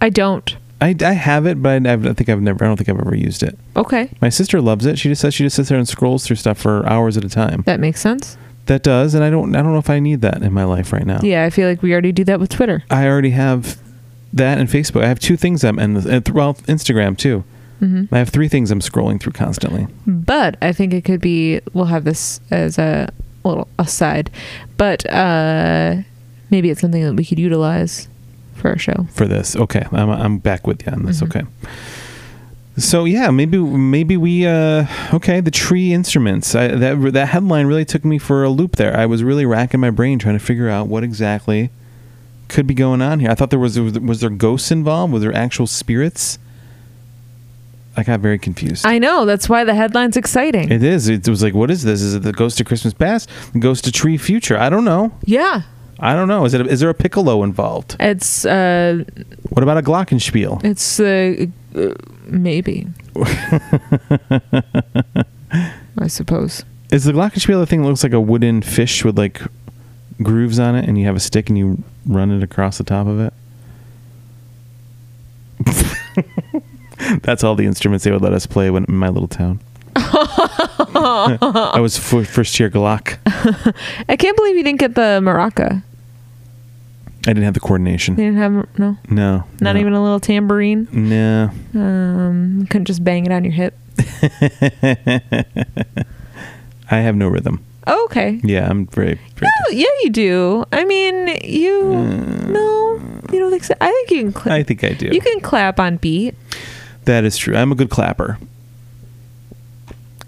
Speaker 1: I don't.
Speaker 2: I, I have it, but I, I think I've never. I don't think I've ever used it.
Speaker 1: Okay.
Speaker 2: My sister loves it. She just says she just sits there and scrolls through stuff for hours at a time.
Speaker 1: That makes sense.
Speaker 2: That does, and I don't. I don't know if I need that in my life right now.
Speaker 1: Yeah, I feel like we already do that with Twitter.
Speaker 2: I already have that and Facebook. I have two things I'm and, and well, Instagram too. I have three things I'm scrolling through constantly.
Speaker 1: Mm-hmm. but I think it could be. We'll have this as a little aside, but uh, maybe it's something that we could utilize for our show.
Speaker 2: for this. Okay, I'm I'm back with you on this. Okay. So yeah, maybe maybe we uh, okay the tree instruments. I, that that headline really took me for a loop there. I was really racking my brain trying to figure out what exactly could be going on here. I thought there was was there ghosts involved? Was there actual spirits? I got very confused.
Speaker 1: I know that's why the headline's exciting.
Speaker 2: it is. It was like, what is this? Is it the ghost of Christmas past? The ghost of tree future? I don't know.
Speaker 1: yeah,
Speaker 2: I don't know. Is it? Is there a piccolo involved?
Speaker 1: it's uh,
Speaker 2: What about a glockenspiel?
Speaker 1: it's uh, uh, maybe. I suppose.
Speaker 2: Is the glockenspiel the thing that looks like a wooden fish with like grooves on it, and you have a stick and you run it across the top of it? That's all the instruments they would let us play when in my little town. I was f- first year Glock. I
Speaker 1: I can't believe you didn't get the maraca.
Speaker 2: didn't have the coordination.
Speaker 1: You didn't have no,
Speaker 2: No,
Speaker 1: not
Speaker 2: no.
Speaker 1: even a little tambourine.
Speaker 2: No,
Speaker 1: Um, couldn't just bang it on your hip.
Speaker 2: I have no rhythm.
Speaker 1: Oh, okay.
Speaker 2: Yeah, I'm very. very
Speaker 1: No, yeah, you do. I mean, you no, you don't think so. I think you can. Cl-
Speaker 2: Mm. I think I do.
Speaker 1: you can clap on beat.
Speaker 2: that is true. I'm a good clapper.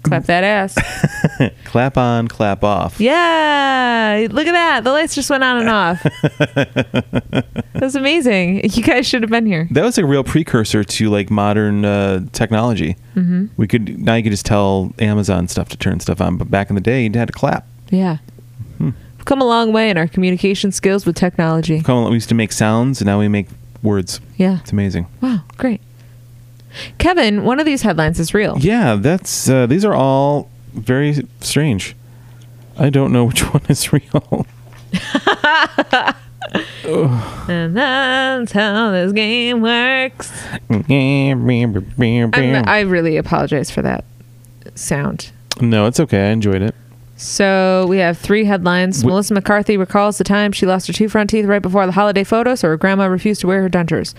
Speaker 1: Clap that ass.
Speaker 2: Clap on, clap off.
Speaker 1: Yeah, look at that. The lights just went on and off. that was amazing. You guys should have been here.
Speaker 2: that was a real precursor to like modern uh, technology. Mm-hmm. We could now you could just tell Amazon stuff to turn stuff on, but back in the day you had to clap.
Speaker 1: Yeah, we've come a long way in our communication skills with technology.
Speaker 2: Come on, We used to make sounds, and now we make words.
Speaker 1: Yeah.
Speaker 2: It's amazing.
Speaker 1: Wow, great. Kevin, one of these headlines is real.
Speaker 2: Yeah, that's uh, these are all very strange. I don't know which one is real.
Speaker 1: And that's how this game works. I'm,
Speaker 2: no,
Speaker 1: I really apologize for that sound.
Speaker 2: it's okay. I enjoyed it.
Speaker 1: So we have three headlines.
Speaker 2: Wh-
Speaker 1: Melissa McCarthy recalls the time she lost her two front teeth right before the holiday photo, so her grandma refused to wear her dentures.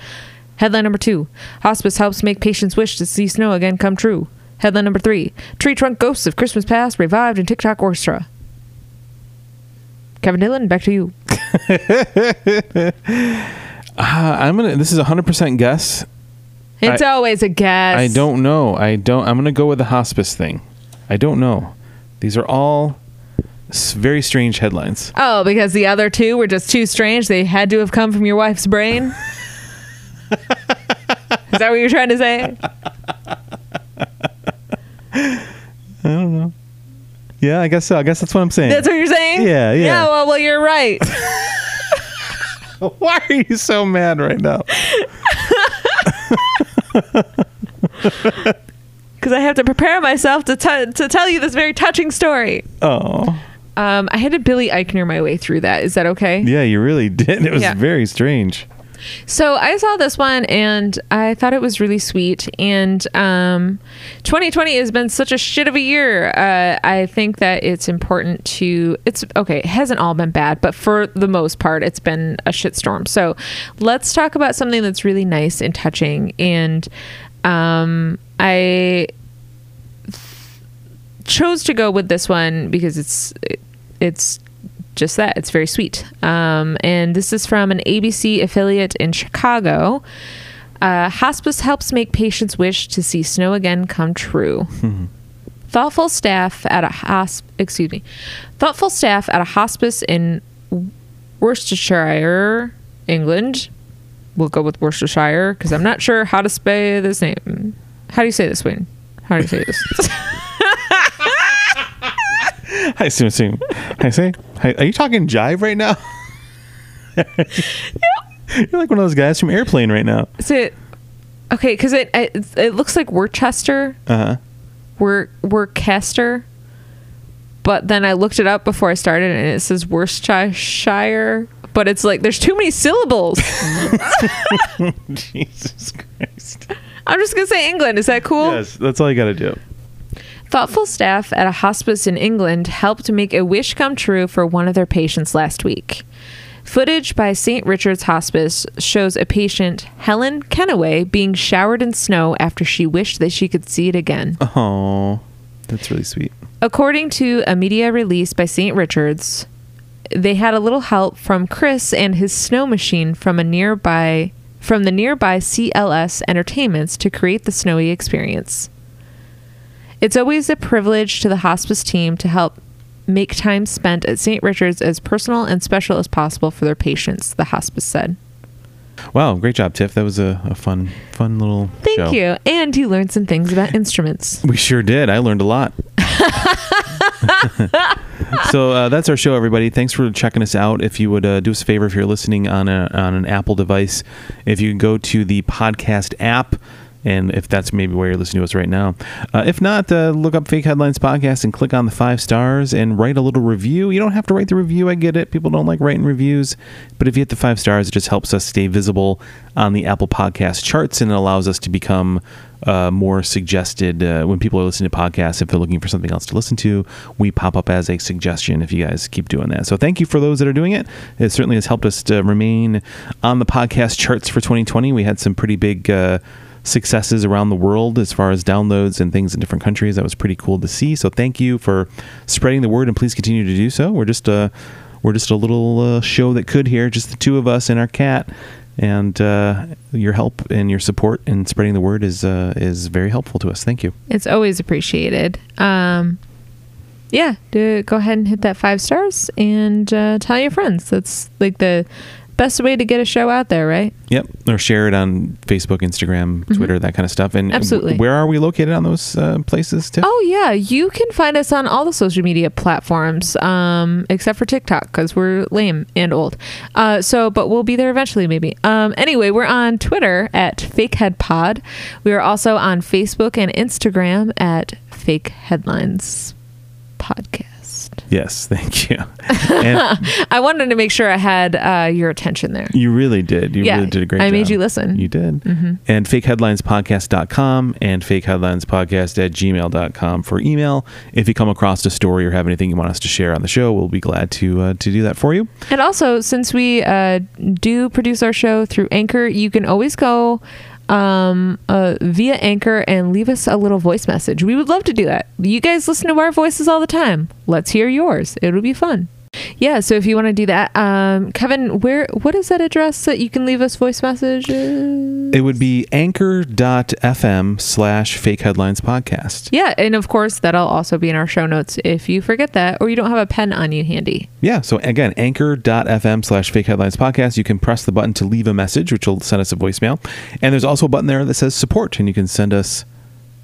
Speaker 1: Headline number two Hospice helps make patients' wish to see snow again come true. Headline number three Tree trunk ghosts of Christmas past revived in TikTok orchestra. Kevin Dillon, back to you.
Speaker 2: Uh, I'm gonna. This is a hundred percent guess.
Speaker 1: It's
Speaker 2: I-
Speaker 1: always a guess.
Speaker 2: I don't know. I don't. I'm gonna go with the hospice thing. I don't know. These are all s- very strange headlines.
Speaker 1: Oh, because the other two were just too strange. They had to have come from your wife's brain. Is that what you're trying to say?
Speaker 2: Yeah, I guess so. I guess that's what I'm saying.
Speaker 1: That's what you're saying?
Speaker 2: Yeah, yeah.
Speaker 1: Yeah, well, well you're right.
Speaker 2: Why are you so mad right now?
Speaker 1: Because I have to prepare myself to, t- to tell you this very touching story.
Speaker 2: Oh,
Speaker 1: Um, I had to Billy Eichner my way through that. Is that okay?
Speaker 2: yeah, you really did. It was
Speaker 1: Yeah.
Speaker 2: very strange.
Speaker 1: So I saw this one and I thought it was really sweet. And um, 2020 has been such a shit of a year. Uh, I think that it's important to. It's okay. It hasn't all been bad, but for the most part, it's been a shitstorm. So let's talk about something that's really nice and touching. And um, I chose to go with this one because it's it, it's just that it's very sweet. Um, and this is from an ABC affiliate in Chicago. Uh, hospice helps make patients wish to see snow again come true. Thoughtful staff at a hosp excuse me, thoughtful staff at a hospice in Worcestershire, England. We'll go with Worcestershire because I'm not sure how to say this name. How do you say this, Wayne? How do you say this?
Speaker 2: I assume. assume. I say, hi- are you talking jive right now? You're like one of those guys from Airplane right now.
Speaker 1: Is it okay? Because it, it it looks like Worcester,
Speaker 2: Uh huh.
Speaker 1: Wor Worcester, but then I looked it up before I started, and it says Worcestershire, but it's like there's too many syllables.
Speaker 2: Jesus Christ.
Speaker 1: I'm just gonna say England. Is that cool?
Speaker 2: Yes, that's all you got to do.
Speaker 1: Thoughtful staff at a hospice in England helped make a wish come true for one of their patients last week. Footage by St. Richard's Hospice shows a patient, Helen Kennaway, being showered in snow after she wished that she could see it again.
Speaker 2: Oh, that's really sweet.
Speaker 1: According to a media release by St. Richard's, they had a little help from Chris and his snow machine from a nearby from the nearby CLS Entertainments to create the snowy experience. It's always a privilege to the hospice team to help make time spent at St. Richard's as personal and special as possible for their patients, the hospice said.
Speaker 2: Wow, great job, Tiff. That was a, a fun, fun little.
Speaker 1: Thank
Speaker 2: show.
Speaker 1: you. And you learned some things about instruments.
Speaker 2: We sure did. I learned a lot. so uh, that's our show, everybody. Thanks for checking us out. If you would uh, do us a favor, if you're listening on a, on an Apple device, if you go to the podcast app, and if that's maybe where you're listening to us right now, uh, if not, uh, look up Fake Headlines Podcast and click on the five stars and write a little review. You don't have to write the review. I get it. People don't like writing reviews, but if you hit the five stars, it just helps us stay visible on the Apple Podcast charts and it allows us to become uh, more suggested uh, when people are listening to podcasts. If they're looking for something else to listen to, we pop up as a suggestion if you guys keep doing that. So thank you for those that are doing it. It certainly has helped us to remain on the podcast charts for 2020. We had some pretty big. Uh, Successes around the world as far as downloads and things in different countries. That was pretty cool to see. So thank you for spreading the word and please continue to do so. We're just a we're just a little uh, show that could here, just the two of us and our cat and uh, your help and your support in spreading the word is uh, is very helpful to us. Thank you.
Speaker 1: It's always appreciated. Um, yeah, do, go ahead and hit that five stars and uh, tell your friends. That's like the best way to get a show out there, right?
Speaker 2: Yep, or share it on Facebook, Instagram, Twitter, that kind of stuff. And
Speaker 1: Mm-hmm. Absolutely.
Speaker 2: where are we located on those uh, places? Tiff?
Speaker 1: Oh yeah, you can find us on all the social media platforms, um, except for TikTok because we're lame and old. Uh, so, but we'll be there eventually, maybe. Um, anyway, we're on Twitter at FakeheadPod. We are also on Facebook and Instagram at Fake Headlines Podcast.
Speaker 2: Yes, thank you. And
Speaker 1: I wanted to make sure I had uh, your attention there.
Speaker 2: you really did. You
Speaker 1: Yeah,
Speaker 2: really did a great
Speaker 1: I
Speaker 2: job.
Speaker 1: made you listen. Mm-hmm.
Speaker 2: You did. And fakeheadlinespodcast.com and fakeheadlinespodcast at gmail.com for email. If you come across a story or have anything you want us to share on the show, we'll be glad to uh, to do that for you.
Speaker 1: And also, since we uh, do produce our show through Anchor, you can always go um, uh, via Anchor and leave us a little voice message. We would love to do that. You guys listen to our voices all the time. Let's hear yours. It'll be fun. Yeah. So if you want to do that, um, Kevin, where what is that address that you can leave us voice messages?
Speaker 2: It would be anchor.fm slash fake headlines podcast.
Speaker 1: Yeah, and of course that'll also be in our show notes if you forget that or you don't have a pen on you handy.
Speaker 2: Yeah. So again, anchor.fm slash fake headlines podcast. You can press the button to leave a message, which will send us a voicemail. And there's also a button there that says support, and you can send us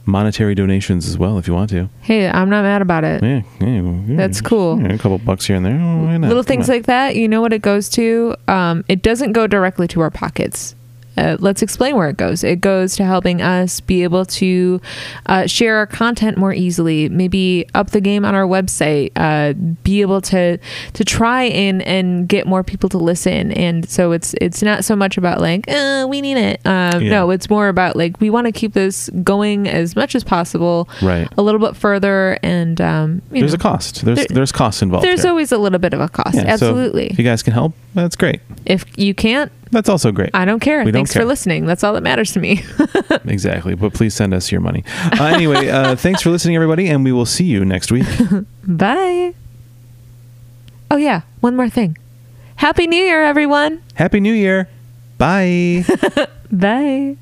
Speaker 2: monetary donations as well if you want to.
Speaker 1: Hey, I'm not mad about it.
Speaker 2: Yeah. yeah, yeah.
Speaker 1: That's cool.
Speaker 2: Yeah, a couple bucks here and there. Oh, why not?
Speaker 1: little
Speaker 2: Come
Speaker 1: things
Speaker 2: on.
Speaker 1: like that you know what it goes to um, it doesn't go directly to our pockets uh, let's explain where it goes it goes to helping us be able to uh, share our content more easily maybe up the game on our website uh, be able to to try and and get more people to listen and so it's it's not so much about like uh, we need it um,
Speaker 2: Yeah.
Speaker 1: no it's more about like we want to keep this going as much as possible
Speaker 2: Right.
Speaker 1: a little bit further and um, you
Speaker 2: There's
Speaker 1: know,
Speaker 2: a cost. There's
Speaker 1: There-
Speaker 2: there's costs involved.
Speaker 1: there's
Speaker 2: here.
Speaker 1: always a little bit of a cost
Speaker 2: Yeah, so
Speaker 1: absolutely
Speaker 2: if you guys can help, that's great.
Speaker 1: if you can't,
Speaker 2: That's also great.
Speaker 1: I don't care.
Speaker 2: We don't
Speaker 1: Thanks
Speaker 2: care.
Speaker 1: for listening. That's all that matters to me.
Speaker 2: Exactly. But please send us your money. Uh, anyway, uh, thanks for listening, everybody, and we will see you next week.
Speaker 1: Bye. Oh, yeah. One more thing. Happy New Year, everyone.
Speaker 2: Happy New Year. Bye.
Speaker 1: Bye.